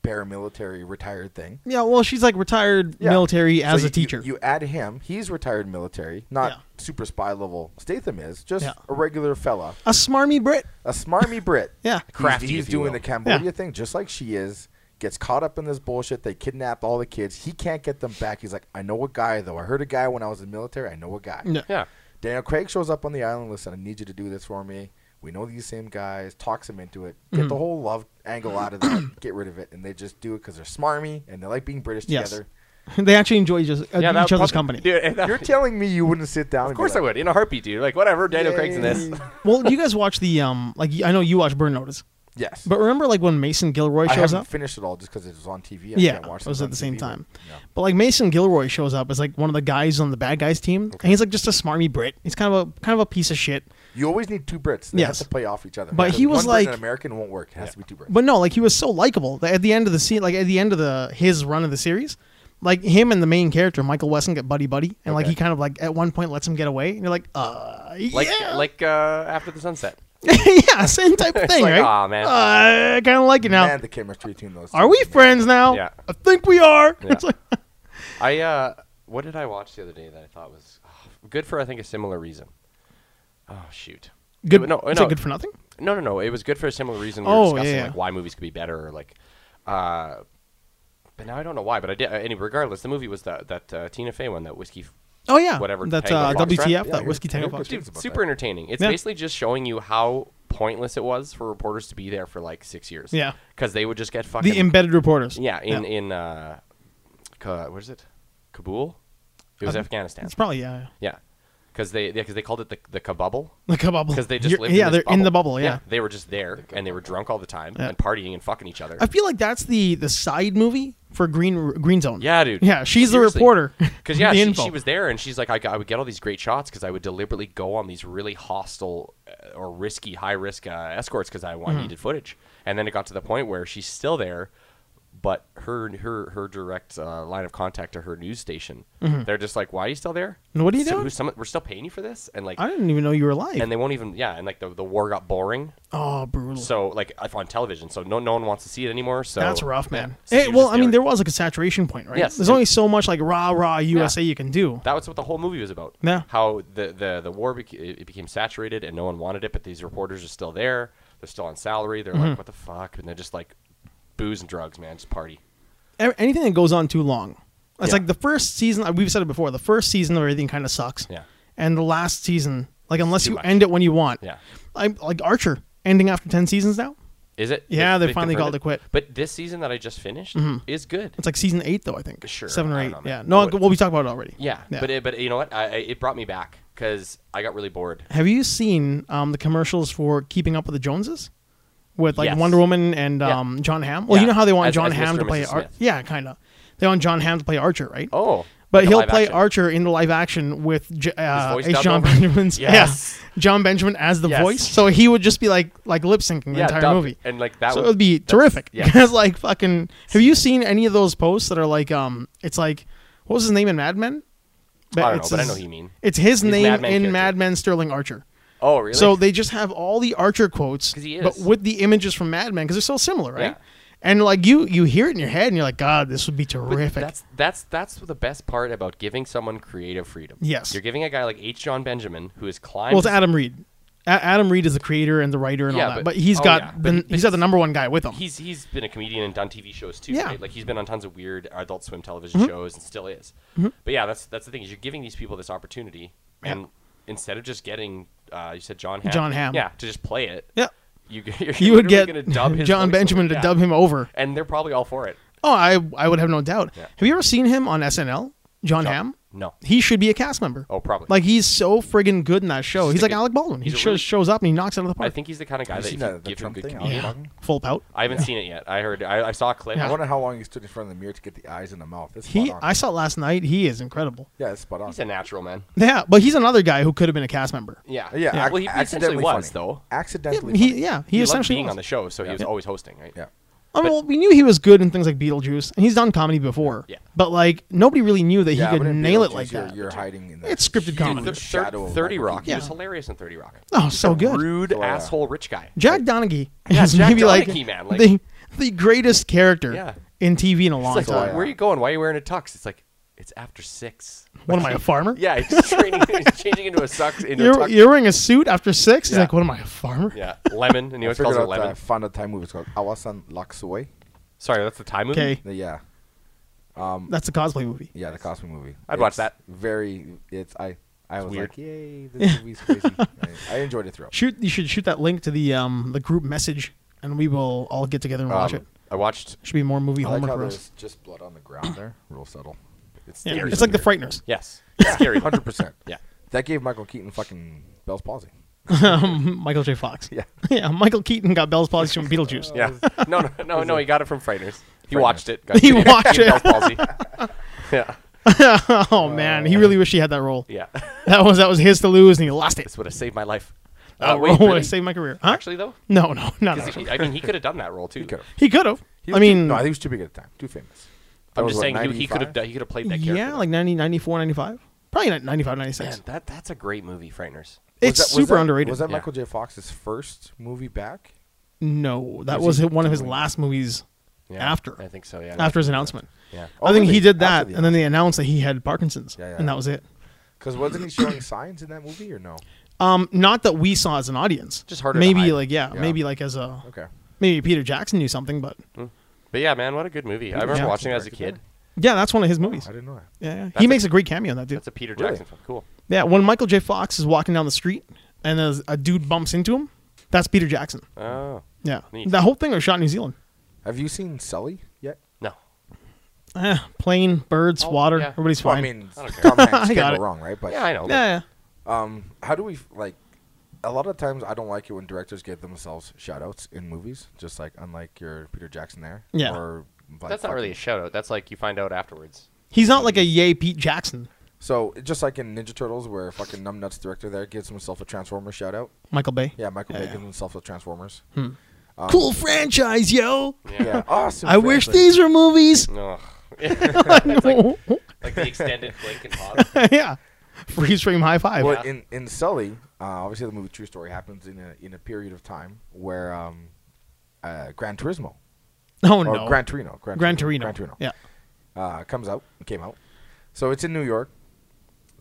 Speaker 3: paramilitary retired thing.
Speaker 1: Yeah, well, she's like retired
Speaker 3: Yeah.
Speaker 1: military
Speaker 3: So
Speaker 1: as
Speaker 3: you-
Speaker 1: a teacher.
Speaker 3: You, you add him. He's retired military, not
Speaker 1: Yeah.
Speaker 3: super spy level. Statham is just
Speaker 1: Yeah.
Speaker 3: a regular fella,
Speaker 1: a smarmy Brit.
Speaker 3: a smarmy Brit.
Speaker 1: Yeah.
Speaker 3: He's-
Speaker 2: Crafty,
Speaker 3: He's,
Speaker 2: if you will.
Speaker 3: doing the Cambodia
Speaker 1: Yeah.
Speaker 3: thing just like she is. Gets caught up in this bullshit. They kidnapped all the kids. He can't get them back. He's like, I know a guy though. I heard a guy when I was in the military. I know a guy.
Speaker 1: Yeah.
Speaker 2: yeah,
Speaker 3: Daniel Craig shows up on the island. Listen, I need you to do this for me. We know these same guys. Talks him into it. Get
Speaker 1: Mm-hmm.
Speaker 3: the whole love angle out of that. get rid of it, and they just do it because they're smarmy and they like being British
Speaker 1: Yes.
Speaker 3: together.
Speaker 1: they actually enjoy just, uh,
Speaker 2: yeah, that
Speaker 1: each other's
Speaker 2: probably-
Speaker 1: company.
Speaker 2: Dude, and that-
Speaker 3: You're telling me you wouldn't sit down?
Speaker 2: of course I would in a heartbeat, dude. Like whatever, Daniel Craig's in this.
Speaker 1: Well, you guys watch the um like I know you watch Burn Notice,
Speaker 3: Yes,
Speaker 1: but remember like when Mason Gilroy
Speaker 3: I
Speaker 1: shows
Speaker 3: haven't
Speaker 1: up?
Speaker 3: finished it all just because it was on TV. And I
Speaker 1: Yeah,
Speaker 3: can't watch
Speaker 1: it was
Speaker 3: things
Speaker 1: at
Speaker 3: on
Speaker 1: the same
Speaker 3: TV, but-
Speaker 1: time.
Speaker 3: Yeah.
Speaker 1: But like Mason Gilroy shows up as like one of the guys on the bad guys team, and he's like just a smarmy Brit. He's kind of a kind of a piece of shit.
Speaker 3: You always need two Brits. They
Speaker 1: Yes.
Speaker 3: have to play off each other.
Speaker 1: But
Speaker 3: Because
Speaker 1: he was
Speaker 3: one Brit and
Speaker 1: like-
Speaker 3: an American won't work. It has to be two Brits.
Speaker 1: But no, like he was so likable that at the end of the scene, like at the end of the his run of the series, like him and the main character Michael Wesson get buddy buddy, and like
Speaker 2: Okay.
Speaker 1: he kind of like at one point lets him get away, and you're like, uh,
Speaker 2: Like
Speaker 1: yeah,
Speaker 2: like uh, after the sunset.
Speaker 1: yeah, same type of
Speaker 2: It's
Speaker 1: thing,
Speaker 2: like,
Speaker 1: right?
Speaker 2: aw, man.
Speaker 1: Uh, I kind of like it now.
Speaker 3: Man, the chemistry between those.
Speaker 1: are
Speaker 3: two
Speaker 1: we
Speaker 3: is amazing.
Speaker 1: friends now?
Speaker 2: Yeah.
Speaker 1: I think we are.
Speaker 2: Yeah.
Speaker 1: It's like,
Speaker 2: I uh, what did I watch the other day that I thought was oh, good for? I think a similar reason. Oh shoot.
Speaker 1: good.
Speaker 2: No,
Speaker 1: No,
Speaker 2: no.
Speaker 1: is it good for nothing?
Speaker 2: No, no, no. It was good for a similar reason. We were
Speaker 1: Oh,
Speaker 2: discussing
Speaker 1: yeah, yeah.
Speaker 2: like why movies could be better, or like uh, But now I don't know why. But I did. Uh, anyway, regardless, the movie was that that uh, Tina Fey one, that whiskey. F-
Speaker 1: Oh yeah,
Speaker 2: Whatever
Speaker 1: That
Speaker 2: Tango
Speaker 1: uh,
Speaker 2: Foxtrot.
Speaker 1: WTF,
Speaker 2: Yeah,
Speaker 1: that
Speaker 3: you're-
Speaker 1: whiskey tango
Speaker 3: you're
Speaker 1: fox.
Speaker 3: good.
Speaker 2: Dude,
Speaker 3: about that.
Speaker 2: super entertaining. It's
Speaker 1: Yeah.
Speaker 2: basically just showing you how pointless it was for reporters to be there for like six years.
Speaker 1: Yeah.
Speaker 2: Because they would just get fucking.
Speaker 1: The embedded reporters.
Speaker 2: yeah. In in uh, Ka- what is it? Kabul. It was
Speaker 1: I think-
Speaker 2: Afghanistan.
Speaker 1: Um, it's probably yeah.
Speaker 2: Yeah. Because they because they called it the the kabubble.
Speaker 1: Like a bubble.
Speaker 2: Because they just
Speaker 1: You're-
Speaker 2: lived.
Speaker 1: yeah,
Speaker 2: in
Speaker 1: they're
Speaker 2: this
Speaker 1: in the bubble. yeah.
Speaker 2: they were just there and they were drunk all the time
Speaker 1: Yeah.
Speaker 2: and partying and fucking each other.
Speaker 1: I feel like that's the the side movie for Green Green Zone.
Speaker 2: yeah, dude.
Speaker 1: Yeah, she's the reporter.
Speaker 2: Because yeah,
Speaker 1: the
Speaker 2: she,
Speaker 1: info.
Speaker 2: she was there and she's like, I, got- I would get all these great shots because I would deliberately go on these really hostile uh, or risky, high risk uh, escorts because I
Speaker 1: Mm-hmm.
Speaker 2: wanted needed footage. And then it got to the point where she's still there, but her her her direct uh, line of contact to her news station, they're just like, Why are you still there?
Speaker 1: Mm-hmm. And what are you
Speaker 2: So-
Speaker 1: doing?"
Speaker 2: who's someone- we're still paying you for this, and like,
Speaker 1: I didn't even know you were alive.
Speaker 2: and they won't even yeah, and like the the war got boring.
Speaker 1: oh, brutal.
Speaker 2: So like if on television, so no no one wants to see it anymore. So
Speaker 1: that's rough, man.
Speaker 2: Yeah. So
Speaker 1: Eh,
Speaker 2: you're
Speaker 1: well,
Speaker 2: just
Speaker 1: I mean,
Speaker 2: there.
Speaker 1: there was like a saturation point, right?
Speaker 2: Yes,
Speaker 1: There's
Speaker 2: and-
Speaker 1: only so much like rah rah USA you can do.
Speaker 2: That was what the whole movie was about.
Speaker 1: Yeah.
Speaker 2: How the the, the war bec- it became saturated and no one wanted it, but these reporters are still there. They're still on salary. They're
Speaker 1: Mm-hmm.
Speaker 2: like, what the fuck? And they're just like, booze and drugs, man, just party.
Speaker 1: ev- e-, anything that goes on too long. It's
Speaker 2: Yeah.
Speaker 1: like the first season. uh, We've said it before. The first season of everything kind of sucks.
Speaker 2: Yeah.
Speaker 1: And the last season, like unless
Speaker 2: too
Speaker 1: you
Speaker 2: much.
Speaker 1: end it when you want.
Speaker 2: Yeah.
Speaker 1: I'm like Archer ending after ten seasons now.
Speaker 2: Is it?
Speaker 1: Yeah, they
Speaker 2: they've
Speaker 1: finally
Speaker 2: confirmed
Speaker 1: called it quit. Mm-hmm.
Speaker 2: But this season that I just finished is good.
Speaker 1: It's like season eight though. I think.
Speaker 2: Sure,
Speaker 1: Seven or
Speaker 2: I
Speaker 1: eight.
Speaker 2: don't know,
Speaker 1: yeah.
Speaker 2: man.
Speaker 1: No.
Speaker 2: But-
Speaker 1: well, we talked about it already.
Speaker 2: Yeah. But it, but you know what? I, I it brought me back because I got really bored.
Speaker 1: Have you seen um, the commercials for Keeping Up with the Joneses? With like
Speaker 2: Yes.
Speaker 1: Wonder Woman and
Speaker 2: Yeah.
Speaker 1: um, John Hamm. Well, you
Speaker 2: Yeah.
Speaker 1: know how they want
Speaker 2: As-
Speaker 1: John
Speaker 2: as
Speaker 1: Hamm
Speaker 2: Mr.
Speaker 1: to
Speaker 2: and
Speaker 1: play
Speaker 2: Mrs.
Speaker 1: Archer.
Speaker 2: Smith.
Speaker 1: Yeah, kind of. They want John Hamm to play Archer, right?
Speaker 2: Oh.
Speaker 1: But
Speaker 2: like a
Speaker 1: he'll
Speaker 2: live
Speaker 1: play
Speaker 2: action.
Speaker 1: Archer in the live action with J- uh,
Speaker 2: voice
Speaker 1: H.
Speaker 2: dubbed
Speaker 1: John
Speaker 2: over?
Speaker 1: Benjamin's yeah,
Speaker 2: Yes.
Speaker 1: John Benjamin as the
Speaker 2: Yes.
Speaker 1: voice. So he would just be like like lip syncing the
Speaker 2: Yeah,
Speaker 1: entire
Speaker 2: dubbed.
Speaker 1: movie.
Speaker 2: And like that
Speaker 1: so
Speaker 2: would
Speaker 1: it would be
Speaker 2: that's-
Speaker 1: terrific.
Speaker 2: yeah.
Speaker 1: Because like fucking, have you seen any of those posts that are like um? It's like what was his name in Mad Men? But
Speaker 2: I don't know,
Speaker 1: it's
Speaker 2: but I know
Speaker 1: his-
Speaker 2: who you mean.
Speaker 1: It's his
Speaker 2: He's
Speaker 1: name
Speaker 2: Mad Men
Speaker 1: in
Speaker 2: character.
Speaker 1: Mad Men Sterling Archer.
Speaker 2: Oh, really?
Speaker 1: So they just have all the Archer quotes,
Speaker 2: 'Cause he
Speaker 1: but
Speaker 2: is.
Speaker 1: with the images from Mad Men because they're so similar, right?
Speaker 2: Yeah.
Speaker 1: And like you, you hear it in your head, and you're like, God, this would be
Speaker 2: But
Speaker 1: terrific.
Speaker 2: That's that's that's the best part about giving someone creative freedom.
Speaker 1: Yes.
Speaker 2: you're giving a guy like H. John Benjamin who has climbed.
Speaker 1: well, it's Adam Reed. A- Adam Reed is the creator and the writer and
Speaker 2: Yeah,
Speaker 1: all that, but,
Speaker 2: but-
Speaker 1: he's
Speaker 2: oh,
Speaker 1: got
Speaker 2: yeah,
Speaker 1: the,
Speaker 2: but- but
Speaker 1: he's got the number one guy with him.
Speaker 2: He's he's been a comedian and done TV shows too.
Speaker 1: Yeah. Mm-hmm.
Speaker 2: right? like he's been on tons of weird Adult Swim television shows and still is. But yeah, that's that's the thing is you're giving these people this opportunity, and instead of just getting, uh, you said John Hamm.
Speaker 1: John Hamm.
Speaker 2: Yeah, to just play it.
Speaker 1: yeah,
Speaker 2: You you're
Speaker 1: you would
Speaker 2: literally
Speaker 1: get
Speaker 2: gonna dub his
Speaker 1: John
Speaker 2: voice over-
Speaker 1: Benjamin to
Speaker 2: yeah.
Speaker 1: dub him over.
Speaker 2: and they're probably all for it.
Speaker 1: Oh, I I would have no doubt.
Speaker 2: Yeah.
Speaker 1: Have you ever seen him on SNL, John
Speaker 2: No.
Speaker 1: Hamm?
Speaker 2: No.
Speaker 1: He should be a cast member.
Speaker 2: Oh, probably.
Speaker 1: Like he's so friggin' good in that show. He's,
Speaker 2: He's
Speaker 1: like
Speaker 2: like a-
Speaker 1: Alec Baldwin. He
Speaker 2: he's a
Speaker 1: just
Speaker 2: really-
Speaker 1: shows up and he knocks it out of the
Speaker 2: I
Speaker 1: park.
Speaker 2: think he's the kind of guy
Speaker 3: Have
Speaker 2: that
Speaker 3: you
Speaker 2: if
Speaker 3: seen
Speaker 2: you
Speaker 3: that, the
Speaker 2: give him
Speaker 3: Trump
Speaker 2: good
Speaker 3: thing?
Speaker 2: comedy.
Speaker 3: Alec
Speaker 1: yeah,
Speaker 3: Baldwin?
Speaker 1: full pout.
Speaker 2: I haven't seen it yet. I heard. I, I saw a clip.
Speaker 1: Yeah.
Speaker 3: I wonder how long he stood in front of the mirror to get the eyes in the mouth. It's
Speaker 1: He
Speaker 3: spot on.
Speaker 1: I saw it last night. He is incredible.
Speaker 3: yeah, it's spot on.
Speaker 2: He's a natural man.
Speaker 1: Yeah, but he's another guy who could have been a cast member.
Speaker 2: Yeah.
Speaker 3: Uh, yeah, ac-
Speaker 2: well, he essentially
Speaker 3: accidentally
Speaker 2: was
Speaker 3: funny.
Speaker 2: though.
Speaker 3: Accidentally.
Speaker 1: He
Speaker 3: funny.
Speaker 1: yeah, he,
Speaker 2: he loved
Speaker 1: essentially
Speaker 2: being
Speaker 1: was.
Speaker 2: on the show, so he was
Speaker 3: Yeah.
Speaker 2: always hosting, right?
Speaker 3: Yeah.
Speaker 1: I mean, well, we knew he was good in things like Beetlejuice, and he's done comedy before.
Speaker 2: Yeah.
Speaker 1: But like nobody really knew that
Speaker 3: Yeah,
Speaker 1: he
Speaker 3: but
Speaker 1: could
Speaker 3: in
Speaker 1: nail it
Speaker 3: Beetlejuice,
Speaker 1: like
Speaker 3: you're,
Speaker 1: that.
Speaker 3: You're hiding in that.
Speaker 1: It's scripted
Speaker 3: huge
Speaker 1: comedy.
Speaker 2: Dude, thir-
Speaker 3: shadow of
Speaker 2: Thirty
Speaker 3: Michael
Speaker 2: Rock.
Speaker 3: Keaton.
Speaker 2: He
Speaker 1: Yeah.
Speaker 2: was hilarious in Thirty Rock.
Speaker 1: oh, so good.
Speaker 2: Rude
Speaker 3: Oh, yeah.
Speaker 2: asshole rich guy.
Speaker 1: Jack Donaghy
Speaker 2: Yeah,
Speaker 1: is
Speaker 2: Jack
Speaker 1: maybe like,
Speaker 2: Donaghy, man, like-
Speaker 1: the the greatest character
Speaker 2: Yeah.
Speaker 1: in TV in a
Speaker 2: It's
Speaker 1: long
Speaker 2: like,
Speaker 1: time.
Speaker 2: where are you going? Why are you wearing a tux? It's like, it's after six.
Speaker 1: What am I, a farmer?
Speaker 2: Yeah, he's training, he's changing into a sucks into a
Speaker 1: You're,
Speaker 2: tux.
Speaker 1: you're wearing a suit after six. He's
Speaker 2: Yeah.
Speaker 1: like, what am I, a farmer?
Speaker 2: Yeah, lemon, and he
Speaker 3: I
Speaker 2: always
Speaker 3: figured
Speaker 2: calls her
Speaker 3: out
Speaker 2: lemon.
Speaker 3: that. Found a time movie. It's called Awasan Laksoy.
Speaker 2: Sorry, that's the Thai movie.
Speaker 1: Okay,
Speaker 3: Yeah.
Speaker 1: that's a cosplay movie.
Speaker 3: Um, Yeah, the Cosby movie.
Speaker 2: I'd watch
Speaker 3: It's
Speaker 2: that.
Speaker 3: Very, it's I. I was
Speaker 2: weird.
Speaker 3: like, yay, this movie's crazy. I, I enjoyed it throughout.
Speaker 1: Shoot, you should shoot that link to the um the group message, and we will all get together and watch
Speaker 2: Um,
Speaker 1: it.
Speaker 2: I watched.
Speaker 1: Should be more movie
Speaker 3: I like
Speaker 1: homework
Speaker 3: how
Speaker 1: for
Speaker 3: there's
Speaker 1: us.
Speaker 3: just blood on the ground there, real subtle.
Speaker 2: It's,
Speaker 1: Yeah,
Speaker 2: scary.
Speaker 1: it's like the Frighteners.
Speaker 2: Yes, it's scary.
Speaker 3: Hundred percent.
Speaker 2: Yeah.
Speaker 3: That gave Michael Keaton fucking Bell's palsy.
Speaker 1: Um, Michael J. Fox.
Speaker 3: Yeah.
Speaker 1: yeah. Michael Keaton got Bell's palsy from Beetlejuice.
Speaker 2: Yeah. No, no, no, no. He got it from Frighteners. He
Speaker 3: Frighteners.
Speaker 2: watched it. Got
Speaker 1: He watched
Speaker 2: gave
Speaker 1: it.
Speaker 2: Bell's palsy. yeah.
Speaker 1: Oh man, he really wished he had that role.
Speaker 2: Yeah.
Speaker 1: That was that was his to lose, and he lost it.
Speaker 2: This would have saved my life.
Speaker 1: That
Speaker 2: Uh,
Speaker 1: role
Speaker 2: wait,
Speaker 1: would
Speaker 2: really?
Speaker 1: have saved my career. Huh?
Speaker 2: Actually, though,
Speaker 1: no, no, not
Speaker 2: Because
Speaker 1: actually.
Speaker 2: he- I mean, he could have done that role too.
Speaker 3: He could have.
Speaker 1: He could have. I mean,
Speaker 3: no, he was too big at the time, too famous. That
Speaker 2: I'm
Speaker 3: was,
Speaker 2: just
Speaker 3: what,
Speaker 2: saying he, he could have
Speaker 3: 95?
Speaker 2: done- he could have played that character.
Speaker 1: yeah,
Speaker 2: though.
Speaker 1: like 90, 94, 95. probably not 95, 96.
Speaker 2: man, that that's a great movie, Frighteners.
Speaker 1: it's
Speaker 3: Was that- was
Speaker 1: super
Speaker 3: that-
Speaker 1: underrated.
Speaker 3: Was that
Speaker 2: Yeah.
Speaker 3: Michael J. Fox's first movie back?
Speaker 1: no, that
Speaker 3: was
Speaker 1: was
Speaker 3: he
Speaker 1: one of his
Speaker 3: doing?
Speaker 1: last movies
Speaker 2: Yeah,
Speaker 1: after
Speaker 2: I think so. Yeah.
Speaker 1: after his announcement.
Speaker 2: Yeah.
Speaker 1: I think
Speaker 3: really?
Speaker 1: he did that,
Speaker 3: After the
Speaker 1: and then they announced that he had Parkinson's,
Speaker 3: Yeah, yeah.
Speaker 1: and that was it.
Speaker 3: Because wasn't he showing signs in that movie or no?
Speaker 1: Um, not that we saw as an audience.
Speaker 2: Just harder to
Speaker 1: Maybe
Speaker 2: hide.
Speaker 1: like yeah,
Speaker 3: Yeah.
Speaker 1: maybe like as a
Speaker 3: Okay.
Speaker 2: Hmm.
Speaker 1: maybe Peter Jackson knew something, but
Speaker 2: But yeah, man, what a good movie. I
Speaker 3: Peter
Speaker 2: remember
Speaker 1: Jackson
Speaker 2: watching it as a
Speaker 3: directed
Speaker 2: kid.
Speaker 1: Yeah, that's one of his
Speaker 3: I
Speaker 1: movies.
Speaker 3: didn't know that.
Speaker 1: Yeah, yeah.
Speaker 2: That's
Speaker 1: he
Speaker 2: a-
Speaker 1: makes a great cameo in that dude.
Speaker 2: That's a Peter
Speaker 3: Really?
Speaker 2: Jackson film. Cool.
Speaker 1: Yeah, when Michael J. Fox is walking down the street and there's a dude bumps into him, that's Peter Jackson.
Speaker 2: Oh
Speaker 1: Yeah,
Speaker 2: Neat.
Speaker 1: that whole thing was shot in New Zealand.
Speaker 3: Have you seen Sully yet?
Speaker 2: no,
Speaker 1: Eh, plane, birds,
Speaker 2: Oh,
Speaker 1: water,
Speaker 2: yeah.
Speaker 1: everybody's
Speaker 3: Well,
Speaker 1: fine.
Speaker 3: I mean,
Speaker 2: I don't care.
Speaker 3: Tom Hanks
Speaker 1: I
Speaker 3: can't
Speaker 1: got
Speaker 3: go
Speaker 1: it.
Speaker 3: wrong, right? But
Speaker 2: yeah, I know. but-
Speaker 1: yeah, yeah.
Speaker 3: um, how do we f- like? A lot of times, I don't like it when directors give themselves shout-outs in movies. Just like unlike your Peter Jackson there.
Speaker 1: Yeah.
Speaker 3: Or like
Speaker 2: that's not really a
Speaker 3: fucking-
Speaker 2: shout out. That's like you find out afterwards.
Speaker 1: He's not like a yay Pete Jackson,
Speaker 3: So just like in Ninja Turtles, where fucking numbnuts director there gives himself a Transformers shout-out.
Speaker 1: Michael Bay.
Speaker 3: Yeah, uh, Michael Bay
Speaker 1: Yeah. Hmm.
Speaker 3: gives himself a Transformers.
Speaker 1: cool franchise, yo.
Speaker 2: Yeah.
Speaker 3: Yeah, awesome.
Speaker 1: I wish
Speaker 3: franchise.
Speaker 1: these were movies.
Speaker 2: Ugh. That's like, like the extended blink and pause.
Speaker 1: yeah. Freeze frame high five.
Speaker 3: Well, in in Sully, uh, obviously the movie True Story happens in a in a period of time where um, uh, Gran Turismo
Speaker 1: Oh
Speaker 3: or
Speaker 1: no.
Speaker 3: Gran Torino, Gran,
Speaker 1: Gran Torino.
Speaker 3: Gran Torino,
Speaker 1: Yeah.
Speaker 3: uh, comes out, came out. So it's in New York.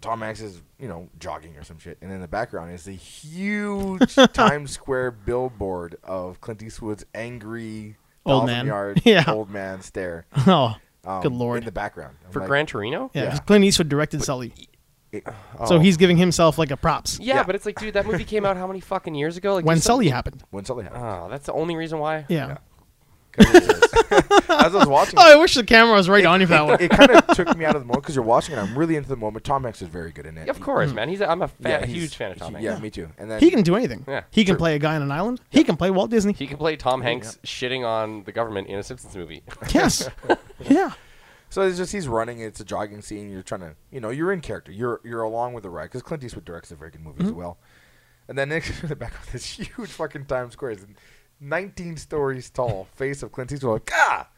Speaker 3: Tom Hanks is you know jogging or some shit, and in the background is the huge Times Square billboard of Clint Eastwood's angry
Speaker 1: Old
Speaker 3: thousand
Speaker 1: man.
Speaker 3: yard
Speaker 1: Yeah.
Speaker 3: old man stare.
Speaker 1: Oh.
Speaker 3: um,
Speaker 1: Good lord.
Speaker 3: In the background I'm
Speaker 2: For
Speaker 3: like,
Speaker 2: Gran Torino?
Speaker 1: yeah,
Speaker 3: yeah.
Speaker 1: 'cause Clint Eastwood directed Sully.
Speaker 3: it-
Speaker 1: So
Speaker 2: Oh.
Speaker 1: he's giving himself like a props
Speaker 2: yeah.
Speaker 3: Yeah.
Speaker 2: but it's like, dude, that movie came out how many fucking years ago? Like
Speaker 1: when
Speaker 2: you said-
Speaker 1: Sully happened.
Speaker 3: when Sully happened.
Speaker 2: Oh, that's the only reason why.
Speaker 1: Yeah.
Speaker 3: 'Cause it was- As I was watching,
Speaker 1: Oh, I wish the camera was right on you for that one.
Speaker 3: it kind of took me out of the moment because you're watching it. I'm really into the moment. Tom Hanks is very good in it.
Speaker 2: Yeah, of course, man. He's a, I'm a fan,
Speaker 3: Yeah, he's-
Speaker 2: huge fan of Tom Hanks.
Speaker 3: he- Yeah, me too. And then
Speaker 1: He can do anything.
Speaker 2: Yeah,
Speaker 1: he can
Speaker 2: true.
Speaker 1: play a guy on an island. He can play Walt Disney.
Speaker 2: He can play Tom Hanks shitting on the government in a Simpsons movie.
Speaker 1: yes. yeah.
Speaker 3: So it's just he's running. It's a jogging scene. You're trying to, you know, you're in character. You're you're along with the ride because Clint Eastwood directs a very good movie as well. And then next in the background, this huge fucking Times Square, is 19 stories tall face of Clint Eastwood. Like, ah,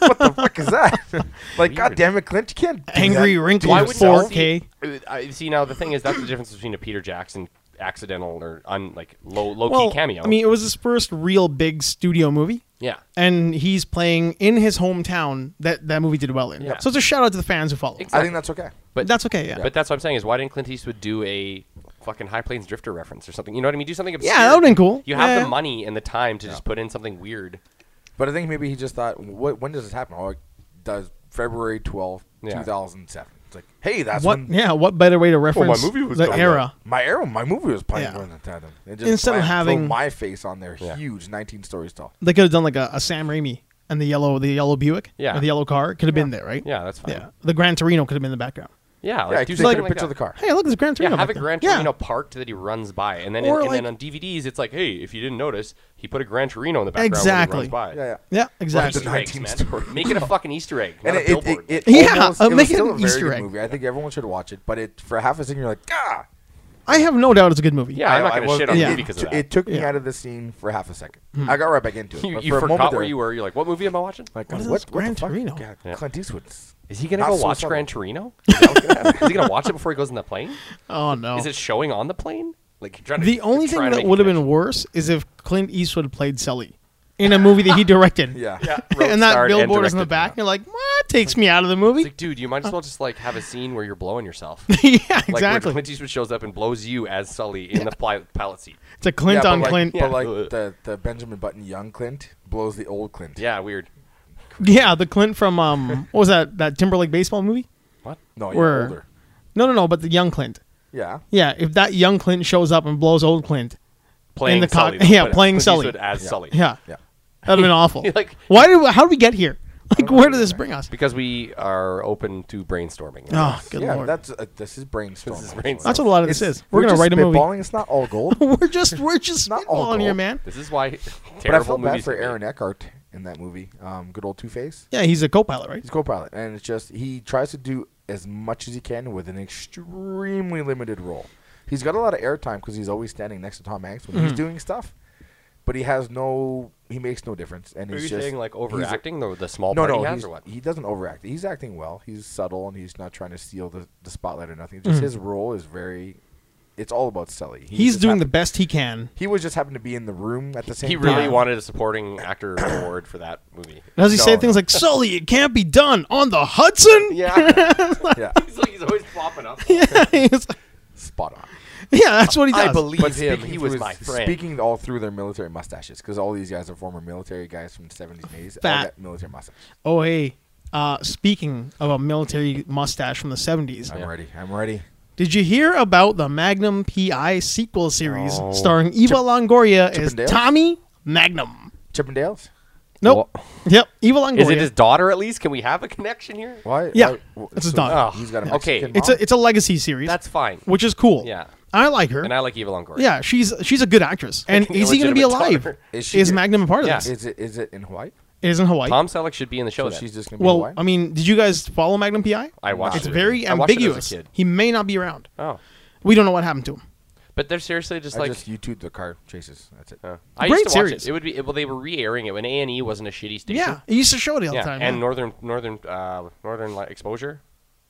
Speaker 3: what the fuck is that? like,
Speaker 2: Weird.
Speaker 3: god damn it, Clint, you can't. do
Speaker 1: Angry
Speaker 3: that.
Speaker 1: wrinkled
Speaker 2: Why would not
Speaker 1: 4K.
Speaker 2: See, I see now. The thing is, that's the difference between a Peter Jackson accidental or un, like low low
Speaker 1: Well,
Speaker 2: key cameo.
Speaker 1: I mean, it was his first real big studio movie.
Speaker 2: yeah,
Speaker 1: and he's playing in his hometown that that movie did well in.
Speaker 2: Yeah.
Speaker 1: So it's a shout out to the fans who follow.
Speaker 2: Exactly.
Speaker 3: I think that's okay.
Speaker 1: But that's okay. Yeah.
Speaker 2: but that's what I'm saying is why didn't Clint Eastwood do a fucking High Plains Drifter reference or something? You know what I mean? Do something obscure.
Speaker 1: yeah, that would've been cool.
Speaker 2: You have
Speaker 1: yeah.
Speaker 2: the money and the time to just put in something weird.
Speaker 3: But I think maybe he just thought, what, when does this happen? Oh, it does February 12th,
Speaker 2: Yeah.
Speaker 3: 2007. It's like, hey, that's
Speaker 1: What?
Speaker 3: when
Speaker 1: Yeah. What better way to reference
Speaker 2: Oh, movie was
Speaker 1: the
Speaker 2: done
Speaker 1: era?
Speaker 3: my arrow, my movie was playing
Speaker 1: Yeah.
Speaker 3: during that time. They just
Speaker 1: Instead of
Speaker 3: slammed- throw
Speaker 1: having-
Speaker 3: my face on there,
Speaker 2: Yeah.
Speaker 3: huge, 19 stories tall.
Speaker 1: They could have done like a, a Sam Raimi and the yellow the yellow Buick.
Speaker 2: Yeah.
Speaker 1: Or the yellow car could have been there, right?
Speaker 2: Yeah, that's fine.
Speaker 1: Yeah. The Gran Torino could have been in the background.
Speaker 2: Yeah, like,
Speaker 3: Yeah,
Speaker 2: do
Speaker 3: you
Speaker 2: something
Speaker 3: take a
Speaker 2: like
Speaker 3: picture of
Speaker 2: that.
Speaker 3: the car.
Speaker 1: Hey, look, there's a Gran Torino.
Speaker 2: Yeah, have a
Speaker 1: back there.
Speaker 2: Gran
Speaker 1: Yeah.
Speaker 2: Torino parked that he runs by, and then
Speaker 1: Or
Speaker 2: and then
Speaker 1: like-
Speaker 2: on DVDs it's like, hey, if you didn't notice, he put a Gran Torino in the background when
Speaker 1: Exactly.
Speaker 2: he runs by.
Speaker 3: Yeah, yeah.
Speaker 1: Yeah,
Speaker 2: Easter
Speaker 1: exactly.
Speaker 3: Right.
Speaker 2: eggs,
Speaker 3: 19
Speaker 2: man.
Speaker 3: stories.
Speaker 2: Make it a fucking Easter egg, not
Speaker 3: And
Speaker 2: a
Speaker 3: it, it,
Speaker 2: billboard.
Speaker 3: it, it
Speaker 1: Yeah,
Speaker 3: almost,
Speaker 1: uh,
Speaker 3: it
Speaker 1: make
Speaker 3: was
Speaker 1: it
Speaker 3: still
Speaker 1: an
Speaker 3: a very
Speaker 1: Easter
Speaker 3: good
Speaker 1: egg.
Speaker 3: movie. I think everyone should watch it, but it for half a second you're like, ah.
Speaker 1: I have no doubt it's a good movie.
Speaker 2: yeah, I'm not
Speaker 3: I- I
Speaker 2: gonna
Speaker 3: was-
Speaker 2: shit on
Speaker 3: it,
Speaker 2: the
Speaker 1: Yeah.
Speaker 2: movie because of
Speaker 3: It,
Speaker 2: that.
Speaker 3: took me
Speaker 1: Yeah.
Speaker 3: out of the scene for half a second. I got right back into it.
Speaker 2: you
Speaker 3: but
Speaker 2: you
Speaker 3: for a moment
Speaker 2: forgot
Speaker 3: there,
Speaker 2: where you were. You're like, what movie am I watching?
Speaker 3: Like,
Speaker 1: What
Speaker 3: what,
Speaker 1: is this
Speaker 3: what,
Speaker 1: Gran
Speaker 3: the fuck?
Speaker 1: Torino?
Speaker 3: God,
Speaker 2: Yeah.
Speaker 3: Clint Eastwood's.
Speaker 2: Is he gonna
Speaker 3: Not
Speaker 2: go
Speaker 3: so
Speaker 2: watch
Speaker 3: subtle.
Speaker 2: Gran Torino? Is that what's gonna happen? Is he gonna watch it before he goes in the plane?
Speaker 1: Oh no.
Speaker 2: Is it showing on the plane? Like you're trying to
Speaker 1: the only
Speaker 2: you're
Speaker 1: thing
Speaker 2: trying to
Speaker 1: that
Speaker 2: make a
Speaker 1: would have been
Speaker 2: connection.
Speaker 1: worse is if Clint Eastwood played Sully in a movie that he directed.
Speaker 3: Yeah.
Speaker 2: Wrote,
Speaker 1: and that
Speaker 2: starred, and
Speaker 1: billboard is in the
Speaker 2: directed.
Speaker 1: back. You're like, what takes me out of the movie?
Speaker 2: It's like, dude, you might as well just like have a scene where you're blowing yourself.
Speaker 1: yeah,
Speaker 2: Like where
Speaker 1: exactly.
Speaker 2: Clint Eastwood shows up and blows you as Sully in the pli- pilot seat.
Speaker 1: it's a Clint
Speaker 3: yeah,
Speaker 1: on
Speaker 3: but like,
Speaker 1: Clint.
Speaker 3: But
Speaker 2: Yeah.
Speaker 3: like
Speaker 2: Ugh.
Speaker 3: the, the Benjamin Button young Clint blows the old Clint.
Speaker 2: Yeah, weird.
Speaker 1: Yeah, the Clint from um, what was that? That Timberlake baseball movie?
Speaker 2: What?
Speaker 3: No, yeah,
Speaker 1: Where-
Speaker 3: older.
Speaker 1: No, no, no. But the young Clint.
Speaker 3: Yeah.
Speaker 1: Yeah, if that young Clint shows up and blows old Clint,
Speaker 2: Playing
Speaker 1: the
Speaker 2: Sully.
Speaker 1: co-
Speaker 2: though,
Speaker 1: yeah,
Speaker 2: but
Speaker 1: playing
Speaker 2: Clint
Speaker 1: Sully.
Speaker 2: Eastwood as Sully.
Speaker 1: yeah,
Speaker 3: Yeah.
Speaker 1: that'd have been awful.
Speaker 2: Like-
Speaker 1: why did? How did we get here? Like, where did this bring us?
Speaker 2: Because we are open to brainstorming.
Speaker 1: Oh, good
Speaker 3: yeah,
Speaker 1: lord.
Speaker 3: that's uh, this is brainstorming.
Speaker 2: This is brainstorming.
Speaker 1: That's what a lot of this
Speaker 3: It's-
Speaker 1: is. We're, gonna
Speaker 3: just
Speaker 1: write a movie.
Speaker 3: spitballing. It's not all gold.
Speaker 1: we're just we're just
Speaker 3: Not all
Speaker 1: spitballing here,
Speaker 3: gold.
Speaker 1: man.
Speaker 2: This is why
Speaker 3: but I
Speaker 2: terrible
Speaker 3: felt bad
Speaker 2: movies
Speaker 3: for
Speaker 2: are made.
Speaker 3: Aaron Eckhart in that movie. Um, good old Two Face.
Speaker 1: Yeah, he's a co-pilot, right?
Speaker 3: He's co-pilot, and it's just he tries to do as much as he can with an extremely limited role. He's got a lot of airtime because he's always standing next to Tom Hanks when he's
Speaker 1: Hmm.
Speaker 3: doing stuff, but he has no. He makes no difference, and
Speaker 2: Are
Speaker 3: he's
Speaker 2: you
Speaker 3: just
Speaker 2: saying like
Speaker 3: he's a-
Speaker 2: overacting the, the small
Speaker 3: No,
Speaker 2: part
Speaker 3: no,
Speaker 2: he has
Speaker 3: he's-
Speaker 2: or what?
Speaker 3: he doesn't overact. He's acting well. He's subtle, and he's not trying to steal the, the spotlight or nothing. Just his role is very. It's all about Sully. He
Speaker 1: Mm-hmm. He's
Speaker 3: just
Speaker 1: doing
Speaker 3: happened-
Speaker 1: the best he can.
Speaker 3: He was just happened to be in the room at the same.
Speaker 2: He really
Speaker 1: Yeah.
Speaker 2: wanted a supporting actor award for that movie.
Speaker 1: Does he
Speaker 3: No,
Speaker 1: say
Speaker 3: no.
Speaker 1: things like "Sully, it can't be done on the Hudson"?
Speaker 2: Yeah,
Speaker 3: time. Yeah.
Speaker 2: he's, like, he's always flopping up.
Speaker 1: He's like,
Speaker 3: spot on.
Speaker 1: Yeah, that's what he does.
Speaker 2: I believe
Speaker 3: But
Speaker 2: him.
Speaker 3: speaking
Speaker 2: He was
Speaker 3: through
Speaker 2: my
Speaker 3: his-
Speaker 2: friend.
Speaker 3: Speaking all through their military mustaches, because all these guys are former military guys from the 70s and 80s. All
Speaker 1: Fat.
Speaker 3: got military mustache.
Speaker 1: Oh, hey. Uh, speaking of a military mustache from the 70s,
Speaker 3: I'm
Speaker 2: Yeah.
Speaker 3: ready. I'm ready.
Speaker 1: did you hear about the Magnum PI sequel series
Speaker 2: Oh.
Speaker 1: starring Eva Longoria
Speaker 3: Chip
Speaker 1: as
Speaker 3: and Dale?
Speaker 1: Tommy Magnum?
Speaker 3: Chippendales?
Speaker 1: Nope.
Speaker 2: Wha-
Speaker 1: Yep. Eva Longoria.
Speaker 2: Is it his daughter at least? Can we have a connection here?
Speaker 3: Why?
Speaker 1: Yeah,
Speaker 3: why-
Speaker 1: that's his daughter.
Speaker 3: He's got a
Speaker 2: Oh, Okay.
Speaker 3: Mexican
Speaker 1: it's
Speaker 3: mom?
Speaker 1: a it's a legacy series,
Speaker 2: That's fine.
Speaker 1: which is cool.
Speaker 2: Yeah.
Speaker 1: I like her.
Speaker 2: And I like Eva Longoria.
Speaker 1: yeah, she's she's a good actress. And
Speaker 2: an
Speaker 1: is he going to be
Speaker 2: illegitimate
Speaker 1: alive?
Speaker 2: daughter.
Speaker 3: Is
Speaker 1: Is,
Speaker 3: she-
Speaker 1: Magnum a part of
Speaker 2: Yeah.
Speaker 1: this?
Speaker 3: Is it is it in Hawaii?
Speaker 1: It is in Hawaii.
Speaker 2: Tom Selleck should be in the show.
Speaker 3: So
Speaker 2: then.
Speaker 3: she's just gonna be
Speaker 1: well,
Speaker 3: Hawaii?
Speaker 1: I mean, did you guys follow Magnum PI?
Speaker 2: I watched
Speaker 1: It's
Speaker 2: it.
Speaker 1: very
Speaker 2: I watched it as a
Speaker 1: ambiguous.
Speaker 2: kid.
Speaker 1: He may not be around.
Speaker 2: Oh.
Speaker 1: We don't know what happened to him.
Speaker 2: But they're seriously just
Speaker 3: I
Speaker 2: like
Speaker 3: just YouTube the car chases. That's it.
Speaker 2: Uh, I
Speaker 1: Great
Speaker 2: used to watch
Speaker 1: series.
Speaker 2: it. It would be it, well, they were re-airing it when A and E wasn't a shitty station.
Speaker 1: Yeah, he used to show it all the
Speaker 2: yeah.
Speaker 1: time.
Speaker 2: and
Speaker 1: yeah.
Speaker 2: Northern Northern uh, Northern Light Exposure.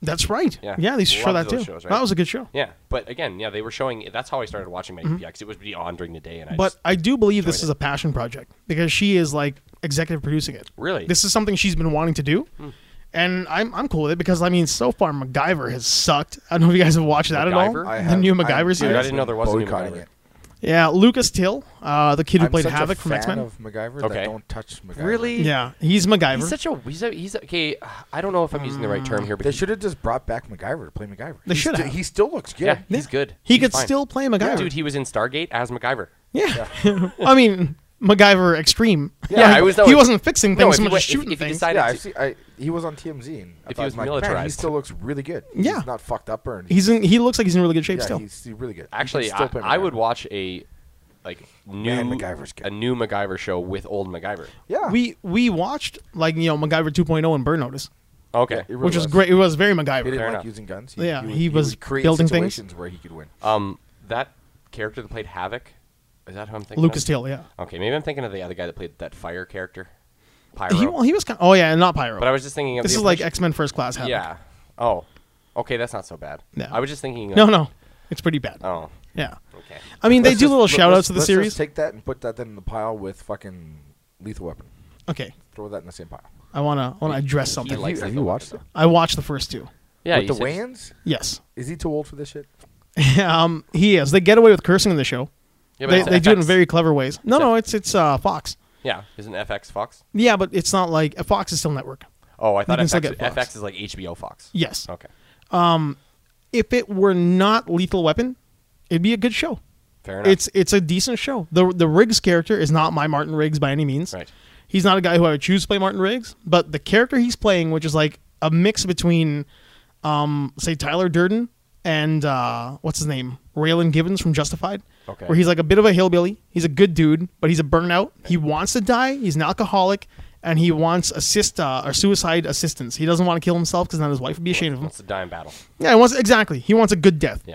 Speaker 1: That's right. Yeah,
Speaker 2: Yeah.
Speaker 1: they used to show
Speaker 2: Loved
Speaker 1: that too.
Speaker 2: those shows, right?
Speaker 1: That was a good show.
Speaker 2: Yeah, but again, yeah, they were showing. That's how I started watching Maggie because it would be on during the day, and I
Speaker 1: Mm-hmm. but
Speaker 2: just,
Speaker 1: I do believe this
Speaker 2: enjoyed
Speaker 1: is a passion project because she is like executive producing it.
Speaker 2: Really? Hmm.
Speaker 1: This is something she's been wanting to do. And I'm, I'm cool with it because I mean so far MacGyver has sucked. I don't know if you guys have watched that
Speaker 2: MacGyver?
Speaker 1: at all.
Speaker 2: I
Speaker 1: the new MacGyver
Speaker 2: I
Speaker 1: series.
Speaker 2: didn't know there was a new
Speaker 3: boycotting
Speaker 2: MacGyver.
Speaker 3: it.
Speaker 1: Yeah, Lucas Till, uh, the kid who
Speaker 3: I'm
Speaker 1: played
Speaker 3: such a
Speaker 1: Havoc from
Speaker 3: fan
Speaker 1: X Men.
Speaker 3: Of MacGyver, that
Speaker 2: Okay.
Speaker 3: don't touch MacGyver.
Speaker 2: really,
Speaker 1: Yeah, he's MacGyver.
Speaker 2: he's such a he's a, he's a, okay. I don't know if I'm using the right term here, but
Speaker 3: They
Speaker 2: he-
Speaker 3: should have just brought back MacGyver to play MacGyver.
Speaker 1: They
Speaker 3: He
Speaker 1: should
Speaker 3: sti-
Speaker 1: have.
Speaker 3: He still looks good.
Speaker 2: yeah, he's
Speaker 1: Yeah.
Speaker 2: good.
Speaker 1: he
Speaker 2: He's
Speaker 1: could
Speaker 2: fine.
Speaker 1: still play MacGyver.
Speaker 2: dude. He was in Stargate as MacGyver.
Speaker 1: yeah. I mean MacGyver Extreme.
Speaker 2: Yeah, I was-
Speaker 1: he wasn't fixing
Speaker 2: No,
Speaker 1: things,
Speaker 2: if
Speaker 1: so
Speaker 2: he
Speaker 1: much
Speaker 2: wa-
Speaker 1: as
Speaker 2: if-
Speaker 1: shooting
Speaker 2: if he
Speaker 1: things.
Speaker 2: decided- I
Speaker 3: Yeah,
Speaker 2: did
Speaker 3: I've
Speaker 2: too.
Speaker 3: seen, I, he was on TMZ. And I
Speaker 2: If he
Speaker 3: thought,
Speaker 2: was
Speaker 3: I'm like, man, he
Speaker 2: militarized.
Speaker 3: still looks really good.
Speaker 1: Yeah.
Speaker 3: he's not fucked up or anything.
Speaker 1: he's in, he looks like he's in really good shape
Speaker 3: yeah,
Speaker 1: still.
Speaker 3: he's really good. He can
Speaker 2: Actually,
Speaker 3: still
Speaker 2: I,
Speaker 3: play
Speaker 2: I would
Speaker 3: MacGyver.
Speaker 2: watch a like new
Speaker 3: Man, MacGyver's good.
Speaker 2: a new MacGyver show with old MacGyver.
Speaker 3: Yeah,
Speaker 1: we we watched like you know MacGyver 2.0 and Burn Notice,
Speaker 2: Okay,
Speaker 3: Yeah, it
Speaker 1: which was
Speaker 3: was.
Speaker 1: great. It was very
Speaker 3: He
Speaker 1: MacGyver.
Speaker 3: didn't
Speaker 2: Fair
Speaker 3: like
Speaker 2: enough.
Speaker 3: using guns.
Speaker 1: Yeah,
Speaker 3: would-
Speaker 1: he was
Speaker 3: would create
Speaker 1: building things.
Speaker 3: situations where he could win.
Speaker 2: um, that character that played Havoc, is that who I'm thinking?
Speaker 1: Lucas
Speaker 2: of?
Speaker 1: Till, yeah.
Speaker 2: Okay, maybe I'm thinking of the other guy that played that fire character, Pyro.
Speaker 1: He well, he was kind. oh yeah, not Pyro.
Speaker 2: but I was just thinking of
Speaker 1: this
Speaker 2: the
Speaker 1: is like
Speaker 2: official-
Speaker 1: X Men First Class. Happened.
Speaker 2: yeah. Oh, okay, that's not so bad.
Speaker 1: No.
Speaker 2: I was just thinking.
Speaker 1: No,
Speaker 2: of-
Speaker 1: no, it's pretty bad.
Speaker 2: Oh,
Speaker 1: Yeah.
Speaker 2: okay.
Speaker 1: I mean, they
Speaker 3: Let's
Speaker 1: do
Speaker 3: just-
Speaker 1: little
Speaker 3: let-
Speaker 1: shout outs
Speaker 3: let's-
Speaker 1: to the
Speaker 3: let's
Speaker 1: series.
Speaker 3: Just take that and put that in the pile with fucking Lethal Weapon.
Speaker 1: okay,
Speaker 3: Throw that in the same pile.
Speaker 1: I wanna I wanna address
Speaker 2: He
Speaker 1: something.
Speaker 2: likes
Speaker 3: have
Speaker 2: Lethal
Speaker 3: you
Speaker 2: Weapon.
Speaker 3: watched it?
Speaker 1: I watched the first two.
Speaker 2: Yeah,
Speaker 3: with
Speaker 2: you
Speaker 3: the
Speaker 2: said-
Speaker 3: Wayans,
Speaker 1: Yes,
Speaker 3: is he too old for this shit?
Speaker 1: um, he is. They get away with cursing in the show.
Speaker 2: Yeah, but
Speaker 1: they
Speaker 2: it's
Speaker 1: they do it in
Speaker 2: FX.
Speaker 1: very clever ways. No,
Speaker 2: It's
Speaker 1: no,
Speaker 2: a-
Speaker 1: it's it's uh, Fox.
Speaker 2: Yeah, isn't FX Fox?
Speaker 1: Yeah, but it's not like Fox is still network.
Speaker 2: Oh, I thought
Speaker 1: can still
Speaker 2: FX,
Speaker 1: get Fox.
Speaker 2: FX is like HBO Fox.
Speaker 1: Yes.
Speaker 2: Okay,
Speaker 1: If it were not Lethal Weapon, it'd be a good show.
Speaker 2: fair enough.
Speaker 1: It's it's a decent show. The the Riggs character is not my Martin Riggs by any means.
Speaker 2: Right.
Speaker 1: He's not a guy who I would choose to play Martin Riggs, but the character he's playing, which is like a mix between um say Tyler Durden and uh what's his name? Raylan Givens from Justified.
Speaker 2: Okay.
Speaker 1: Where he's like a bit of a hillbilly. He's a good dude, but he's a burnout. He wants to die, he's an alcoholic, and he wants assist uh, or suicide assistance. He doesn't want to kill himself because then his wife would be ashamed of him.
Speaker 2: it's a dime battle.
Speaker 1: Yeah, he wants exactly. He wants a good death.
Speaker 2: Yeah.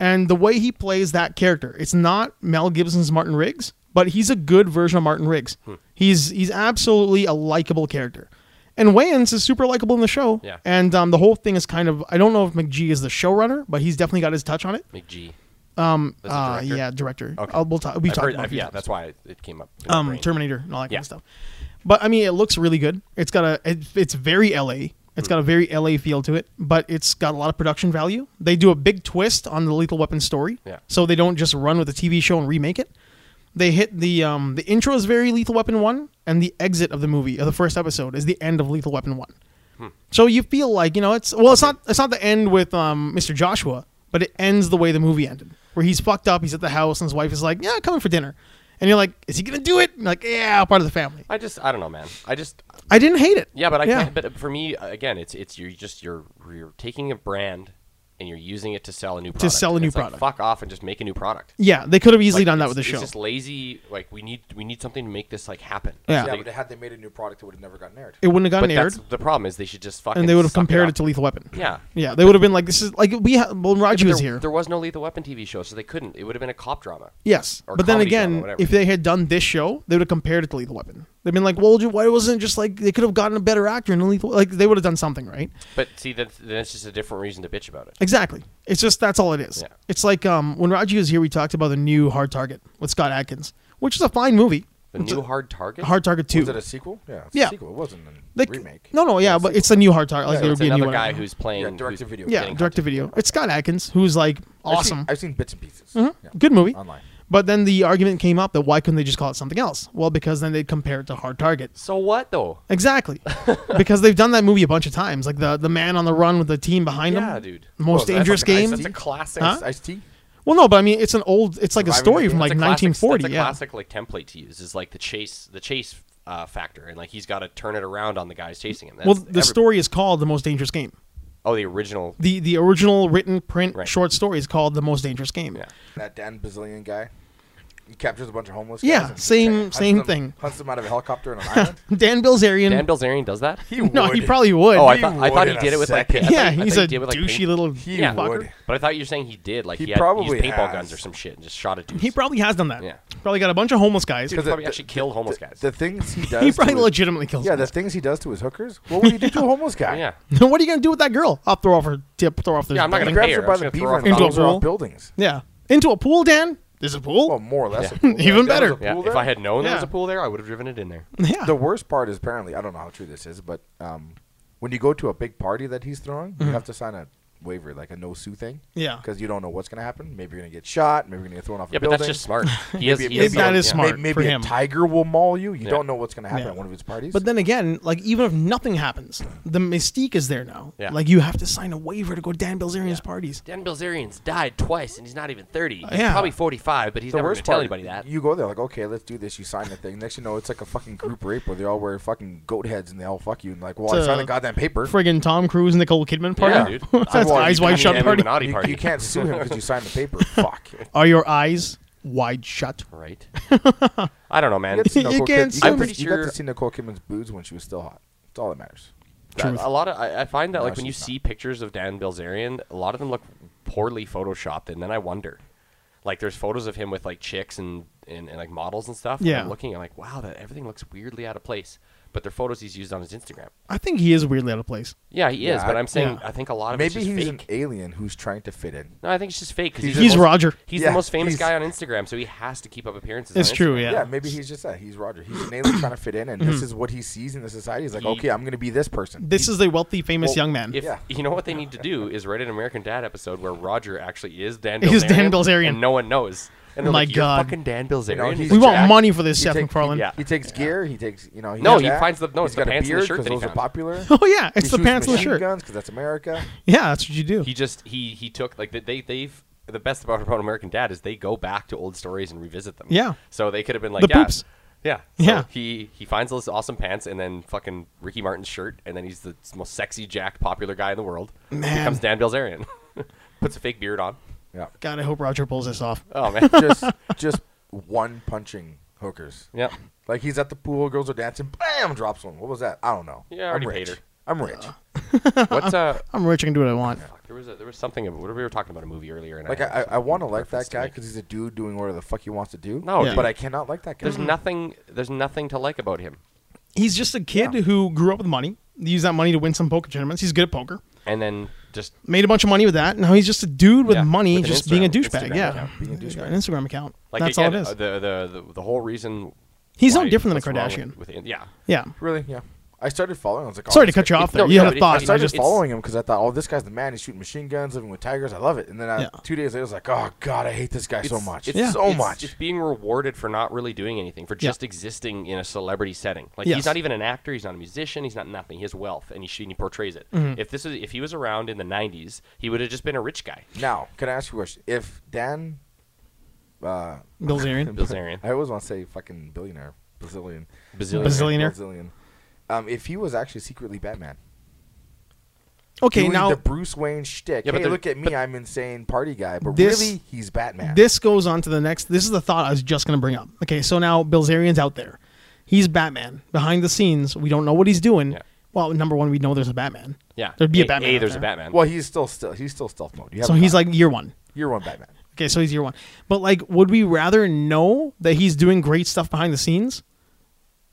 Speaker 1: And the way he plays that character, it's not Mel Gibson's Martin Riggs, but he's a good version of Martin Riggs.
Speaker 2: Hmm.
Speaker 1: He's he's absolutely a likable character. And Wayans is super likable in the show.
Speaker 2: Yeah.
Speaker 1: And um, the whole thing is kind of I don't know if McGee is the showrunner, but he's definitely got his touch on it.
Speaker 2: McG.
Speaker 1: Um,
Speaker 2: That's a
Speaker 1: uh,
Speaker 2: director?
Speaker 1: yeah, director.
Speaker 2: Okay.
Speaker 1: I'll, we'll talk. We've
Speaker 2: I've
Speaker 1: talked
Speaker 2: heard-
Speaker 1: about it a
Speaker 2: I've-
Speaker 1: few
Speaker 2: yeah,
Speaker 1: times.
Speaker 2: that's why it came up. in my
Speaker 1: um
Speaker 2: brain.
Speaker 1: Terminator and all that kind
Speaker 2: Yeah.
Speaker 1: of stuff. But I mean, it looks really good. It's got a it, it's very LA. It's got a very LA feel to it, but it's got a lot of production value. They do a big twist on the Lethal Weapon story,
Speaker 2: Yeah.
Speaker 1: so they don't just run with the TV show and remake it. They hit the um, the intro is very Lethal Weapon one, and the exit of the movie of the first episode is the end of Lethal Weapon one. So you feel like you know it's well, it's not it's not the end with um, Mr. Joshua, but it ends the way the movie ended, where he's fucked up, he's at the house, and his wife is like, "Yeah, coming for dinner," and you're like, "Is he gonna do it?" And like, "Yeah, part of the family."
Speaker 2: I just, I don't know, man. I just,
Speaker 1: I didn't hate it.
Speaker 2: Yeah, but I can't. But for me, again, it's it's you're just you're you're taking a brand and you're using it to sell a new product.
Speaker 1: sell a new
Speaker 2: It's like,
Speaker 1: product.
Speaker 2: fuck off and just make a new product.
Speaker 1: yeah, they could have easily
Speaker 2: Like,
Speaker 1: done that with
Speaker 2: it's-
Speaker 1: the show.
Speaker 2: It's just lazy. Like we need we need something to make this like happen.
Speaker 1: Yeah.
Speaker 2: So
Speaker 3: Yeah,
Speaker 2: they-
Speaker 3: but had they made a new product, it would have never gotten aired.
Speaker 1: it wouldn't have
Speaker 2: but
Speaker 1: gotten aired,
Speaker 2: that's the problem is they should just fucking
Speaker 1: and they would have
Speaker 2: suck
Speaker 1: compared it,
Speaker 2: up.
Speaker 1: to Lethal Weapon.
Speaker 2: yeah.
Speaker 1: yeah, they would have been like, "This is like we ha- well,
Speaker 2: But
Speaker 1: Raji
Speaker 2: there,
Speaker 1: was here."
Speaker 2: There was no Lethal Weapon TV show, so they couldn't. It would have been a cop drama.
Speaker 1: Yes,
Speaker 2: Or
Speaker 1: but then
Speaker 2: comedy
Speaker 1: again,
Speaker 2: drama, whatever.
Speaker 1: if they had done this show, they would have compared it to Lethal Weapon. They've been like, "Well, why wasn't it just like they could have gotten a better actor in Lethal?" Like they would have done something, right?
Speaker 2: But see, that then it's just a different reason to bitch about it.
Speaker 1: Exactly. It's just that's all it is.
Speaker 2: Yeah.
Speaker 1: It's like um, when Raji was here, we talked about the new Hard Target with Scott Adkins, which is a fine movie.
Speaker 2: The new Hard Target.
Speaker 1: Hard Target Two.
Speaker 3: Was it a sequel? Yeah, it's
Speaker 1: Yeah.
Speaker 3: a sequel. It wasn't a
Speaker 1: Like-
Speaker 3: remake.
Speaker 1: No, no, yeah,
Speaker 3: it's
Speaker 1: but it's a new Hard Target. Like
Speaker 3: Yeah,
Speaker 1: there would
Speaker 2: it's
Speaker 1: be a new
Speaker 2: another
Speaker 1: one.
Speaker 2: guy who's playing
Speaker 3: Yeah, direct
Speaker 2: who's
Speaker 3: to video.
Speaker 1: yeah,
Speaker 2: getting
Speaker 1: direct to
Speaker 2: hunted.
Speaker 1: video. It's Scott Adkins, who's like
Speaker 3: I've
Speaker 1: awesome. Mm-hmm.
Speaker 3: seen- I've seen bits and pieces. Yeah.
Speaker 1: Good movie.
Speaker 3: Online.
Speaker 1: But then the argument came up that why couldn't they just call it something else? Well, because then they'd compare it to Hard Target.
Speaker 2: So what though?
Speaker 1: Exactly. because they've done that movie a bunch of times. Like the the man on the run with the team behind him.
Speaker 2: Yeah, dude.
Speaker 1: Most
Speaker 3: Well, that's
Speaker 1: dangerous
Speaker 3: fucking
Speaker 1: game.
Speaker 3: Ice-T.
Speaker 2: That's a classic.
Speaker 1: Huh?
Speaker 3: Ice Ice T.
Speaker 1: Well, no, but I mean, it's an old. It's like a
Speaker 3: Surviving
Speaker 1: story
Speaker 3: the
Speaker 1: from
Speaker 3: game.
Speaker 1: like
Speaker 2: It's a classic-
Speaker 1: 1940.
Speaker 2: That's a
Speaker 1: yeah.
Speaker 2: classic like template to use is like the chase, the chase uh, factor, and like he's got to turn it around on the guys chasing him. That's
Speaker 1: Well, the
Speaker 2: every-
Speaker 1: story is called "The Most Dangerous Game."
Speaker 2: Oh, the original.
Speaker 1: The the original written print
Speaker 2: Right.
Speaker 1: short story is called "The Most Dangerous Game."
Speaker 2: Yeah.
Speaker 3: That Dan Bazillion guy. He captures a bunch of homeless.
Speaker 1: Yeah,
Speaker 3: guys and
Speaker 1: same-
Speaker 3: hunts
Speaker 1: same
Speaker 3: them-
Speaker 1: thing.
Speaker 3: Hunts them out of a helicopter on an island.
Speaker 1: Dan Bilzerian.
Speaker 2: Dan Bilzerian does that.
Speaker 3: He
Speaker 1: no,
Speaker 3: would.
Speaker 1: he probably would.
Speaker 2: Oh, I
Speaker 3: He
Speaker 2: thought I
Speaker 3: would
Speaker 2: thought he
Speaker 3: in a
Speaker 2: did it with like
Speaker 3: second.
Speaker 2: I thought- I
Speaker 1: yeah,
Speaker 2: thought
Speaker 1: he's
Speaker 2: he
Speaker 1: a
Speaker 2: did with, like,
Speaker 1: douchey
Speaker 2: paint-
Speaker 1: little
Speaker 3: He
Speaker 2: Yeah.
Speaker 1: fucker.
Speaker 3: would.
Speaker 2: But I thought you were saying he did like he,
Speaker 3: He
Speaker 2: had
Speaker 3: probably
Speaker 2: used paintball
Speaker 3: has.
Speaker 2: guns or some shit and just shot at dudes.
Speaker 1: He probably has done that.
Speaker 2: Yeah.
Speaker 1: Probably got a bunch of homeless guys.
Speaker 2: Dude,
Speaker 1: He
Speaker 2: he probably
Speaker 3: the-
Speaker 2: actually killed homeless guys.
Speaker 3: The things he does.
Speaker 1: probably
Speaker 3: to his-
Speaker 1: legitimately kills.
Speaker 3: Yeah, the
Speaker 1: homeless
Speaker 3: things he does to his hookers. What would he do to a homeless guy?
Speaker 2: yeah.
Speaker 1: guys. what are you gonna do with that girl? I'll throw off her tip. Throw off this.
Speaker 2: Yeah, I'm not
Speaker 3: He
Speaker 2: gonna
Speaker 1: building.
Speaker 3: grabs
Speaker 2: care.
Speaker 3: her by
Speaker 2: I'm
Speaker 3: the
Speaker 2: just gonna
Speaker 3: beaver
Speaker 2: throw
Speaker 3: and
Speaker 2: her
Speaker 1: into a
Speaker 3: throws her
Speaker 1: pool.
Speaker 3: off buildings.
Speaker 1: Yeah, into a pool, Dan. There's a pool.
Speaker 3: Well, more or less. a
Speaker 2: Yeah.
Speaker 3: pool. If
Speaker 1: Even
Speaker 3: there was a
Speaker 1: better.
Speaker 2: Yeah,
Speaker 3: pool
Speaker 2: if
Speaker 3: there-
Speaker 2: I had known there was
Speaker 1: Yeah.
Speaker 2: a pool there, I would have driven it in there.
Speaker 1: yeah.
Speaker 3: The worst part is apparently I don't know how true this is, but um, when you go to a big party that he's throwing, you have to sign a waiver, like a no sue thing.
Speaker 1: Mm-hmm. Yeah.
Speaker 3: Because you don't know what's going to happen. Maybe you're going to get shot. Maybe you're going to get thrown off.
Speaker 2: Yeah,
Speaker 3: a
Speaker 2: but
Speaker 3: building.
Speaker 2: that's just smart. He has,
Speaker 3: Maybe-
Speaker 1: maybe
Speaker 2: he has
Speaker 1: that
Speaker 2: someone-
Speaker 1: is
Speaker 2: yeah.
Speaker 1: smart.
Speaker 3: Maybe, maybe
Speaker 1: for
Speaker 3: a
Speaker 1: him.
Speaker 3: tiger will maul you. You
Speaker 2: Yeah.
Speaker 3: don't know what's going to happen
Speaker 1: Yeah.
Speaker 3: at one of his parties.
Speaker 1: But then again, like even if nothing happens, the mystique is there now.
Speaker 2: Yeah.
Speaker 1: Like you have to sign a waiver to go to Dan Bilzerian's parties.
Speaker 2: Dan Bilzerian's died twice, and he's not even 30. He's
Speaker 1: yeah.
Speaker 2: probably 45, but he's
Speaker 3: the
Speaker 2: never going
Speaker 3: worst
Speaker 2: to tell
Speaker 3: part,
Speaker 2: anybody that.
Speaker 3: you go there like, okay, let's do this. You sign the thing. Next, you know, it's like a fucking group rape where they all wear fucking goat heads and they all fuck you. And like, well,
Speaker 1: It's
Speaker 3: I signed
Speaker 1: a
Speaker 3: the goddamn paper.
Speaker 1: Friggin' Tom Cruise, Nicole Kidman party.
Speaker 2: Yeah, dude.
Speaker 1: That's
Speaker 3: Well,
Speaker 1: eyes
Speaker 3: you
Speaker 1: wide
Speaker 3: can't
Speaker 1: shut
Speaker 2: even
Speaker 1: party.
Speaker 2: Illuminati
Speaker 3: you,
Speaker 2: party.
Speaker 3: you can't sue him because you signed the paper. Fuck.
Speaker 1: Are your eyes wide shut?
Speaker 2: Right. I don't know, man.
Speaker 3: You got to see
Speaker 1: You
Speaker 3: Nicole
Speaker 1: can't
Speaker 3: Kid-
Speaker 1: sue
Speaker 2: him.
Speaker 3: you got to-
Speaker 2: I'm pretty
Speaker 3: you got
Speaker 2: sure-
Speaker 3: to see Nicole Kidman's boobs when she was still hot. That's all that matters.
Speaker 2: That-
Speaker 1: Truth.
Speaker 2: a lot of I, I find that
Speaker 3: No,
Speaker 2: like when you
Speaker 3: she's not.
Speaker 2: see pictures of Dan Bilzerian, a lot of them look poorly photoshopped, and then I wonder, like there's photos of him with like chicks and and, and like models and stuff. and
Speaker 1: Yeah.
Speaker 2: I'm looking, I'm like, wow, that everything looks weirdly out of place. But they're photos he's used on his Instagram.
Speaker 1: I think he is weirdly out of place.
Speaker 2: Yeah, he is.
Speaker 3: Yeah,
Speaker 2: but
Speaker 3: I-
Speaker 2: I'm saying
Speaker 1: yeah.
Speaker 2: I think a lot of
Speaker 3: Maybe
Speaker 2: it's just
Speaker 3: he's an
Speaker 2: fake.
Speaker 3: alien who's trying to fit in.
Speaker 2: no, I think it's just fake. 'cause
Speaker 3: He's
Speaker 2: the
Speaker 1: He's
Speaker 2: most-
Speaker 1: Roger.
Speaker 2: He's
Speaker 3: Yeah,
Speaker 2: the most famous
Speaker 3: he's-
Speaker 2: guy on Instagram, so he has to keep up appearances.
Speaker 1: It's
Speaker 2: on
Speaker 1: true,
Speaker 2: Instagram.
Speaker 1: yeah. Mm-hmm.
Speaker 3: Yeah, maybe he's just that. He's Roger. He's an alien trying to fit in, and this is what he sees in the society. He's like,
Speaker 2: He-
Speaker 3: okay, I'm going to be this person.
Speaker 1: This is a wealthy, famous
Speaker 2: Well,
Speaker 1: young man.
Speaker 2: If
Speaker 3: Yeah.
Speaker 2: you know what they need to do is write an American Dad episode where Roger actually is Dan Bilzerian.
Speaker 1: Is Dan Bilzerian.
Speaker 2: and no one knows. And they're
Speaker 1: My
Speaker 2: like, "You're
Speaker 1: God.
Speaker 2: fucking Dan Bilzerian.
Speaker 3: he's
Speaker 1: we want
Speaker 3: Jack-
Speaker 1: money for this,
Speaker 3: he
Speaker 1: Seth
Speaker 3: take-
Speaker 1: MacFarlane.
Speaker 2: yeah.
Speaker 3: He takes gear. He takes, you know. He
Speaker 2: No,
Speaker 3: has
Speaker 2: he
Speaker 3: that.
Speaker 2: finds the- no,
Speaker 3: He's
Speaker 2: it's the
Speaker 3: got a
Speaker 2: pants and the
Speaker 3: beard
Speaker 2: shirt that he
Speaker 3: those are
Speaker 2: found.
Speaker 3: popular.
Speaker 1: Oh yeah, it's the
Speaker 3: He shoots
Speaker 1: pants and the
Speaker 3: machine
Speaker 1: shirt.
Speaker 3: guns because that's America.
Speaker 1: Yeah, that's what you do.
Speaker 2: he just he he took like they they've the best about about American Dad is they go back to old stories and revisit them.
Speaker 1: Yeah.
Speaker 2: So they could have been like
Speaker 1: The
Speaker 2: yeah,
Speaker 1: poops.
Speaker 2: yeah, So
Speaker 1: Yeah.
Speaker 2: He he finds those awesome pants and then fucking Ricky Martin's shirt and then he's the most sexy, jacked, popular guy in the world.
Speaker 1: Man.
Speaker 2: Becomes Dan Bilzerian. Puts a fake beard on.
Speaker 3: Yeah.
Speaker 1: God, I hope Roger pulls this off.
Speaker 2: Oh man.
Speaker 3: just, just one punching hookers.
Speaker 2: yeah.
Speaker 3: Like he's at the pool, girls are dancing, bam, drops one. What was that? I don't know.
Speaker 2: Yeah, I
Speaker 3: I'm
Speaker 2: already
Speaker 3: rich.
Speaker 2: paid her.
Speaker 3: I'm rich.
Speaker 2: What's uh?
Speaker 1: I'm rich. I can do what I want.
Speaker 2: fuck, There was a, there was something. What we were talking about a movie earlier, and
Speaker 3: Like
Speaker 2: had
Speaker 3: I, I, I want to like
Speaker 2: reference
Speaker 3: that
Speaker 2: to
Speaker 3: guy
Speaker 2: make.
Speaker 3: because he's a dude doing whatever the fuck he wants to do.
Speaker 2: No,
Speaker 1: Yeah.
Speaker 2: dude.
Speaker 3: but I cannot like that guy.
Speaker 2: there's nothing. There's nothing to like about him.
Speaker 1: He's just a kid who grew up with money. He used that money to win some poker tournaments. He's good at poker.
Speaker 2: And then just
Speaker 1: Made a bunch of money with that. Now he's just a dude with
Speaker 2: Yeah,
Speaker 1: money,
Speaker 2: with an
Speaker 1: just being a
Speaker 2: Instagram-
Speaker 1: douchebag.
Speaker 2: Instagram
Speaker 1: Yeah,
Speaker 2: account,
Speaker 1: being a douchebag. An Instagram account.
Speaker 2: like
Speaker 1: That's
Speaker 2: again,
Speaker 1: all it is.
Speaker 2: uh, The, the the the whole reason.
Speaker 1: He's no
Speaker 2: why-
Speaker 1: different than a
Speaker 2: what's wrong
Speaker 1: Kardashian.
Speaker 2: With, with, yeah.
Speaker 1: yeah.
Speaker 3: Really? Yeah. I started following. I was like, oh,
Speaker 1: Sorry to
Speaker 3: this
Speaker 1: cut you
Speaker 3: guy-
Speaker 1: off
Speaker 2: no,
Speaker 1: there. You
Speaker 2: no,
Speaker 1: had a
Speaker 2: it-
Speaker 1: thought.
Speaker 2: I
Speaker 1: and
Speaker 2: started-
Speaker 1: I just
Speaker 2: it's-
Speaker 3: following him because I thought, oh, this guy's the man. He's shooting machine guns, living with tigers. I love it. And then I,
Speaker 1: Yeah.
Speaker 3: two days later, I was like, oh god, I hate this guy so much.
Speaker 2: It's,
Speaker 1: Yeah.
Speaker 3: So
Speaker 2: it's-
Speaker 3: much.
Speaker 2: It's being rewarded for not really doing anything, for
Speaker 1: Yeah.
Speaker 2: just existing in a celebrity setting. Like
Speaker 1: Yes.
Speaker 2: he's not even an actor. He's not a musician. He's not nothing. He has wealth, and he, sh- and he portrays it.
Speaker 1: Mm-hmm.
Speaker 2: If this is if he was around in the '90s, he would have just been a rich guy.
Speaker 3: now, can I ask you a question? If Dan, uh,
Speaker 1: Bilzerian.
Speaker 2: Bilzerian.
Speaker 3: I always want to say fucking billionaire, Brazilian,
Speaker 2: Bazillion.
Speaker 1: Bazillion. Bazillionaire.
Speaker 3: Brazilian. Um, if he was actually secretly Batman,
Speaker 1: Okay,
Speaker 3: doing
Speaker 1: now
Speaker 3: the Bruce Wayne shtick.
Speaker 2: Yeah, but
Speaker 3: hey,
Speaker 2: the-
Speaker 3: look at me, I'm insane party guy, but
Speaker 1: This-
Speaker 3: really he's Batman.
Speaker 1: this goes on to the next. This is the thought I was just going to bring up. Okay, so now Bilzerian's out there. He's Batman behind the scenes. We don't know what he's doing.
Speaker 2: Yeah.
Speaker 1: Well, number one, we know there's a Batman.
Speaker 2: Yeah.
Speaker 1: there'd be a,
Speaker 2: a
Speaker 1: Batman.
Speaker 2: A,
Speaker 1: out
Speaker 2: there's
Speaker 1: there.
Speaker 2: a Batman.
Speaker 3: well, he's still still he's still stealth mode. You
Speaker 1: So
Speaker 3: haven't
Speaker 1: he's
Speaker 3: got-
Speaker 1: like year one.
Speaker 3: you're one Batman.
Speaker 1: Okay, so he's year one. But like, would we rather know that he's doing great stuff behind the scenes?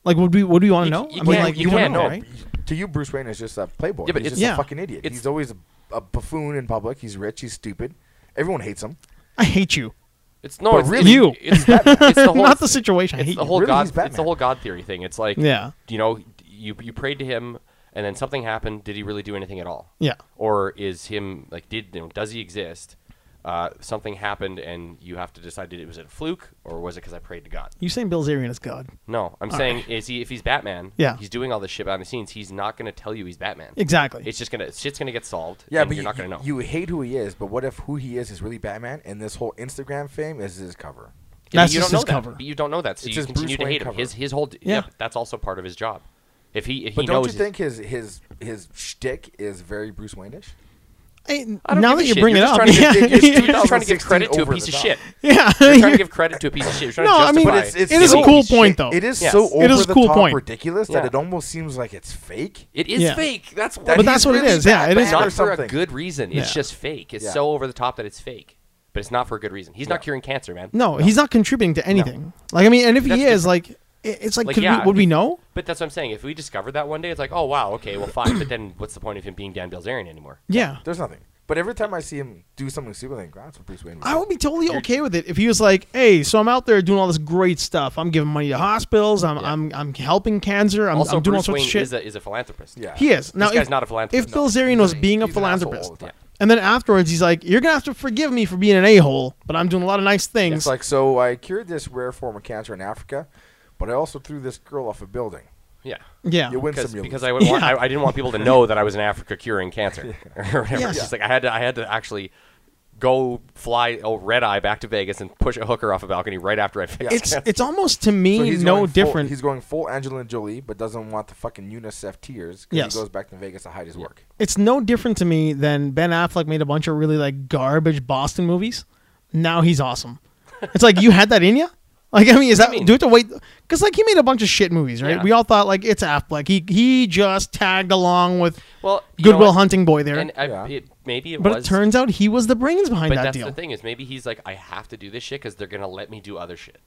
Speaker 1: Like, would we would we want to
Speaker 2: You-
Speaker 1: know?
Speaker 2: you
Speaker 1: I mean,
Speaker 2: can't-
Speaker 1: like,
Speaker 2: you
Speaker 1: we don't
Speaker 2: can't
Speaker 1: know,
Speaker 2: know.
Speaker 1: right?
Speaker 3: To you, Bruce Wayne is just a playboy.
Speaker 2: Yeah, but
Speaker 3: he's
Speaker 2: it's-
Speaker 3: just
Speaker 1: Yeah.
Speaker 3: a fucking idiot.
Speaker 2: it's-
Speaker 3: He's always a, a buffoon in public. He's rich. He's stupid. Everyone hates him.
Speaker 1: I hate you.
Speaker 2: It's no,
Speaker 3: But
Speaker 2: it's
Speaker 3: really-
Speaker 1: You.
Speaker 2: It's, that, it's the whole
Speaker 1: Not the situation. I
Speaker 2: It's
Speaker 1: hate
Speaker 2: the
Speaker 1: you.
Speaker 2: whole
Speaker 3: Really, he's
Speaker 2: god. It's the
Speaker 3: Batman.
Speaker 2: whole god theory thing. It's like
Speaker 1: Yeah.
Speaker 2: you know, you you prayed to him, and then something happened. Did he really do anything at all?
Speaker 1: Yeah.
Speaker 2: Or is him like did you know, does he exist? Uh, something happened, and you have to decide: did it was it a fluke, or was it because I prayed to God?
Speaker 1: You saying Bill Zarian is God?
Speaker 2: No, I'm saying is he if he's Batman?
Speaker 1: Yeah.
Speaker 2: he's doing all this shit behind the scenes. He's not going to tell you he's Batman.
Speaker 1: Exactly.
Speaker 2: It's just gonna shit's gonna get solved.
Speaker 3: Yeah,
Speaker 2: and
Speaker 3: but
Speaker 2: you're not gonna know.
Speaker 3: You hate who he is, but what if who he is is really Batman and this whole Instagram fame is his cover?
Speaker 2: Yeah, but
Speaker 1: That's
Speaker 2: you
Speaker 1: just
Speaker 2: don't know
Speaker 1: his
Speaker 2: that.
Speaker 1: cover.
Speaker 2: But You don't know that, so
Speaker 3: It's
Speaker 2: you
Speaker 3: his
Speaker 2: continue
Speaker 3: Bruce
Speaker 2: to
Speaker 3: Wayne
Speaker 2: hate him.
Speaker 3: cover.
Speaker 2: His his whole
Speaker 1: Yeah.
Speaker 2: yeah. that's also part of his job. If he if
Speaker 3: But
Speaker 2: he
Speaker 3: don't
Speaker 2: knows
Speaker 3: you
Speaker 2: his-
Speaker 3: think his his his shtick is very Bruce Wayne-ish?
Speaker 1: I,
Speaker 2: I don't
Speaker 1: now
Speaker 2: give a
Speaker 1: that you
Speaker 2: shit.
Speaker 1: bring
Speaker 2: You're
Speaker 1: it
Speaker 2: just
Speaker 1: up,
Speaker 2: trying to
Speaker 1: yeah,
Speaker 2: give- you're just- you're
Speaker 1: yeah,
Speaker 2: just trying to give
Speaker 3: 2016
Speaker 2: credit to a
Speaker 3: over
Speaker 2: piece
Speaker 3: the
Speaker 2: of
Speaker 3: top.
Speaker 2: shit.
Speaker 1: yeah.
Speaker 2: You're trying to give credit to a piece of shit. You're trying
Speaker 1: No,
Speaker 2: to
Speaker 1: I mean-
Speaker 2: justify.
Speaker 1: But
Speaker 3: It's, it's
Speaker 1: It is a
Speaker 3: so-
Speaker 1: cool point, though.
Speaker 3: It is
Speaker 2: Yes.
Speaker 3: so over
Speaker 1: It is a
Speaker 3: the
Speaker 1: cool
Speaker 3: top
Speaker 1: point.
Speaker 3: ridiculous
Speaker 2: Yeah.
Speaker 3: that it almost seems like it's fake.
Speaker 2: it is
Speaker 1: Yeah.
Speaker 2: fake. That's what.
Speaker 3: That
Speaker 1: But
Speaker 2: But
Speaker 3: he's
Speaker 1: that's what it
Speaker 3: really
Speaker 1: is, yeah, it is
Speaker 3: Batman
Speaker 2: not
Speaker 3: or
Speaker 2: for a
Speaker 3: something.
Speaker 2: good reason. It's
Speaker 1: Yeah.
Speaker 2: just fake. It's
Speaker 3: Yeah.
Speaker 2: so over the top that it's fake. But it's not for a good reason. He's not curing cancer, man.
Speaker 1: No, he's not contributing to anything. Like I mean, and if
Speaker 2: That's
Speaker 1: he is, like it- it's like,
Speaker 2: Like,
Speaker 1: could
Speaker 2: yeah,
Speaker 1: we, would we
Speaker 2: if-
Speaker 1: know?
Speaker 2: But that's what I'm saying. If we discovered that one day, it's like, oh wow, okay, well fine. but then what's the point of him being Dan Bilzerian anymore?
Speaker 1: Yeah,
Speaker 3: There's nothing. But every time I see him do something stupid, like that's what Bruce Wayne. would
Speaker 1: I
Speaker 3: do."
Speaker 1: would be totally okay with it if he was like, "Hey, so I'm out there doing all this great stuff. I'm giving money to hospitals. I'm
Speaker 2: Yeah.
Speaker 1: I'm, I'm helping cancer. I'm,
Speaker 2: also,
Speaker 1: I'm doing
Speaker 2: Bruce
Speaker 1: all sorts
Speaker 2: Wayne
Speaker 1: of shit."
Speaker 2: is a is a philanthropist.
Speaker 3: Yeah.
Speaker 1: he is now.
Speaker 2: this guy's
Speaker 1: if,
Speaker 2: not a philanthropist.
Speaker 1: if Bill Zarian was
Speaker 3: He's
Speaker 1: being a
Speaker 3: an asshole all the
Speaker 1: philanthropist,
Speaker 3: time.
Speaker 1: and then afterwards he's like, "You're gonna have to forgive me for being an a hole, but I'm doing a lot of nice things."
Speaker 3: It's like so I cured this rare form of cancer in Africa, but I also threw this girl off a building.
Speaker 2: yeah.
Speaker 1: yeah,
Speaker 3: you win
Speaker 2: Because,
Speaker 3: some, you
Speaker 2: because
Speaker 3: lose.
Speaker 2: I, would want,
Speaker 1: Yeah.
Speaker 2: I I didn't want people to know that I was in Africa curing cancer or whatever.
Speaker 1: Yeah.
Speaker 2: It's just like I had to I had to actually go fly oh, red eye back to Vegas and push a hooker off a balcony right after I fixed
Speaker 1: it's
Speaker 2: it.
Speaker 1: it's almost to me
Speaker 3: So
Speaker 1: no
Speaker 3: going full-
Speaker 1: different.
Speaker 3: he's going full Angelina Jolie, but doesn't want the fucking UNICEF tears because
Speaker 1: Yes.
Speaker 3: he goes back to Vegas to hide his work.
Speaker 1: it's no different to me than Ben Affleck made a bunch of really like garbage Boston movies. Now he's awesome. It's like you had that in you. Like I mean, is that
Speaker 2: mean?
Speaker 1: do we have to wait? Because like he made a bunch of shit movies, right?
Speaker 2: Yeah.
Speaker 1: We all thought like it's Affleck. He he just tagged along with
Speaker 2: Well, you know
Speaker 1: Goodwill
Speaker 2: what?
Speaker 1: Hunting boy there,
Speaker 2: And I,
Speaker 3: Yeah.
Speaker 2: it, maybe it
Speaker 1: but
Speaker 2: was.
Speaker 1: it turns out he was the brains behind
Speaker 2: but
Speaker 1: that
Speaker 2: that's
Speaker 1: deal.
Speaker 2: the thing is maybe he's like, I have to do this shit because they're gonna let me do other shit.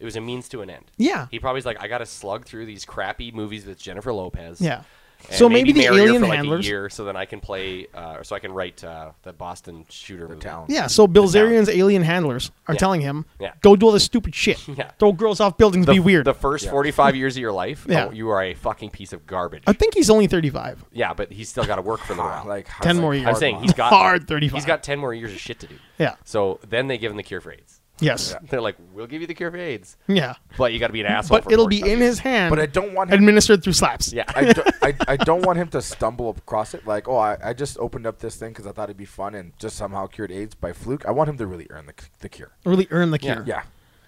Speaker 2: It was a means to an end.
Speaker 1: Yeah.
Speaker 2: He probably's like, I gotta slug through these crappy movies with Jennifer Lopez.
Speaker 1: Yeah.
Speaker 2: and
Speaker 1: So maybe the
Speaker 2: marry her
Speaker 1: alien
Speaker 2: for like
Speaker 1: handlers-
Speaker 2: a year, so then I can play, uh, or so I can write uh, the Boston shooter
Speaker 3: The
Speaker 2: movie.
Speaker 3: town.
Speaker 1: Yeah, so Bill
Speaker 2: The town.
Speaker 1: Zarian's alien handlers are
Speaker 2: Yeah.
Speaker 1: telling him,
Speaker 2: Yeah.
Speaker 1: "Go do all this stupid shit.
Speaker 2: Yeah.
Speaker 1: Throw girls off buildings,
Speaker 2: the,
Speaker 1: be weird."
Speaker 2: The first
Speaker 3: Yeah.
Speaker 2: 45 years of your life,
Speaker 1: Yeah.
Speaker 2: oh, you are a fucking piece of garbage.
Speaker 1: I think he's only thirty-five.
Speaker 2: yeah, but he's still got to work for a little
Speaker 3: Ah,
Speaker 2: while.
Speaker 3: Like hard-
Speaker 1: 10
Speaker 3: like
Speaker 1: more
Speaker 3: hard
Speaker 1: years.
Speaker 2: I'm saying
Speaker 3: line.
Speaker 2: he's got
Speaker 1: Hard 35.
Speaker 2: He's got 10 more years of shit to do.
Speaker 1: Yeah.
Speaker 2: So then they give him the cure for AIDS.
Speaker 1: Yes.
Speaker 2: They're like, we'll give you the cure for AIDS,
Speaker 1: Yeah.
Speaker 2: but you got to be an asshole.
Speaker 1: But
Speaker 2: for
Speaker 1: it'll be
Speaker 2: 45
Speaker 1: in
Speaker 2: years."
Speaker 1: his hand.
Speaker 3: But I don't want him-
Speaker 1: administered through slaps.
Speaker 2: Yeah.
Speaker 3: I, do, I, I don't want him to stumble across it like, oh, I, I just opened up this thing because I thought it'd be fun and just somehow cured AIDS by fluke. I want him to really earn the, c- the cure.
Speaker 1: Really earn the
Speaker 2: Yeah.
Speaker 1: cure.
Speaker 3: Yeah.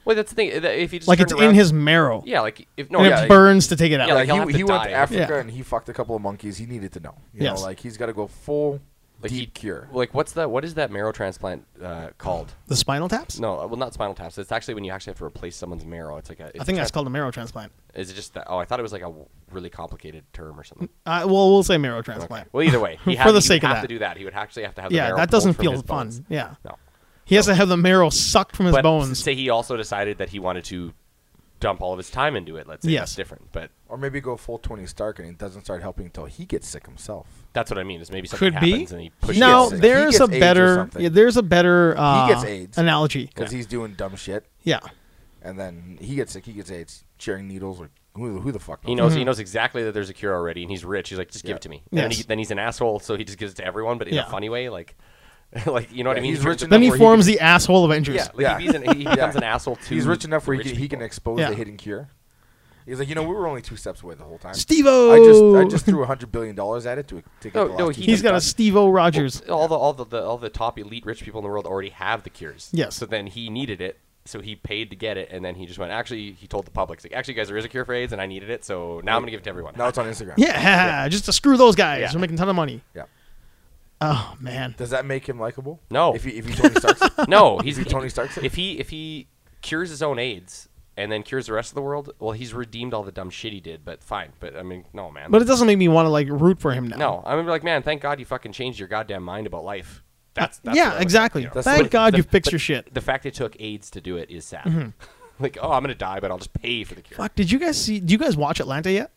Speaker 2: Well, that's the thing. that If you just
Speaker 1: Like
Speaker 2: turn
Speaker 1: it's
Speaker 2: around-
Speaker 1: in his marrow.
Speaker 2: Yeah, like if no,
Speaker 1: And
Speaker 2: yeah,
Speaker 1: it
Speaker 2: like-
Speaker 1: burns to take it out.
Speaker 2: Yeah, like- he'll have
Speaker 3: he
Speaker 2: to
Speaker 3: he went to
Speaker 2: die.
Speaker 3: Africa
Speaker 1: Yeah.
Speaker 3: and he fucked a couple of monkeys. He needed to know. You
Speaker 1: Yes.
Speaker 3: know, like he's got to go full
Speaker 2: like
Speaker 3: deep
Speaker 2: he-
Speaker 3: cure.
Speaker 2: Like what's that? What is that marrow transplant uh, called?
Speaker 1: the spinal taps?
Speaker 2: No, uh, well, not spinal taps. It's actually when you actually have to replace someone's marrow. It's like a. It's
Speaker 1: I think
Speaker 2: a
Speaker 1: that's
Speaker 2: trans-
Speaker 1: called a marrow transplant.
Speaker 2: Is it just that? Oh, I thought it was like a w- really complicated term or something.
Speaker 1: Uh, well, we'll say marrow transplant.
Speaker 2: Well, either way, he
Speaker 1: For
Speaker 2: had,
Speaker 1: the
Speaker 2: he
Speaker 1: sake
Speaker 2: would
Speaker 1: of
Speaker 2: have
Speaker 1: that.
Speaker 2: to do that. He would actually have to have the
Speaker 1: Yeah,
Speaker 2: marrow
Speaker 1: that
Speaker 2: pulled
Speaker 1: doesn't
Speaker 2: from
Speaker 1: feel
Speaker 2: his
Speaker 1: fun.
Speaker 2: bones.
Speaker 1: Yeah.
Speaker 2: No.
Speaker 1: He has to have the marrow sucked from his
Speaker 2: but
Speaker 1: bones.
Speaker 2: say he also decided that he wanted to dump all of his time into it. Let's say
Speaker 1: Yes.
Speaker 2: that's different, but
Speaker 3: Or maybe go full Tony Stark and it doesn't start helping until he gets sick himself.
Speaker 2: that's what I mean. Is maybe something
Speaker 1: Could be.
Speaker 2: happens and he pushes.
Speaker 1: No,
Speaker 3: gets sick.
Speaker 2: there.
Speaker 1: there's
Speaker 3: He
Speaker 1: a
Speaker 3: gets AIDS or
Speaker 1: better
Speaker 3: something.
Speaker 1: yeah, there's a better uh,
Speaker 3: gets AIDS.
Speaker 1: analogy.
Speaker 3: because he's doing dumb shit,
Speaker 1: Yeah.
Speaker 3: and then he gets sick, he gets AIDS, sharing needles, or who, who the fuck
Speaker 2: He knows he knows exactly that there's a cure already, and he's rich. He's like, just give
Speaker 3: Yeah.
Speaker 2: it to me. And then,
Speaker 1: Mm-hmm. Yes.
Speaker 2: he, then he's an asshole, so he just gives it to everyone, but in
Speaker 1: Yeah.
Speaker 2: a funny way, like, like you know what I
Speaker 3: Yeah,
Speaker 2: mean.
Speaker 3: he's
Speaker 2: He
Speaker 3: rich
Speaker 2: brings it
Speaker 1: Then he
Speaker 3: where he
Speaker 1: forms the asshole Avengers.
Speaker 2: Yeah, like
Speaker 3: Yeah.
Speaker 2: He's an, he becomes an asshole too.
Speaker 3: He's rich enough where he can, he can expose
Speaker 1: Yeah.
Speaker 3: the hidden cure. He's like, you know, we were only two steps away the whole time.
Speaker 1: Steve-O!
Speaker 3: I just I just threw hundred billion dollars at it to, to get
Speaker 2: No,
Speaker 3: the
Speaker 2: no,
Speaker 3: last two
Speaker 2: he-
Speaker 1: He's
Speaker 3: steps.
Speaker 1: got a Steve O Rogers.
Speaker 2: all the all the, the all the top elite rich people in the world already have the cures.
Speaker 1: Yes.
Speaker 2: So then he needed it, so he paid to get it, and then he just went. Actually, he told the public, he's like, actually, guys, there is a cure for AIDS, and I needed it, so now I'm gonna give it to everyone.
Speaker 3: Now it's on Instagram.
Speaker 1: yeah, just to screw those guys.
Speaker 2: Yeah.
Speaker 1: They're making a ton of money.
Speaker 3: Yeah.
Speaker 1: Oh man.
Speaker 3: Does that make him likable?
Speaker 2: No.
Speaker 3: If he if he Tony Stark's it?
Speaker 2: no, he's
Speaker 3: If he Tony Stark's it?
Speaker 2: If he if he cures his own AIDS and then cures the rest of the world, well, he's redeemed all the dumb shit he did. But fine. But I mean, no, man.
Speaker 1: But it doesn't make me want to like root for him now.
Speaker 2: no, I'm gonna be like, man, thank God you fucking changed your goddamn mind about life. That's, that's what I
Speaker 1: yeah,
Speaker 2: would-
Speaker 1: exactly.
Speaker 2: you know.
Speaker 3: That's
Speaker 1: Thank
Speaker 3: what-
Speaker 1: God
Speaker 2: the-
Speaker 1: you've fixed
Speaker 2: but
Speaker 1: your shit. Mm-hmm.
Speaker 2: The fact it took AIDS to do it is sad. like, oh, I'm gonna die, but I'll just pay for the cure.
Speaker 1: Fuck, did you guys see? Do you guys watch Atlanta yet?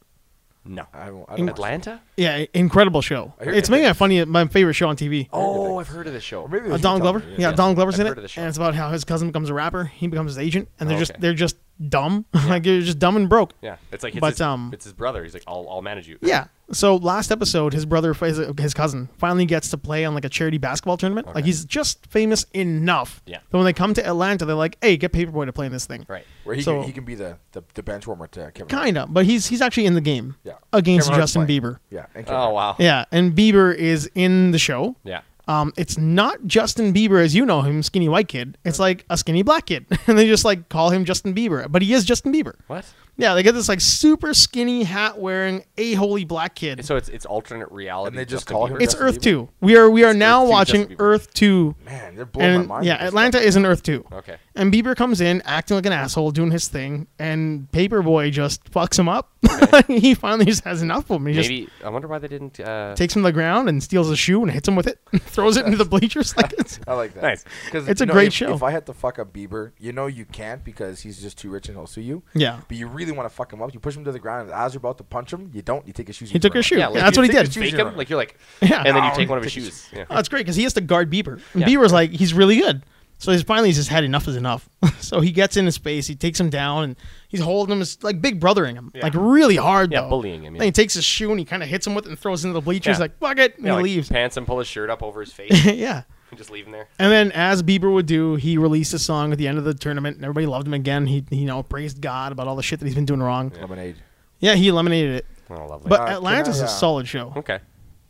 Speaker 2: No.
Speaker 3: I don't. I
Speaker 1: In
Speaker 3: don't watch it.
Speaker 2: Atlanta?
Speaker 1: Yeah, incredible show.
Speaker 3: I hear
Speaker 1: It's
Speaker 3: good
Speaker 1: maybe my
Speaker 3: things.
Speaker 1: funny, my favorite show on TV.
Speaker 2: Oh, I've heard of this show.
Speaker 3: Or maybe it
Speaker 1: Uh,
Speaker 3: was you
Speaker 1: Don Glover.
Speaker 3: telling me.
Speaker 1: Yeah, Don Glover's
Speaker 2: I've
Speaker 1: in
Speaker 2: heard
Speaker 1: it,
Speaker 2: of the show. Oh,
Speaker 1: and it's about how his cousin becomes a rapper. He becomes his agent, and they're just
Speaker 2: Okay.
Speaker 1: they're just dumb. like they're just dumb and broke.
Speaker 2: Yeah, it's like it's,
Speaker 1: But,
Speaker 2: his,
Speaker 1: um,
Speaker 2: it's his brother. He's like, I'll, I'll manage you.
Speaker 1: Yeah. So last episode, his brother, his, his cousin, finally gets to play on like a charity basketball tournament. Like he's just famous enough.
Speaker 2: Yeah.
Speaker 1: But when they come to Atlanta, they're like, "Hey, get Paperboy to play in this thing."
Speaker 2: Right.
Speaker 3: Where he,
Speaker 1: So-
Speaker 3: can, he can be the, the, the bench warmer to Kevin. Hart.
Speaker 1: Kinda, but he's he's actually in the game.
Speaker 3: Yeah.
Speaker 1: Against
Speaker 3: Kevin Hart's
Speaker 1: Justin
Speaker 3: playing.
Speaker 1: Bieber.
Speaker 3: Yeah. And Kevin
Speaker 2: Oh
Speaker 3: Hart.
Speaker 2: wow.
Speaker 1: Yeah, and Bieber is in the show.
Speaker 2: Yeah.
Speaker 1: Um, it's not Justin Bieber as you know him, skinny white kid. It's like a skinny black kid, and they just like call him Justin Bieber, but he is Justin Bieber.
Speaker 2: What?
Speaker 1: Yeah, they get this like super skinny hat wearing a holy black kid. It's,
Speaker 2: So it's it's alternate reality.
Speaker 3: And they just
Speaker 2: Justin
Speaker 3: call him
Speaker 2: Bieber?
Speaker 3: Justin
Speaker 1: Earth
Speaker 3: Bieber.
Speaker 1: Two. We are we are now
Speaker 2: Earth 2,
Speaker 1: watching
Speaker 2: Justin Bieber.
Speaker 1: Earth Two,
Speaker 3: Man, they're blowing
Speaker 1: and
Speaker 3: my mind. with
Speaker 1: yeah,
Speaker 3: this
Speaker 1: Atlanta
Speaker 3: stuff.
Speaker 1: is an Earth Two.
Speaker 2: Okay.
Speaker 1: And Bieber comes in acting like an asshole, doing his thing, and Paperboy just fucks him up. he finally just has enough of him. He just
Speaker 2: Maybe I wonder why they didn't. Uh,
Speaker 1: takes him to the ground and steals his shoe and hits him with it, and throws it into the bleachers. Like it's,
Speaker 3: I like that.
Speaker 2: Nice.
Speaker 3: 'Cause,
Speaker 1: It's
Speaker 3: you
Speaker 1: a
Speaker 3: know,
Speaker 1: great
Speaker 3: if-
Speaker 1: show.
Speaker 3: If I had to fuck up Bieber, you know you can't because he's just too rich and he'll sue you.
Speaker 1: yeah.
Speaker 3: But you really want to fuck him up. You push him to the ground, and as you're about to punch him, you don't. You take his shoes.
Speaker 1: He took his shoe.
Speaker 2: yeah, like
Speaker 1: Yeah, that's
Speaker 2: you
Speaker 1: what he
Speaker 2: take
Speaker 1: did.
Speaker 2: the Shoes
Speaker 3: Fake
Speaker 2: you're
Speaker 3: him.
Speaker 2: like you're like,
Speaker 1: Yeah.
Speaker 2: and then you
Speaker 3: Oh,
Speaker 2: take one of his
Speaker 3: take his
Speaker 2: shoes. Yeah.
Speaker 1: Oh, it's great because he has to guard Bieber. And
Speaker 2: Yeah.
Speaker 1: Bieber's like, he's really good. So he's finally he's just had enough is enough. so he gets in his space, he takes him down, and he's holding him as like big brothering him, like really hard.
Speaker 2: Yeah,
Speaker 1: though.
Speaker 2: bullying him, yeah.
Speaker 1: Then he takes his shoe and he kind of hits him with it and throws it into the bleachers.
Speaker 2: Yeah.
Speaker 1: Like fuck it, and
Speaker 2: Yeah,
Speaker 1: he
Speaker 2: like,
Speaker 1: leaves.
Speaker 2: Pants and pull his shirt up over his face.
Speaker 1: yeah.
Speaker 2: and just leave him there.
Speaker 1: And then, as Bieber would do, he released a song at the end of the tournament, and everybody loved him again. He, he, you know, praised God about all the shit that he's been doing wrong. Yeah,
Speaker 3: Lemonade.
Speaker 1: he eliminated it.
Speaker 2: Oh, lovely.
Speaker 1: But
Speaker 3: Uh, can
Speaker 1: Atlanta's
Speaker 3: I,
Speaker 1: a
Speaker 3: uh,
Speaker 1: solid show.
Speaker 2: okay.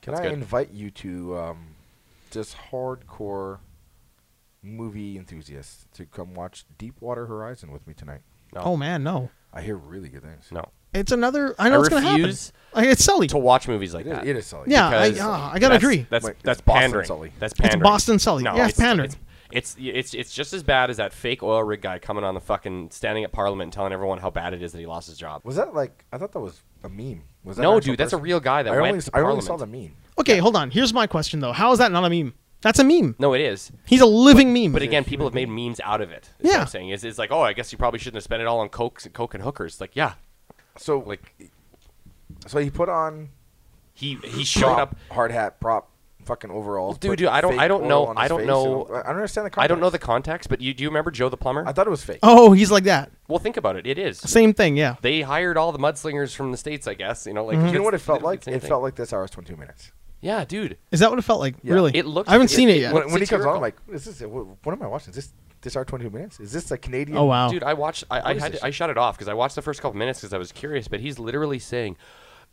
Speaker 3: Can
Speaker 2: That's
Speaker 3: I
Speaker 2: good.
Speaker 3: invite you to um, just hardcore movie enthusiasts to come watch Deepwater Horizon with me tonight?
Speaker 2: No.
Speaker 1: Oh man, no,
Speaker 3: I hear really good things.
Speaker 2: No.
Speaker 1: it's another. I know
Speaker 2: I
Speaker 1: it's gonna happen.
Speaker 2: refuse
Speaker 1: Like, it's Sully.
Speaker 2: To watch movies like
Speaker 3: It is,
Speaker 2: that.
Speaker 3: it is solid.
Speaker 1: Yeah, I,
Speaker 2: because
Speaker 1: uh, I gotta
Speaker 2: that's,
Speaker 1: agree.
Speaker 2: That's
Speaker 3: Wait,
Speaker 2: that's
Speaker 3: it's Boston
Speaker 2: pandering.
Speaker 3: Sully.
Speaker 2: That's
Speaker 1: It's
Speaker 2: pandering.
Speaker 1: Boston Sully. Yeah, it's pandering.
Speaker 2: It's, it's it's it's just as bad as that fake oil rig guy coming on the fucking standing at Parliament and telling everyone how bad it is that he lost his job.
Speaker 3: Was that like? I thought that was a meme. Was that an
Speaker 2: No,
Speaker 3: actual
Speaker 2: dude, that's a
Speaker 3: person?
Speaker 2: real guy that
Speaker 3: I
Speaker 2: went
Speaker 3: only,
Speaker 2: to
Speaker 3: I only saw the
Speaker 2: Parliament.
Speaker 3: meme.
Speaker 1: Okay, hold on. Here's my question though. How is that not a meme? That's a meme.
Speaker 2: No, it is.
Speaker 1: He's a living meme.
Speaker 2: But again, people have made memes out of it. Is
Speaker 1: Yeah.
Speaker 2: what I'm saying is it's like, oh, I guess you probably shouldn't have spent it all on coke, coke and hookers. Like, yeah,
Speaker 3: So
Speaker 2: like
Speaker 3: so he put on
Speaker 2: he he showed
Speaker 3: prop,
Speaker 2: up.
Speaker 3: hard hat prop fucking overalls.
Speaker 2: Well, dude,
Speaker 3: put
Speaker 2: dude, I don't-
Speaker 3: fake
Speaker 2: I don't
Speaker 3: oil
Speaker 2: know-
Speaker 3: on
Speaker 2: I
Speaker 3: his
Speaker 2: don't
Speaker 3: face
Speaker 2: know-
Speaker 3: and- I don't understand the. Context.
Speaker 2: I don't know the context, but you do you remember Joe the plumber?
Speaker 3: I thought it was fake.
Speaker 1: Oh, he's like that.
Speaker 2: well, think about it. It is.
Speaker 1: Same thing. Yeah.
Speaker 2: They hired all the mudslingers from the states, I guess. You know, like
Speaker 3: Mm-hmm. you know what it felt like?
Speaker 2: Same
Speaker 3: It
Speaker 2: thing.
Speaker 3: felt like this hour's twenty two minutes.
Speaker 2: yeah, dude.
Speaker 1: Is that what it felt like?
Speaker 3: Yeah.
Speaker 1: Really?
Speaker 2: It looks-
Speaker 1: I haven't
Speaker 2: it-
Speaker 1: seen it,
Speaker 2: it
Speaker 1: yet.
Speaker 2: looks-
Speaker 3: When, when he comes on,
Speaker 2: satirical.
Speaker 3: I'm like, what is this? What, what am I watching? Is this this hour twenty two minutes? Is this a Canadian?
Speaker 1: oh wow.
Speaker 2: Dude, I watched. I, I
Speaker 3: is
Speaker 2: had.
Speaker 3: this?
Speaker 2: To, I shut it off because I watched the first couple minutes because I was curious. But he's literally saying,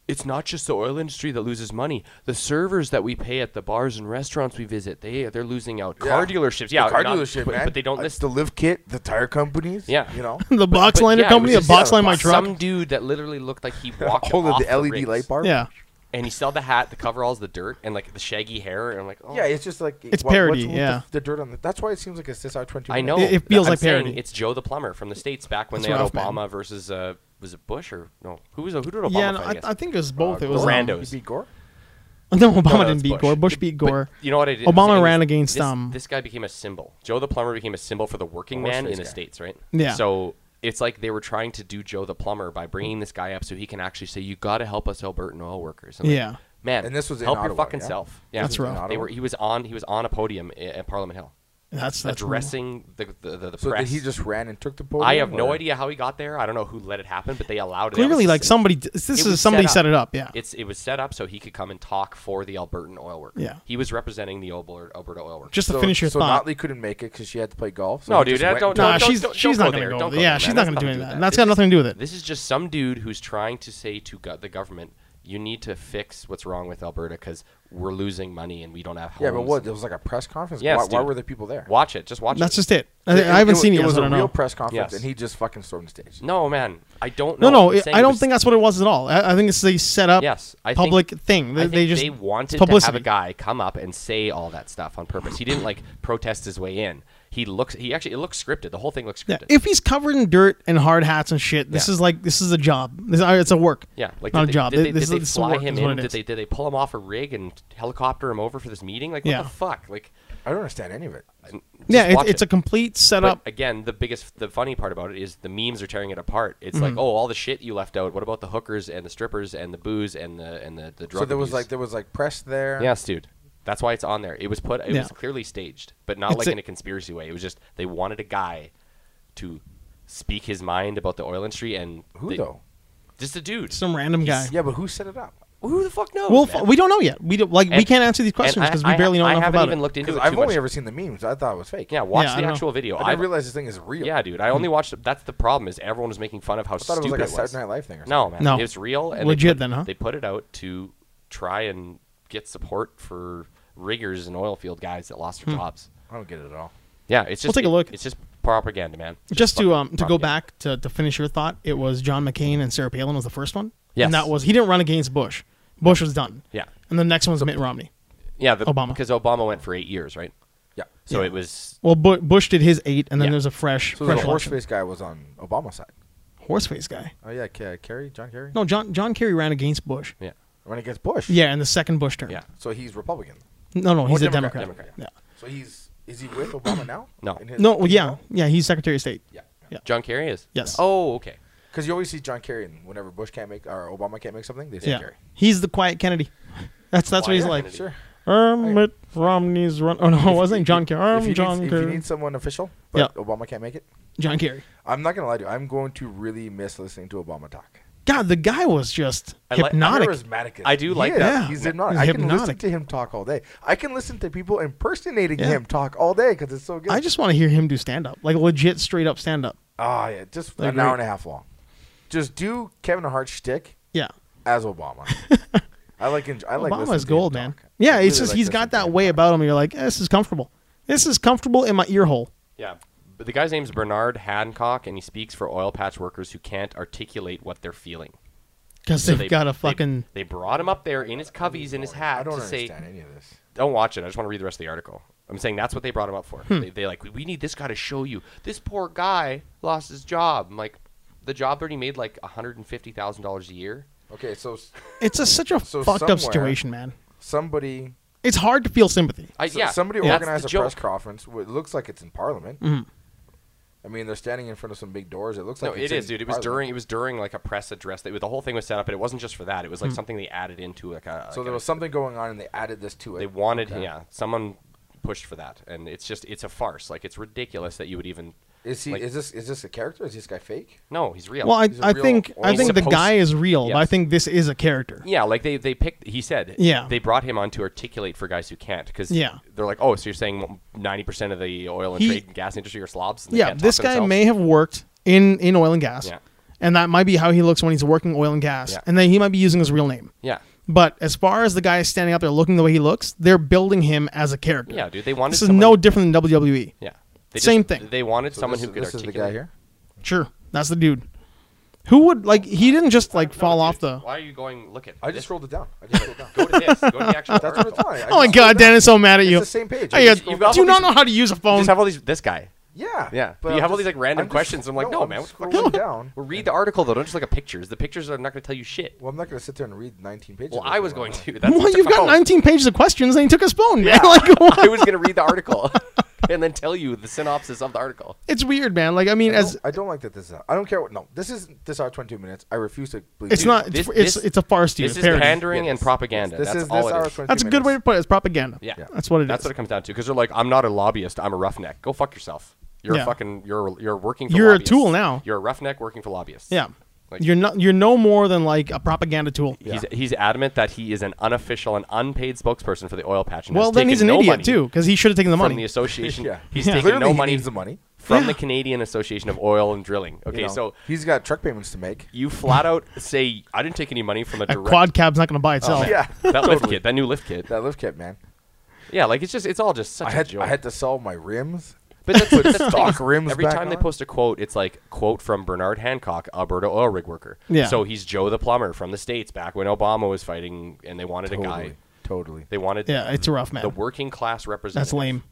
Speaker 2: "It's not just the oil industry that loses money. The servers that we pay at the bars and restaurants we visit, they they're losing out. Car
Speaker 3: Yeah.
Speaker 2: dealerships,
Speaker 3: The
Speaker 2: yeah,
Speaker 3: car
Speaker 2: not-
Speaker 3: dealership,
Speaker 2: but,
Speaker 3: man.
Speaker 2: but they don't
Speaker 3: Uh,
Speaker 2: list
Speaker 3: the live kit, the tire companies.
Speaker 2: Yeah.
Speaker 3: you know,
Speaker 1: the box
Speaker 2: But
Speaker 1: liner
Speaker 2: yeah, it
Speaker 1: company
Speaker 2: was
Speaker 1: that
Speaker 2: just
Speaker 1: box
Speaker 2: some-
Speaker 1: line my truck.
Speaker 2: Some dude that literally looked like he walked
Speaker 3: all
Speaker 2: off
Speaker 3: of
Speaker 1: E
Speaker 3: the LED
Speaker 2: rigs.
Speaker 3: light bar.
Speaker 1: yeah.
Speaker 2: and he saw the hat, the coveralls, the dirt, and like the shaggy hair, and I'm like, oh,
Speaker 3: yeah. It's just like
Speaker 1: It's
Speaker 3: what-
Speaker 1: parody,
Speaker 3: what's with
Speaker 1: yeah.
Speaker 3: the, the dirt on the. That's why it seems like it's this hour twenty two.
Speaker 2: I know.
Speaker 1: It- it feels
Speaker 2: I'm
Speaker 1: like
Speaker 2: saying
Speaker 1: parody.
Speaker 2: It's Joe the plumber from the states back when
Speaker 1: It's
Speaker 2: they had
Speaker 1: rough, man.
Speaker 2: Obama versus uh, was it Bush or no? Who was who did Obama?
Speaker 1: Yeah. no,
Speaker 2: fight
Speaker 1: I,
Speaker 2: against?
Speaker 1: I think it was both. it
Speaker 2: the
Speaker 1: was um,
Speaker 2: rando.
Speaker 3: He beat Gore.
Speaker 1: No, Obama
Speaker 2: No, no,
Speaker 1: didn't
Speaker 2: it's
Speaker 1: beat
Speaker 2: Bush.
Speaker 1: Gore. Bush beat
Speaker 2: But
Speaker 1: Gore.
Speaker 2: you know what I did?
Speaker 1: Obama
Speaker 2: I'm saying
Speaker 1: ran
Speaker 2: is
Speaker 1: against,
Speaker 2: this,
Speaker 1: um,
Speaker 2: This guy became a symbol. Joe the plumber became a symbol for the working man
Speaker 3: horse-faced
Speaker 2: in the
Speaker 3: guy.
Speaker 2: states, right?
Speaker 1: Yeah.
Speaker 2: So it's like they were trying to do Joe the plumber by bringing this guy up so he can actually say, "You got to help us Albertan oil workers." I'm like,
Speaker 1: Yeah.
Speaker 2: Man,
Speaker 3: And this was in
Speaker 2: help your
Speaker 3: Ottawa,
Speaker 2: fucking
Speaker 3: yeah?
Speaker 2: self. Yeah,
Speaker 1: That's
Speaker 2: They
Speaker 1: rough.
Speaker 2: were- he was on. He was on a podium i- at Parliament Hill,
Speaker 1: That's that's
Speaker 2: addressing the the, the, the
Speaker 3: So
Speaker 2: press.
Speaker 3: did he just ran and took the podium?
Speaker 2: I have no
Speaker 3: or-
Speaker 2: idea how he got there. I don't know who let it happen, but they allowed it. That
Speaker 1: Clearly,
Speaker 2: was
Speaker 1: like
Speaker 2: sick.
Speaker 1: somebody. d- This
Speaker 2: It
Speaker 1: is
Speaker 2: was
Speaker 1: somebody
Speaker 2: set
Speaker 1: set it
Speaker 2: up.
Speaker 1: up. Yeah.
Speaker 2: It's it was set up so he could come and talk for the Albertan oil workers.
Speaker 1: Yeah.
Speaker 2: He was representing the Alberta, Alberta oil workers.
Speaker 1: Just to
Speaker 3: So-
Speaker 1: finish your
Speaker 3: so
Speaker 1: thought.
Speaker 3: Notley couldn't make it because she had to play golf. So
Speaker 2: No,
Speaker 3: he
Speaker 2: dude,
Speaker 3: just
Speaker 2: that
Speaker 3: went-
Speaker 2: don't.
Speaker 1: Nah,
Speaker 2: don't,
Speaker 1: she's
Speaker 2: don't,
Speaker 1: she's
Speaker 2: don't
Speaker 1: not
Speaker 2: go
Speaker 1: gonna
Speaker 2: there.
Speaker 1: go.
Speaker 2: Don't
Speaker 1: over
Speaker 2: go
Speaker 1: there. Yeah,
Speaker 2: there,
Speaker 1: she's
Speaker 2: man.
Speaker 1: not
Speaker 2: That's
Speaker 1: gonna do
Speaker 2: nothing
Speaker 1: any of
Speaker 2: to
Speaker 1: that.
Speaker 2: do
Speaker 1: That's
Speaker 2: with
Speaker 1: got nothing to do with it.
Speaker 2: This is just some dude who's trying to say to go- the government, you need to fix what's wrong with Alberta because we're losing money and we don't have homes.
Speaker 3: Yeah, but what? It was like a press conference.
Speaker 2: Yes,
Speaker 3: why, why
Speaker 2: dude.
Speaker 3: were the people there?
Speaker 2: Watch it. Just watch
Speaker 1: That's
Speaker 2: it.
Speaker 1: just it. I, I haven't
Speaker 3: wa-
Speaker 1: seen it.
Speaker 3: It
Speaker 1: yet,
Speaker 3: was
Speaker 1: so I
Speaker 3: a
Speaker 1: don't know.
Speaker 3: real press
Speaker 2: Yes.
Speaker 3: conference, and he just fucking stormed the stage.
Speaker 2: No, man. I don't
Speaker 1: No,
Speaker 2: know.
Speaker 1: no,
Speaker 2: I'm
Speaker 1: it-
Speaker 2: saying
Speaker 1: I
Speaker 2: it
Speaker 1: don't
Speaker 2: was-
Speaker 1: think that's what it was at all. I, I think it's they set up
Speaker 2: Yes, I think-
Speaker 1: public thing. They,
Speaker 2: I think
Speaker 1: they just
Speaker 2: they wanted to have
Speaker 1: publicity.
Speaker 2: a guy come up and say all that stuff on purpose. He didn't like protest his way in. He looks. He actually it looks scripted. The whole thing looks
Speaker 1: Yeah,
Speaker 2: scripted.
Speaker 1: if he's covered in dirt and hard hats and shit, this
Speaker 2: Yeah.
Speaker 1: is like this is a job. This uh, it's a work.
Speaker 2: Yeah, like
Speaker 1: not
Speaker 2: did
Speaker 1: a
Speaker 2: they,
Speaker 1: job.
Speaker 2: Did they,
Speaker 1: this
Speaker 2: did
Speaker 1: is
Speaker 2: they
Speaker 1: some
Speaker 2: fly
Speaker 1: work
Speaker 2: him
Speaker 1: is what
Speaker 2: in?
Speaker 1: it
Speaker 2: Did
Speaker 1: is.
Speaker 2: they did they pull him off a rig and helicopter him over for this meeting? Like
Speaker 1: Yeah.
Speaker 2: what the fuck? Like
Speaker 3: I don't understand any of it.
Speaker 2: Just
Speaker 1: yeah, it,
Speaker 2: watch
Speaker 1: it's
Speaker 2: it.
Speaker 1: a complete
Speaker 2: But
Speaker 1: setup.
Speaker 2: again, the biggest, the funny part about it is the memes are tearing it apart. It's
Speaker 1: Mm-hmm.
Speaker 2: like, oh, all the shit you left out. What about the hookers and the strippers and the booze and the and the the drug?
Speaker 3: so there was
Speaker 2: abuse?
Speaker 3: like there was like press there.
Speaker 2: yes, dude. That's why it's on there. It was put. It
Speaker 1: Yeah.
Speaker 2: was clearly staged, but not
Speaker 1: It's
Speaker 2: like
Speaker 1: a-
Speaker 2: in a conspiracy way. It was just they wanted a guy to speak his mind about the oil industry and
Speaker 3: Who
Speaker 2: they-
Speaker 3: though?
Speaker 2: Just a dude.
Speaker 1: Some random guy.
Speaker 3: Yeah, but who set it up?
Speaker 2: Who the fuck knows?
Speaker 1: We'll,
Speaker 2: man?
Speaker 1: f- we don't know yet. We don't, like we
Speaker 2: And-
Speaker 1: can't answer these questions
Speaker 2: And I-
Speaker 1: because we
Speaker 2: I-
Speaker 1: barely know
Speaker 2: I
Speaker 1: enough
Speaker 2: haven't
Speaker 1: about
Speaker 2: even
Speaker 1: it.
Speaker 2: looked into
Speaker 3: Because
Speaker 2: it
Speaker 3: I've
Speaker 2: too
Speaker 3: only
Speaker 2: much.
Speaker 3: ever seen the memes. I thought it was fake.
Speaker 2: Yeah, watch
Speaker 1: Yeah, I
Speaker 2: the
Speaker 1: don't know.
Speaker 2: actual video.
Speaker 3: I
Speaker 2: I've-
Speaker 3: didn't realize this thing is real.
Speaker 2: Yeah, dude. I only watched. That's the problem. Is everyone was making fun of how
Speaker 3: I thought it
Speaker 2: stupid
Speaker 3: was like a
Speaker 2: it was.
Speaker 3: Saturday Night Live thing or something.
Speaker 2: No, man.
Speaker 1: No.
Speaker 2: It's real and
Speaker 1: Legit
Speaker 2: they put,
Speaker 1: then, huh?
Speaker 2: They put it out to try and get support for riggers and oil field guys that lost
Speaker 1: Hmm.
Speaker 2: their jobs.
Speaker 3: I don't get it at all.
Speaker 2: Yeah, it's just
Speaker 1: take a
Speaker 2: it-
Speaker 1: look.
Speaker 2: It's just propaganda, man.
Speaker 1: Just to
Speaker 2: fucking
Speaker 1: um to go
Speaker 2: propaganda.
Speaker 1: back to, to finish your thought, it was John McCain and Sarah Palin was the first one.
Speaker 2: Yes.
Speaker 1: And that was he didn't run against Bush. Bush was done.
Speaker 2: Yeah.
Speaker 1: And the next one's Mitt Romney.
Speaker 2: Yeah, the,
Speaker 1: Obama.
Speaker 2: because Obama went for eight years, right?
Speaker 3: Yeah.
Speaker 2: So
Speaker 1: Yeah.
Speaker 2: it was
Speaker 1: Well, Bu- Bush did his eight, and then
Speaker 2: Yeah.
Speaker 1: there's a fresh,
Speaker 3: So the
Speaker 1: fresh
Speaker 3: horse
Speaker 1: election.
Speaker 3: face guy was on Obama's side.
Speaker 1: Horseface guy.
Speaker 3: Oh yeah, Ke- Kerry, John Kerry.
Speaker 1: No, John John Kerry ran against Bush.
Speaker 2: yeah,
Speaker 3: When it gets Bush.
Speaker 1: Yeah, in the second Bush term.
Speaker 2: yeah.
Speaker 3: So he's Republican.
Speaker 1: No, no, he's
Speaker 3: Or
Speaker 1: a Democrat.
Speaker 3: Democrat,
Speaker 1: Yeah.
Speaker 3: Democrat. So he's is he with Obama now?
Speaker 2: No.
Speaker 3: In his-
Speaker 1: No, well, yeah,
Speaker 3: No?
Speaker 1: yeah, he's Secretary of State.
Speaker 3: Yeah.
Speaker 1: Yeah.
Speaker 2: John Kerry is.
Speaker 1: Yes.
Speaker 2: Oh, okay.
Speaker 3: Because you always see John Kerry, and whenever Bush can't make or Obama can't make something, they say
Speaker 1: Yeah,
Speaker 3: Kerry.
Speaker 1: he's the quiet Kennedy. That's that's what he's
Speaker 2: Quiet
Speaker 1: like.
Speaker 2: Kennedy.
Speaker 3: Sure.
Speaker 1: Um, Mitt Romney's run. Oh no, it wasn't John Kerry.
Speaker 3: if you
Speaker 1: Um,
Speaker 3: need-
Speaker 1: John
Speaker 3: If you
Speaker 1: Kerry.
Speaker 3: need someone official, but
Speaker 1: Yeah.
Speaker 3: Obama can't make it,
Speaker 1: John Kerry.
Speaker 3: I'm not gonna lie to you. I'm going to really miss listening to Obama talk.
Speaker 1: God, the guy was just
Speaker 2: I like- I
Speaker 1: hypnotic.
Speaker 3: Charismatic. as
Speaker 2: I do
Speaker 3: he
Speaker 2: like
Speaker 3: is.
Speaker 2: that.
Speaker 3: He's
Speaker 2: Yeah.
Speaker 3: hypnotic.
Speaker 1: He's
Speaker 3: I can listen
Speaker 1: hypnotic.
Speaker 3: to him talk all day. I can listen to people impersonating
Speaker 1: Yeah.
Speaker 3: him talk all day because it's so good.
Speaker 1: I just want to hear him do stand up, like legit, straight up stand up.
Speaker 3: ah yeah, just
Speaker 1: I
Speaker 3: an hour
Speaker 1: agree.
Speaker 3: and a half long. Just do Kevin Hart shtick
Speaker 1: Yeah,
Speaker 3: as Obama. I like. en- I like. listening
Speaker 1: Obama's
Speaker 3: to
Speaker 1: gold,
Speaker 3: him
Speaker 1: man.
Speaker 3: talk.
Speaker 1: Yeah, it's
Speaker 3: I really
Speaker 1: just
Speaker 3: like
Speaker 1: he's
Speaker 3: listening
Speaker 1: got
Speaker 3: to
Speaker 1: that
Speaker 3: him
Speaker 1: way
Speaker 3: talk.
Speaker 1: about him. You're like, this is comfortable. This is comfortable in my ear hole.
Speaker 2: Yeah. But the guy's name's Bernard Hancock, and he speaks for oil patch workers who can't articulate what they're feeling.
Speaker 1: Because
Speaker 2: So
Speaker 1: they've
Speaker 2: they-
Speaker 1: got a
Speaker 2: they-
Speaker 1: fucking.
Speaker 2: They, brought him up there in his coveys, in his hat.
Speaker 3: I don't
Speaker 2: to say,
Speaker 3: understand any of this.
Speaker 2: don't watch it. I just want to read the rest of the article. I'm saying that's what they brought him up
Speaker 1: Hmm.
Speaker 2: for. They, they like, we need this guy to show you. This poor guy lost his job. I'm like, the job that he made like $150,000 a year.
Speaker 3: Okay, so s-
Speaker 1: It's a, such a
Speaker 3: So
Speaker 1: fucked up
Speaker 3: somewhere-
Speaker 1: situation, man.
Speaker 3: somebody,
Speaker 1: It's hard to feel sympathy.
Speaker 2: I,
Speaker 3: so-
Speaker 2: yeah,
Speaker 3: somebody
Speaker 2: that's
Speaker 3: organized
Speaker 2: the
Speaker 3: a
Speaker 2: joke.
Speaker 3: press conference. wh- It looks like it's in Parliament.
Speaker 1: Mm-hmm.
Speaker 3: I mean, they're standing in front of some big doors. It looks
Speaker 2: No,
Speaker 3: like
Speaker 2: it
Speaker 3: it's
Speaker 2: is,
Speaker 3: in
Speaker 2: dude. It was
Speaker 3: Parliament.
Speaker 2: during it was during like a press address. That, the whole thing was set up, and it wasn't just for that. It was like something they added into like a.
Speaker 3: Hmm. So
Speaker 2: like
Speaker 3: there
Speaker 2: a-
Speaker 3: was something going on, and they added this to it.
Speaker 2: They wanted,
Speaker 3: Okay.
Speaker 2: yeah, someone pushed for that, and it's just it's a farce. Like it's ridiculous that you would even.
Speaker 3: Is he?
Speaker 2: like-
Speaker 3: is this? Is this a character? Is this guy fake?
Speaker 2: No, he's real.
Speaker 1: Well, I,
Speaker 3: He's a
Speaker 1: I
Speaker 3: real
Speaker 1: think I
Speaker 3: oil
Speaker 1: think the
Speaker 2: supposed-
Speaker 1: guy is real, but I
Speaker 2: Yes.
Speaker 1: think this is a character.
Speaker 2: Yeah, like they they picked. He said.
Speaker 1: Yeah.
Speaker 2: They brought him on to articulate for guys who can't because.
Speaker 1: Yeah.
Speaker 2: They're like, oh, so you're saying ninety percent of the oil and
Speaker 1: He-
Speaker 2: trade and gas industry are slobs? and they
Speaker 1: Yeah,
Speaker 2: can't talk
Speaker 1: this
Speaker 2: for
Speaker 1: guy
Speaker 2: themselves?
Speaker 1: may have worked in in oil and gas,
Speaker 2: Yeah.
Speaker 1: and that might be how he looks when he's working oil and gas,
Speaker 2: Yeah.
Speaker 1: and then he might be using his real name.
Speaker 2: Yeah.
Speaker 1: But as far as the guy standing out there looking the way he looks, they're building him as a character.
Speaker 2: Yeah, dude. They wanted.
Speaker 1: This is
Speaker 2: someone-
Speaker 1: no different than E. WWE.
Speaker 2: Yeah. They
Speaker 1: Same thing.
Speaker 2: They wanted
Speaker 3: So
Speaker 2: someone
Speaker 3: this,
Speaker 2: who could
Speaker 3: this is the
Speaker 2: articulate.
Speaker 3: guy here.
Speaker 1: Sure, that's the dude. Who would like? He didn't just like fall
Speaker 2: No,
Speaker 1: off
Speaker 2: dude,
Speaker 1: the.
Speaker 2: Why are you going? Look at.
Speaker 3: I
Speaker 2: this.
Speaker 3: just rolled it down. I just rolled it down.
Speaker 2: Go to this. Go to the actual.
Speaker 3: That's what it's
Speaker 2: article.
Speaker 3: on. I
Speaker 1: Oh my
Speaker 3: just
Speaker 1: god,
Speaker 3: rolled it down.
Speaker 1: Dan is so mad at
Speaker 3: It's
Speaker 1: you.
Speaker 3: the same page.
Speaker 1: Hey, uh,
Speaker 3: I just
Speaker 2: You've
Speaker 1: do
Speaker 2: got
Speaker 1: you
Speaker 2: all
Speaker 1: not
Speaker 2: these-
Speaker 1: know how to use a
Speaker 2: You
Speaker 1: phone?
Speaker 2: just have all these. This guy.
Speaker 3: Yeah.
Speaker 2: Yeah.
Speaker 3: but
Speaker 2: you have all
Speaker 3: I'm
Speaker 2: these like
Speaker 3: just-
Speaker 2: random
Speaker 3: I'm just-
Speaker 2: questions. I'm like, no,
Speaker 3: I'm
Speaker 2: man. What the
Speaker 3: just
Speaker 2: fuck?
Speaker 3: scrolling
Speaker 2: Look.
Speaker 3: down.
Speaker 2: Well, read the article though. Don't just look at pictures. The pictures are not going to tell you shit.
Speaker 3: Well, I'm not going to sit there and read 19 pages.
Speaker 2: Well,
Speaker 3: of
Speaker 2: I
Speaker 3: this
Speaker 2: was
Speaker 3: thing.
Speaker 2: going to. That's
Speaker 1: well,
Speaker 2: what
Speaker 1: you've
Speaker 2: took
Speaker 1: got
Speaker 2: out.
Speaker 1: 19 pages of questions, and he took his phone, man. Like, what?
Speaker 2: I was going to read the article. and then tell you the synopsis of the article.
Speaker 1: it's weird, man. Like, I mean,
Speaker 3: I don't,
Speaker 1: as
Speaker 3: I don't like that this is. I don't care what. No, this is this hour 22 minutes. I refuse to believe
Speaker 1: it's
Speaker 3: it.
Speaker 1: not.
Speaker 2: this-
Speaker 1: it's
Speaker 2: this-
Speaker 1: it's a farce, dude.
Speaker 2: This
Speaker 1: It's
Speaker 2: is
Speaker 1: parody.
Speaker 2: pandering
Speaker 3: Yes.
Speaker 2: and propaganda.
Speaker 3: This
Speaker 2: That's
Speaker 3: is
Speaker 2: all
Speaker 3: this
Speaker 2: it
Speaker 3: hour
Speaker 2: is.
Speaker 3: 22
Speaker 1: That's a good way to
Speaker 3: minutes.
Speaker 1: put it. It's propaganda.
Speaker 2: Yeah. Yeah.
Speaker 1: that's what it is.
Speaker 2: That's what it comes down to. Because they're like, I'm not a lobbyist. I'm a roughneck. Go fuck yourself. You're
Speaker 1: Yeah.
Speaker 2: a fucking. You're you're working. for
Speaker 1: You're a
Speaker 2: lobbyists.
Speaker 1: tool now.
Speaker 2: You're a roughneck working for lobbyists.
Speaker 1: yeah,
Speaker 2: Like-
Speaker 1: you're not. You're no more than like a propaganda tool.
Speaker 2: He's, he's adamant that he is an unofficial and unpaid spokesperson for the oil patch. and
Speaker 1: Well,
Speaker 2: has
Speaker 1: then
Speaker 2: taken
Speaker 1: he's an
Speaker 2: no
Speaker 1: idiot
Speaker 2: money
Speaker 1: too, because he should have taken the
Speaker 2: from
Speaker 1: money.
Speaker 2: the association.
Speaker 3: Yeah.
Speaker 2: He's
Speaker 1: Yeah.
Speaker 2: taking
Speaker 3: Clearly,
Speaker 2: no
Speaker 3: he
Speaker 2: money
Speaker 3: needs the money.
Speaker 2: from
Speaker 1: Yeah.
Speaker 2: the Canadian Association of Oil and Drilling.
Speaker 3: you
Speaker 2: Okay,
Speaker 3: know.
Speaker 2: so
Speaker 3: he's got truck payments to make.
Speaker 2: you flat out say I didn't take any money from a
Speaker 1: a
Speaker 2: direct Oh,
Speaker 1: quad cab's not going to buy itself.
Speaker 2: man.
Speaker 3: Yeah.
Speaker 2: that lift kit, that new lift kit.
Speaker 3: That lift kit, man.
Speaker 2: Yeah, like it's just it's all just such
Speaker 3: I
Speaker 2: a
Speaker 3: had
Speaker 2: joke.
Speaker 3: I had to sell my rims.
Speaker 2: but that's, that's the
Speaker 3: stock
Speaker 2: thing.
Speaker 3: rims
Speaker 2: Every
Speaker 3: back
Speaker 2: time they
Speaker 3: on.
Speaker 2: post a quote, it's like quote from Bernard Hancock, Alberta oil rig worker.
Speaker 1: Yeah.
Speaker 2: So he's Joe the plumber from the states back when Obama was fighting, and they wanted a guy.
Speaker 3: Totally.
Speaker 2: They wanted
Speaker 1: Yeah, it's rough, man.
Speaker 2: the working class representative.
Speaker 1: That's lame.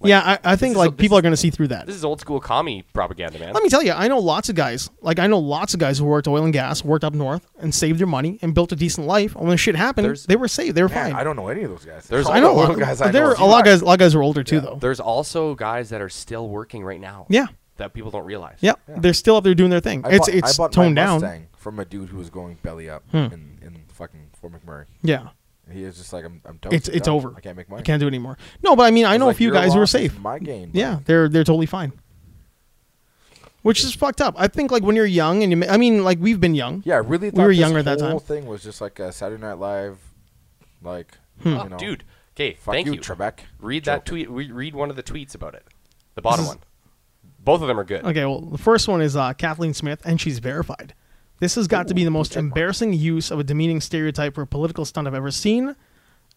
Speaker 2: Like,
Speaker 1: yeah, I, I think
Speaker 2: is
Speaker 1: like
Speaker 2: a- this
Speaker 1: people
Speaker 2: is-
Speaker 1: are going to see through that.
Speaker 2: This is old school commie propaganda, man.
Speaker 1: Let me tell you, I know lots of guys. Like I know lots of guys who worked oil and gas, worked up north, and saved their money and built a decent life. And when shit happened,
Speaker 2: There's-
Speaker 1: they were saved. They were
Speaker 3: Man,
Speaker 1: fine.
Speaker 3: I don't know any of those guys.
Speaker 2: There's-
Speaker 3: All
Speaker 1: I know
Speaker 3: the
Speaker 1: a lot
Speaker 3: little guys. I
Speaker 1: there
Speaker 3: know
Speaker 1: were
Speaker 3: is
Speaker 1: a lot of
Speaker 3: you.
Speaker 1: guys. A lot of guys were older too,
Speaker 3: Yeah.
Speaker 1: though.
Speaker 2: There's also guys that are still working right now.
Speaker 1: Yeah,
Speaker 2: That people don't realize.
Speaker 1: yeah,
Speaker 3: Yeah.
Speaker 1: They're still up there doing their thing.
Speaker 3: I
Speaker 1: it's
Speaker 3: bought-
Speaker 1: it's
Speaker 3: I bought my
Speaker 1: toned down. Hmm.
Speaker 3: Mustang from a dude who was going belly up in, in fucking Fort McMurray.
Speaker 1: Yeah,
Speaker 3: He was just like, I'm, I'm done.
Speaker 1: it's
Speaker 3: I'm
Speaker 1: it's
Speaker 3: done.
Speaker 1: over.
Speaker 3: I can't make money.
Speaker 1: I can't do it anymore. No, but I mean, I
Speaker 3: It's
Speaker 1: know
Speaker 3: like,
Speaker 1: a few
Speaker 3: your
Speaker 1: guys who are
Speaker 3: loss is
Speaker 1: safe.
Speaker 3: My gain. bro.
Speaker 1: Yeah, they're they're totally fine. Which is fucked up. I think like when you're young and you, ma- I mean like we've been young.
Speaker 3: Yeah, I really.
Speaker 1: We were
Speaker 3: thought this
Speaker 1: younger at that
Speaker 3: whole
Speaker 1: time.
Speaker 3: thing was just like a Saturday Night Live, like
Speaker 2: Oh,
Speaker 1: Hmm.
Speaker 3: you know,
Speaker 2: dude. Okay,
Speaker 3: Fuck
Speaker 2: thank
Speaker 3: you,
Speaker 2: you.
Speaker 3: Trebek.
Speaker 2: Read that tweet. Re- read one of the tweets about it. The bottom one. Both of them are good.
Speaker 1: Okay, well the first one is uh, Kathleen Smith and she's verified. This has got to be the most embarrassing use of a demeaning stereotype for a political stunt I've ever seen.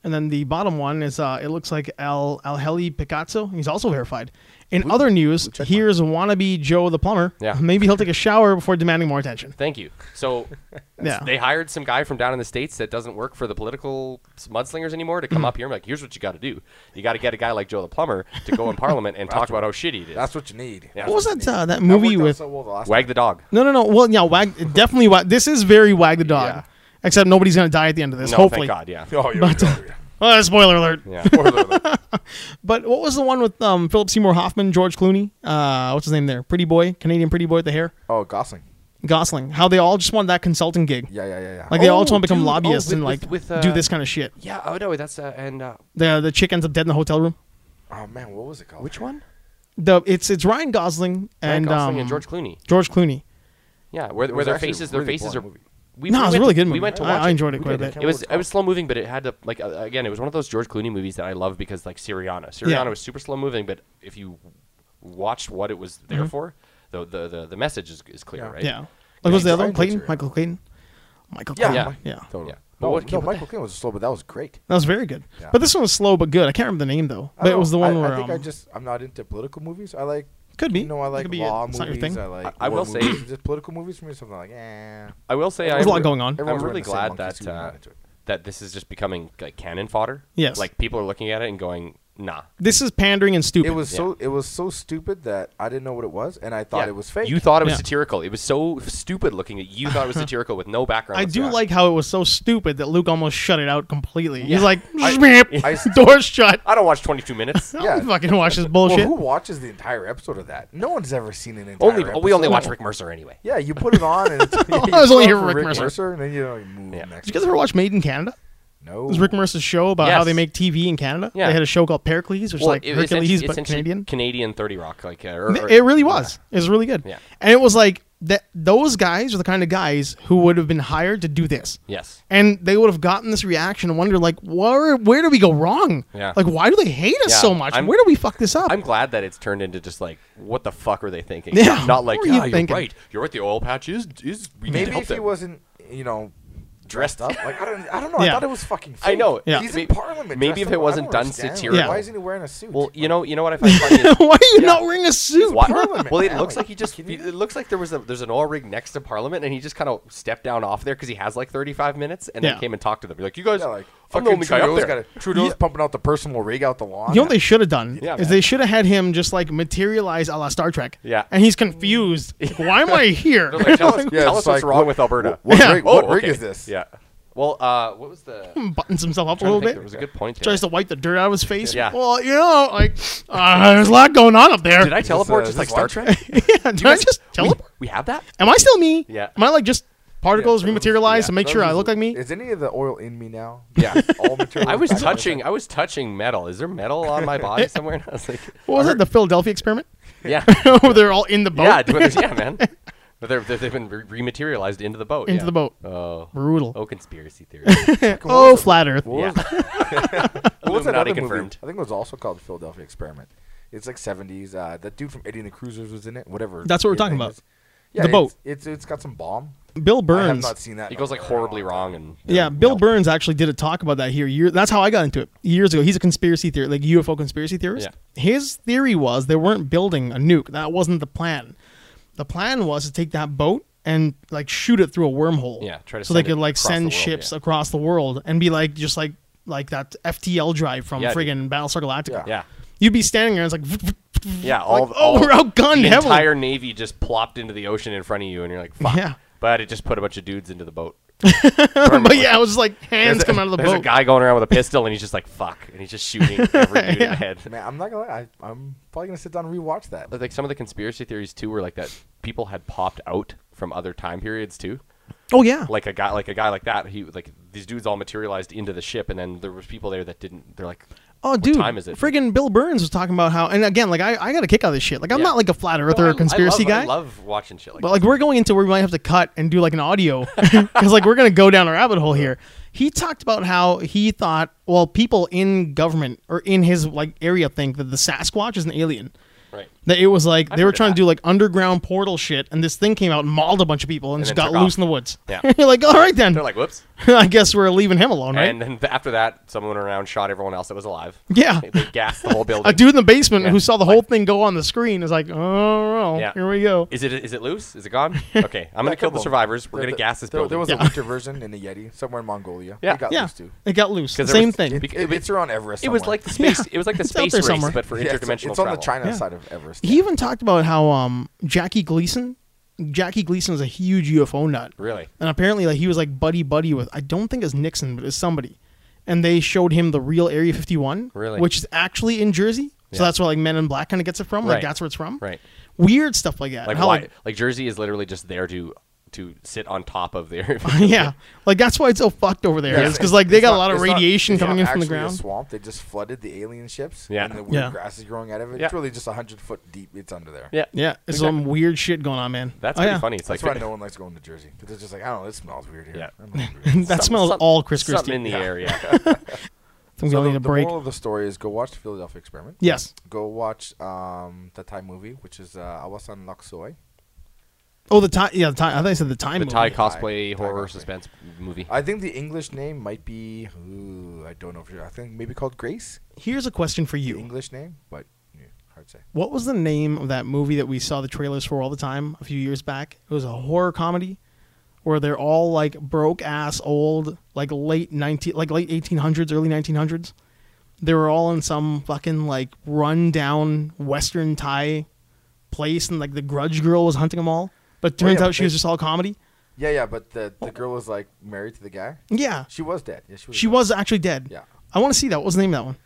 Speaker 1: And then the bottom one is uh, it looks like Al Alheli Picasso. He's also verified. In other news, here's wannabe Joe the plumber.
Speaker 2: Yeah.
Speaker 1: Maybe he'll take a shower before demanding more attention.
Speaker 2: Thank you. So
Speaker 1: Yeah.
Speaker 2: they hired some guy from down in the states that doesn't work for the political s- mudslingers anymore to come
Speaker 1: Hmm.
Speaker 2: up here and be like, here's what you got to do. You got to get a guy like Joe the plumber to go in Parliament and talk about how shitty it is.
Speaker 3: That's what you need.
Speaker 2: Yeah.
Speaker 3: That's
Speaker 1: What was
Speaker 3: you
Speaker 1: that
Speaker 3: need.
Speaker 1: uh, that movie
Speaker 3: worked out
Speaker 1: with
Speaker 3: so well the last
Speaker 2: Wag the dog.
Speaker 1: No, no, no. Well, yeah, wag definitely wag. This is very wag the dog.
Speaker 2: Yeah.
Speaker 1: Except nobody's gonna die at the end of this.
Speaker 2: no,
Speaker 1: hopefully.
Speaker 2: thank God. Yeah.
Speaker 3: time. Oh, yeah. yeah,
Speaker 1: Oh, spoiler alert.
Speaker 2: Yeah.
Speaker 3: yeah.
Speaker 1: But what was the one with um, Philip Seymour Hoffman, George Clooney? Uh, what's his name there? Pretty boy, Canadian pretty boy with the hair,
Speaker 3: oh, Gosling.
Speaker 1: Gosling. How they all just wanted that consulting gig.
Speaker 3: Yeah, yeah, yeah, yeah.
Speaker 1: Like they all just
Speaker 2: Oh,
Speaker 1: want to become
Speaker 2: dude. Oh,
Speaker 1: lobbyists
Speaker 2: with-
Speaker 1: and
Speaker 2: with-
Speaker 1: like
Speaker 2: with, uh,
Speaker 1: do this kind of shit.
Speaker 2: Yeah. Oh, no. That's, uh, and, uh,
Speaker 1: The the chick ends up dead in the hotel room.
Speaker 3: oh man, what was it called?
Speaker 2: which one?
Speaker 1: The it's it's Ryan Gosling
Speaker 2: Ryan
Speaker 1: and
Speaker 2: Gosling
Speaker 1: um,
Speaker 2: and George Clooney.
Speaker 1: George Clooney.
Speaker 2: Yeah. Where,
Speaker 3: It
Speaker 2: where
Speaker 3: was
Speaker 2: their
Speaker 3: actually a
Speaker 2: faces, their
Speaker 3: really
Speaker 2: faces are.
Speaker 3: boring movie.
Speaker 2: We,
Speaker 1: No,
Speaker 2: we
Speaker 1: it was a
Speaker 2: went-
Speaker 1: really good movie.
Speaker 2: We went to
Speaker 1: I-
Speaker 2: watch
Speaker 1: I
Speaker 2: it.
Speaker 1: enjoyed it
Speaker 3: We
Speaker 1: quite a
Speaker 3: did. I
Speaker 1: bit.
Speaker 3: can't
Speaker 2: It was
Speaker 3: What was it
Speaker 2: it was slow moving, but it had to like uh, again. It was one of those George Clooney movies that I love because like Siriana. Siriana
Speaker 1: Yeah.
Speaker 2: was super slow moving, but if you watched what it was there for, the the the, the message is, is clear,
Speaker 3: Yeah.
Speaker 2: right?
Speaker 1: Mm-hmm. Yeah. Like was the other
Speaker 3: Ryan
Speaker 1: one Clayton?
Speaker 3: Gosling.
Speaker 1: Michael Clayton. Michael.
Speaker 3: Yeah,
Speaker 1: Clayton.
Speaker 2: Yeah.
Speaker 1: yeah.
Speaker 3: Totally.
Speaker 2: Yeah. But
Speaker 3: No,
Speaker 2: what-
Speaker 3: no
Speaker 2: what
Speaker 3: Michael
Speaker 2: the-
Speaker 3: Caine was slow, but that was great.
Speaker 1: That was very good.
Speaker 3: Yeah.
Speaker 1: But this one was slow but good. I can't remember the name though.
Speaker 3: I
Speaker 1: But it
Speaker 3: don't
Speaker 1: was the
Speaker 3: know.
Speaker 1: one
Speaker 3: I,
Speaker 1: where
Speaker 3: I think
Speaker 1: um,
Speaker 3: I just I'm not into political movies. I like
Speaker 1: could be.
Speaker 3: you know I
Speaker 1: That
Speaker 3: like
Speaker 1: could be it.
Speaker 3: law
Speaker 1: It's not your
Speaker 3: movies.
Speaker 1: thing.
Speaker 3: I like
Speaker 2: I- I
Speaker 3: war
Speaker 2: will say-
Speaker 3: movies. just political movies for me. Something like eh. yeah.
Speaker 2: I will say I
Speaker 1: There's a lot going on.
Speaker 2: I'm
Speaker 3: Everyone's
Speaker 2: really
Speaker 3: wearing the same
Speaker 2: glad
Speaker 3: monkey
Speaker 2: that
Speaker 3: suit and
Speaker 2: uh,
Speaker 3: not into it.
Speaker 2: that this is just becoming like cannon fodder.
Speaker 1: Yes.
Speaker 2: Like people are looking at it and going, nah.
Speaker 1: This is pandering and stupid.
Speaker 3: It was
Speaker 2: Yeah.
Speaker 3: so it was so stupid that I didn't know what it was, and I thought
Speaker 2: Yeah.
Speaker 3: it was fake.
Speaker 2: You thought it was
Speaker 1: Yeah.
Speaker 2: satirical. It was so stupid looking that you thought it was satirical with no background.
Speaker 1: I do
Speaker 2: whatsoever.
Speaker 1: like how it was so stupid that Luke almost shut it out completely. He's
Speaker 2: Yeah.
Speaker 1: like,
Speaker 3: I-
Speaker 1: "Shmeep,"
Speaker 3: I-
Speaker 1: door shut.
Speaker 2: I don't watch 22 minutes.
Speaker 1: I
Speaker 3: Yeah.
Speaker 1: don't fucking watch this
Speaker 3: well,
Speaker 1: bullshit.
Speaker 3: who watches the entire episode of that? No one's ever seen an entire.
Speaker 2: only we only
Speaker 3: episode.
Speaker 2: watch Rick Mercer anyway.
Speaker 3: Yeah, you put it on, and it's, you
Speaker 1: I was only
Speaker 3: put
Speaker 1: here
Speaker 3: on
Speaker 1: for Rick Mercer.
Speaker 3: and then you like, move
Speaker 2: Yeah.
Speaker 3: next.
Speaker 1: Did you guys ever
Speaker 3: episode.
Speaker 1: watch Made in Canada?
Speaker 3: No.
Speaker 1: It was Rick Mercer's show about how
Speaker 2: Yes.
Speaker 1: they make TV in Canada.
Speaker 2: Yeah.
Speaker 1: They had a show called Pericles, which is like
Speaker 2: it-
Speaker 1: Hercules
Speaker 2: essentially-
Speaker 1: but
Speaker 2: essentially
Speaker 1: Canadian.
Speaker 2: Canadian 30 Rock, like uh, or, or-
Speaker 1: It really was. It was really good.
Speaker 2: Yeah.
Speaker 1: And it was like that. Those guys are the kind of guys who would have been hired to do this.
Speaker 2: Yes.
Speaker 1: and they would have gotten this reaction and wondered like where where do we go wrong
Speaker 2: Yeah.
Speaker 1: like why do they hate us
Speaker 2: Yeah,
Speaker 1: so much
Speaker 2: I'm-
Speaker 1: where do we fuck this up
Speaker 2: I'm glad that it's turned into just like, what the fuck are they thinking?
Speaker 1: Yeah.
Speaker 2: Not like,
Speaker 1: What were you
Speaker 2: yeah, you are
Speaker 1: thinking?"
Speaker 2: right. You're right. The oil patch is is we need to
Speaker 3: Maybe
Speaker 2: help
Speaker 3: if he
Speaker 2: them."
Speaker 3: wasn't, you know, dressed up. Like I don't, I don't know.
Speaker 1: Yeah.
Speaker 3: I thought it was fucking. Fake.
Speaker 2: I know.
Speaker 1: Yeah.
Speaker 3: He's
Speaker 2: May-
Speaker 3: in Parliament.
Speaker 2: maybe
Speaker 3: dressed
Speaker 2: if it
Speaker 3: up. I don't
Speaker 2: wasn't done
Speaker 3: understand.
Speaker 2: satirical.
Speaker 3: Why isn't he wearing a suit?
Speaker 2: Well, you
Speaker 3: Like,
Speaker 2: know, you know what I find funny is
Speaker 1: why are you
Speaker 2: Yeah.
Speaker 1: not wearing a suit
Speaker 2: Why-
Speaker 3: Parliament,
Speaker 2: Well, it
Speaker 3: man.
Speaker 2: looks
Speaker 3: Like,
Speaker 2: like he just.
Speaker 3: kidding
Speaker 2: It
Speaker 3: me?
Speaker 2: looks like there was a there's an oil rig next to Parliament, and he just kind of stepped down off there because he has like 35 minutes, and
Speaker 1: Yeah.
Speaker 2: then came and talked to them. You're like, you guys,
Speaker 3: Yeah, like
Speaker 2: I'm the
Speaker 3: fucking
Speaker 2: only guy up
Speaker 3: Trudeau's
Speaker 2: there.
Speaker 3: got a, Trudeau's pumping out the personal rig out the lawn.
Speaker 1: you know what they should have done
Speaker 2: Yeah,
Speaker 1: is
Speaker 2: man.
Speaker 1: they should have had him just like materialize a la Star Trek.
Speaker 2: Yeah.
Speaker 1: And he's confused. Like, why am I here?
Speaker 2: They're like, tell us,
Speaker 3: Yeah,
Speaker 2: tell us what's
Speaker 3: it's like,
Speaker 2: wrong
Speaker 3: what-
Speaker 2: with Alberta.
Speaker 3: What,
Speaker 1: Yeah.
Speaker 3: rig, what
Speaker 2: Oh,
Speaker 3: rig
Speaker 2: okay.
Speaker 3: is this?
Speaker 2: Yeah. Well, uh, what was the? I'm
Speaker 1: Buttons himself up a
Speaker 2: trying
Speaker 1: Hmm,
Speaker 2: to
Speaker 1: little
Speaker 2: think There
Speaker 1: bit.
Speaker 2: was a good point. There.
Speaker 1: Tries to wipe the dirt out of his face.
Speaker 2: Yeah.
Speaker 1: Well, you know, like uh, there's a lot going on up there.
Speaker 2: Did I
Speaker 3: this,
Speaker 2: teleport
Speaker 3: uh,
Speaker 2: just
Speaker 3: is
Speaker 2: like
Speaker 3: this
Speaker 2: Star
Speaker 3: lunch?
Speaker 2: Trek?
Speaker 1: yeah, did I just
Speaker 2: we,
Speaker 1: teleport?
Speaker 2: we have that.
Speaker 1: Am I still me?
Speaker 2: Yeah.
Speaker 1: Am I like just particles
Speaker 3: Yeah.
Speaker 1: rematerialized
Speaker 2: Yeah.
Speaker 1: to make
Speaker 3: Those
Speaker 1: sure I
Speaker 3: is-
Speaker 1: look like me?
Speaker 3: Is any of the oil in me now?
Speaker 2: Yeah.
Speaker 3: All material.
Speaker 2: I was
Speaker 3: back in the
Speaker 2: touching. I was touching metal. Is there metal on my body somewhere? And I was like,
Speaker 1: What was that? The Philadelphia experiment?
Speaker 2: yeah,
Speaker 1: Where they're all in the boat.
Speaker 2: yeah, but there's- yeah, man. But they're, they have been re- rematerialized into the boat.
Speaker 1: Into
Speaker 2: yeah.
Speaker 1: the boat.
Speaker 2: Oh,
Speaker 1: Brutal.
Speaker 2: oh, conspiracy theory.
Speaker 3: back. Fucking what
Speaker 1: Oh,
Speaker 3: was it?
Speaker 1: flat Earth.
Speaker 3: What
Speaker 2: yeah.
Speaker 3: was- what was that
Speaker 2: Illuminati
Speaker 3: other movie?
Speaker 2: confirmed.
Speaker 3: I think it was also called Philadelphia Experiment. It's like 70s. Uh, that dude from Eddie and the Cruisers was in it. Whatever.
Speaker 1: That's what we're
Speaker 3: his
Speaker 1: talking
Speaker 3: name
Speaker 1: about.
Speaker 3: is. Yeah,
Speaker 1: The boat.
Speaker 3: It's, it's it's got some bomb.
Speaker 1: Bill
Speaker 3: I have
Speaker 1: Burns.
Speaker 3: not seen that.
Speaker 2: It goes like horribly wrong, and
Speaker 1: Yeah, Bill Burns actually did a talk about that here. Year, that's how I got into it years ago. He's a conspiracy theorist, like UFO conspiracy theorist.
Speaker 2: Yeah.
Speaker 1: His theory was they weren't building a nuke. That wasn't the plan. The plan was to take that boat and like shoot it through a wormhole.
Speaker 2: Yeah, try to
Speaker 1: so
Speaker 2: send
Speaker 1: they
Speaker 2: it
Speaker 1: could like
Speaker 2: across
Speaker 1: send
Speaker 2: the world,
Speaker 1: ships
Speaker 2: yeah.
Speaker 1: across the world and be like just like like that FTL drive from
Speaker 2: Yeah, dude.
Speaker 1: friggin' Battlestar Galactica.
Speaker 2: yeah,
Speaker 1: You'd be standing there, and it's like,
Speaker 2: Yeah, all
Speaker 1: Like,
Speaker 2: of-
Speaker 1: oh,
Speaker 2: all-
Speaker 1: we're outgunned
Speaker 2: The
Speaker 1: heavily.
Speaker 2: entire navy just plopped into the ocean in front of you, and you're like, "Fuck!"
Speaker 1: Yeah.
Speaker 2: But it just put a bunch of dudes into the boat.
Speaker 1: but yeah, it was just like hands
Speaker 2: There's a-
Speaker 1: coming out of the
Speaker 2: There's
Speaker 1: boat.
Speaker 2: a guy going around with a pistol, and he's just like, "Fuck!" And he's just shooting every dude in the head.
Speaker 3: Man, I'm not gonna lie. I, I'm probably gonna sit down and rewatch that.
Speaker 2: But, Like some of the conspiracy theories too were like that people had popped out from other time periods too.
Speaker 1: Oh yeah,
Speaker 2: Like a guy, like a guy like that. He like these dudes all materialized into the ship, and then there was people there that didn't. They're like,
Speaker 1: oh dude,
Speaker 2: time is it?
Speaker 1: friggin' Bill Burns was talking about how, and again, like I, I got a kick out of this shit. Like I'm
Speaker 2: Yeah.
Speaker 1: not like a flat earther
Speaker 2: "No, I-
Speaker 1: or conspiracy
Speaker 2: I love,
Speaker 1: guy.
Speaker 2: I love watching shit like.
Speaker 1: But like we're going into where we might have to cut and do like an audio because like we're gonna go down a rabbit hole here. He talked about how he thought well people in government or in his like area think that the Sasquatch is an alien.
Speaker 2: that. right.
Speaker 1: That it was like they
Speaker 2: heard
Speaker 1: were
Speaker 2: of
Speaker 1: trying to
Speaker 2: that.
Speaker 1: do like underground portal shit, and this thing came out and mauled a bunch of people and,
Speaker 2: And
Speaker 1: just
Speaker 2: then
Speaker 1: got
Speaker 2: took
Speaker 1: loose
Speaker 2: off.
Speaker 1: in the woods.
Speaker 2: Yeah.
Speaker 1: You're like, all right then,
Speaker 2: They're like, "Whoops!"
Speaker 1: I guess we're leaving him alone, right?
Speaker 2: And then th- after that, someone went around shot everyone else that was alive.
Speaker 1: Yeah.
Speaker 2: They- They gassed the whole building.
Speaker 1: a dude in the basement
Speaker 2: Yeah.
Speaker 1: who saw the whole thing go on the screen is like, oh, well,
Speaker 2: Yeah.
Speaker 1: here we go.
Speaker 2: Is it is it loose? Is it gone? Okay, I'm gonna kill the survivors. We're
Speaker 3: There-
Speaker 2: gonna
Speaker 3: there-
Speaker 2: gas this
Speaker 3: There,
Speaker 2: building.
Speaker 3: there was
Speaker 1: Yeah.
Speaker 3: a winter version in the Yeti somewhere in Mongolia.
Speaker 2: Yeah.
Speaker 3: it got
Speaker 1: yeah,
Speaker 3: loose too.
Speaker 1: it got loose.
Speaker 2: 'Cause there
Speaker 1: Same
Speaker 2: was-
Speaker 1: thing.
Speaker 2: It-
Speaker 3: It,
Speaker 2: it-
Speaker 3: it's around Everest.
Speaker 2: It was
Speaker 3: somewhere.
Speaker 2: like the space. It was like the
Speaker 1: It's out
Speaker 2: space
Speaker 1: there
Speaker 2: race,
Speaker 1: somewhere.
Speaker 2: but for
Speaker 3: Yeah, it's,
Speaker 2: interdimensional
Speaker 3: it's on
Speaker 2: travel.
Speaker 3: the China
Speaker 1: Yeah.
Speaker 3: side of Everest.
Speaker 1: He even talked about how um, Jackie Gleason, Jackie Gleason is a huge UFO nut,
Speaker 2: Really?
Speaker 1: and apparently like he was like buddy buddy with I don't think it's Nixon, but it's somebody, and they showed him the real Area 51,
Speaker 2: Really?
Speaker 1: which is actually in Jersey. So
Speaker 2: Yeah.
Speaker 1: that's where like Men in Black kind of gets it from.
Speaker 2: Right.
Speaker 1: Like that's where it's from.
Speaker 2: Right.
Speaker 1: Weird stuff like that.
Speaker 2: Like
Speaker 1: How,
Speaker 2: why? Like, Jersey is literally just there to to sit on top of there.
Speaker 1: yeah, like that's why it's so fucked over there.
Speaker 3: Yeah,
Speaker 1: because like they
Speaker 3: it's
Speaker 1: got
Speaker 3: not-
Speaker 1: a lot of
Speaker 3: it's not-
Speaker 1: radiation
Speaker 3: it's
Speaker 1: coming
Speaker 3: not
Speaker 1: in from the
Speaker 3: actually
Speaker 1: ground.
Speaker 3: A swamp. They just flooded the alien ships.
Speaker 2: Yeah.
Speaker 3: and the weird
Speaker 1: Yeah.
Speaker 3: grass is growing out of it. It's
Speaker 2: Yeah.
Speaker 3: really just hundred foot deep. It's under there.
Speaker 2: yeah.
Speaker 1: yeah, it's
Speaker 2: Exactly.
Speaker 1: some weird shit going on, man.
Speaker 2: That's
Speaker 1: Oh,
Speaker 2: pretty
Speaker 1: yeah.
Speaker 2: funny. It's like
Speaker 3: That's why no one likes going to Jersey because it's just like I don't know. It smells weird here.
Speaker 2: Yeah.
Speaker 3: I don't know what it is.
Speaker 1: that
Speaker 2: some-
Speaker 1: smells
Speaker 2: some-
Speaker 1: all Chris Christie.
Speaker 2: Something in the
Speaker 3: Yeah.
Speaker 2: area.
Speaker 1: I think we
Speaker 3: so
Speaker 1: all
Speaker 3: the,
Speaker 1: need a
Speaker 3: the
Speaker 1: break.
Speaker 3: moral of the story is go watch the Philadelphia Experiment.
Speaker 1: Yes.
Speaker 3: Go watch um, the Thai movie, which is uh, Awasan Laksoy.
Speaker 1: Oh, the time. Yeah, the time. I thought I said the time.
Speaker 2: the
Speaker 1: movie.
Speaker 2: Thai
Speaker 3: Thai-
Speaker 2: cosplay
Speaker 3: Thai
Speaker 2: horror
Speaker 3: cosplay.
Speaker 2: suspense movie.
Speaker 3: I think the English name might be. Ooh, I don't know if you're, I think maybe called Grace.
Speaker 1: Here's a question for
Speaker 3: The
Speaker 1: you.
Speaker 3: English name, but yeah, hard to say.
Speaker 1: What was the name of that movie that we saw the trailers for all the time a few years back? It was a horror comedy where they're all like broke ass old, like late 19 like late 1800s, early 1900s. They were all in some fucking like run down western Thai place and like the grudge girl was hunting them all. But
Speaker 3: Oh, yeah,
Speaker 1: turns out
Speaker 3: but
Speaker 1: she was
Speaker 3: they-
Speaker 1: just all comedy.
Speaker 3: Yeah, yeah, but the the girl was like married to the guy.
Speaker 1: Yeah.
Speaker 3: She was dead. Yeah, she was.
Speaker 1: She
Speaker 3: dead.
Speaker 1: was actually dead.
Speaker 3: Yeah.
Speaker 1: I want to see that. What was the name of that one?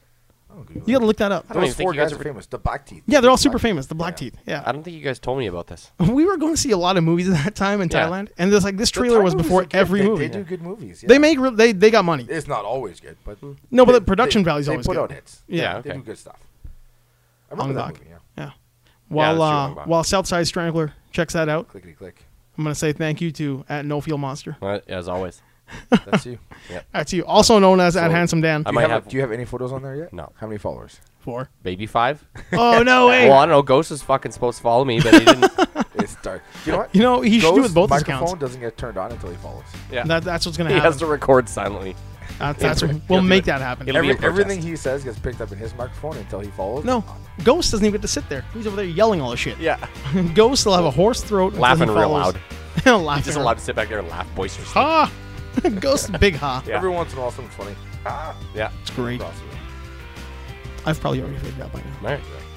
Speaker 3: I don't Google
Speaker 1: You got to
Speaker 3: it.
Speaker 1: look that up.
Speaker 2: don't
Speaker 3: I don't know,
Speaker 2: even think
Speaker 3: four
Speaker 2: you guys
Speaker 3: guys
Speaker 2: ever-
Speaker 3: are famous. The Black Teeth.
Speaker 1: Yeah, they're all
Speaker 3: Black
Speaker 1: super
Speaker 3: Teeth.
Speaker 1: famous. The Black
Speaker 3: Yeah.
Speaker 1: Teeth. Yeah.
Speaker 2: I don't think you guys told me about this.
Speaker 1: we were going to see a lot of movies at that time in
Speaker 2: Yeah.
Speaker 1: Thailand, and this like this
Speaker 3: The
Speaker 1: trailer
Speaker 3: Thai
Speaker 1: was
Speaker 3: movies
Speaker 1: before
Speaker 3: are good.
Speaker 1: every
Speaker 3: They-
Speaker 1: movie.
Speaker 3: They do good movies.
Speaker 1: They
Speaker 3: yeah.
Speaker 1: make real, they they got money.
Speaker 3: It's not always good, but
Speaker 1: No, but
Speaker 3: they-
Speaker 1: the production
Speaker 3: they-
Speaker 1: value's
Speaker 3: they
Speaker 1: always
Speaker 3: put
Speaker 1: good.
Speaker 3: out hits.
Speaker 1: Yeah,
Speaker 2: Hmm.
Speaker 3: they
Speaker 2: okay.
Speaker 3: do good stuff. I
Speaker 1: On
Speaker 3: remember that
Speaker 1: Bach.
Speaker 3: movie. Yeah,
Speaker 1: Yeah. While
Speaker 2: that's true,
Speaker 1: uh,
Speaker 2: on Bach.
Speaker 1: while Southside Strangler checks that out,
Speaker 3: clickety click.
Speaker 1: I'm gonna say thank you to at No Feel Monster.
Speaker 2: Well, As always,
Speaker 3: That's you.
Speaker 1: That's you, also known as at
Speaker 2: So-
Speaker 1: Handsome Dan.
Speaker 2: I
Speaker 3: Do you
Speaker 2: might
Speaker 3: have, a-
Speaker 2: have-
Speaker 3: Do you have any photos on there yet?
Speaker 2: No.
Speaker 3: How many followers?
Speaker 1: Four.
Speaker 2: baby five.
Speaker 1: Oh no
Speaker 2: Well, I
Speaker 1: way!
Speaker 2: don't know. Ghost is fucking supposed to follow me, but he didn't.
Speaker 3: it's dark. You know what?
Speaker 1: You know he should do it
Speaker 3: Go's
Speaker 1: with both his
Speaker 3: microphone
Speaker 1: accounts.
Speaker 3: doesn't get turned on until he follows.
Speaker 2: Yeah.
Speaker 1: That, that's what's gonna
Speaker 2: he has
Speaker 1: happen.
Speaker 2: to record silently.
Speaker 1: That's, that's what,
Speaker 2: He'll
Speaker 1: we'll
Speaker 2: do
Speaker 1: make
Speaker 2: it.
Speaker 1: that happen.
Speaker 2: It'll be
Speaker 3: Every-
Speaker 2: a protest.
Speaker 3: everything he says gets picked up in his microphone until he follows.
Speaker 1: No, Ghost doesn't even get to sit there. He's over there yelling all the shit.
Speaker 2: Yeah.
Speaker 1: Ghost will have a hoarse throat. until he
Speaker 2: Laughing real
Speaker 1: follows.
Speaker 2: loud.
Speaker 1: laughing.
Speaker 2: He's just
Speaker 1: real-
Speaker 2: allowed to sit back there and laugh boisterously.
Speaker 1: Ha! Ghost big ha.
Speaker 2: Yeah.
Speaker 3: Every once in a while, something's funny. Ah,
Speaker 2: Yeah.
Speaker 1: It's great.
Speaker 3: crosses.
Speaker 1: I've probably already figured it out by now.
Speaker 2: All right.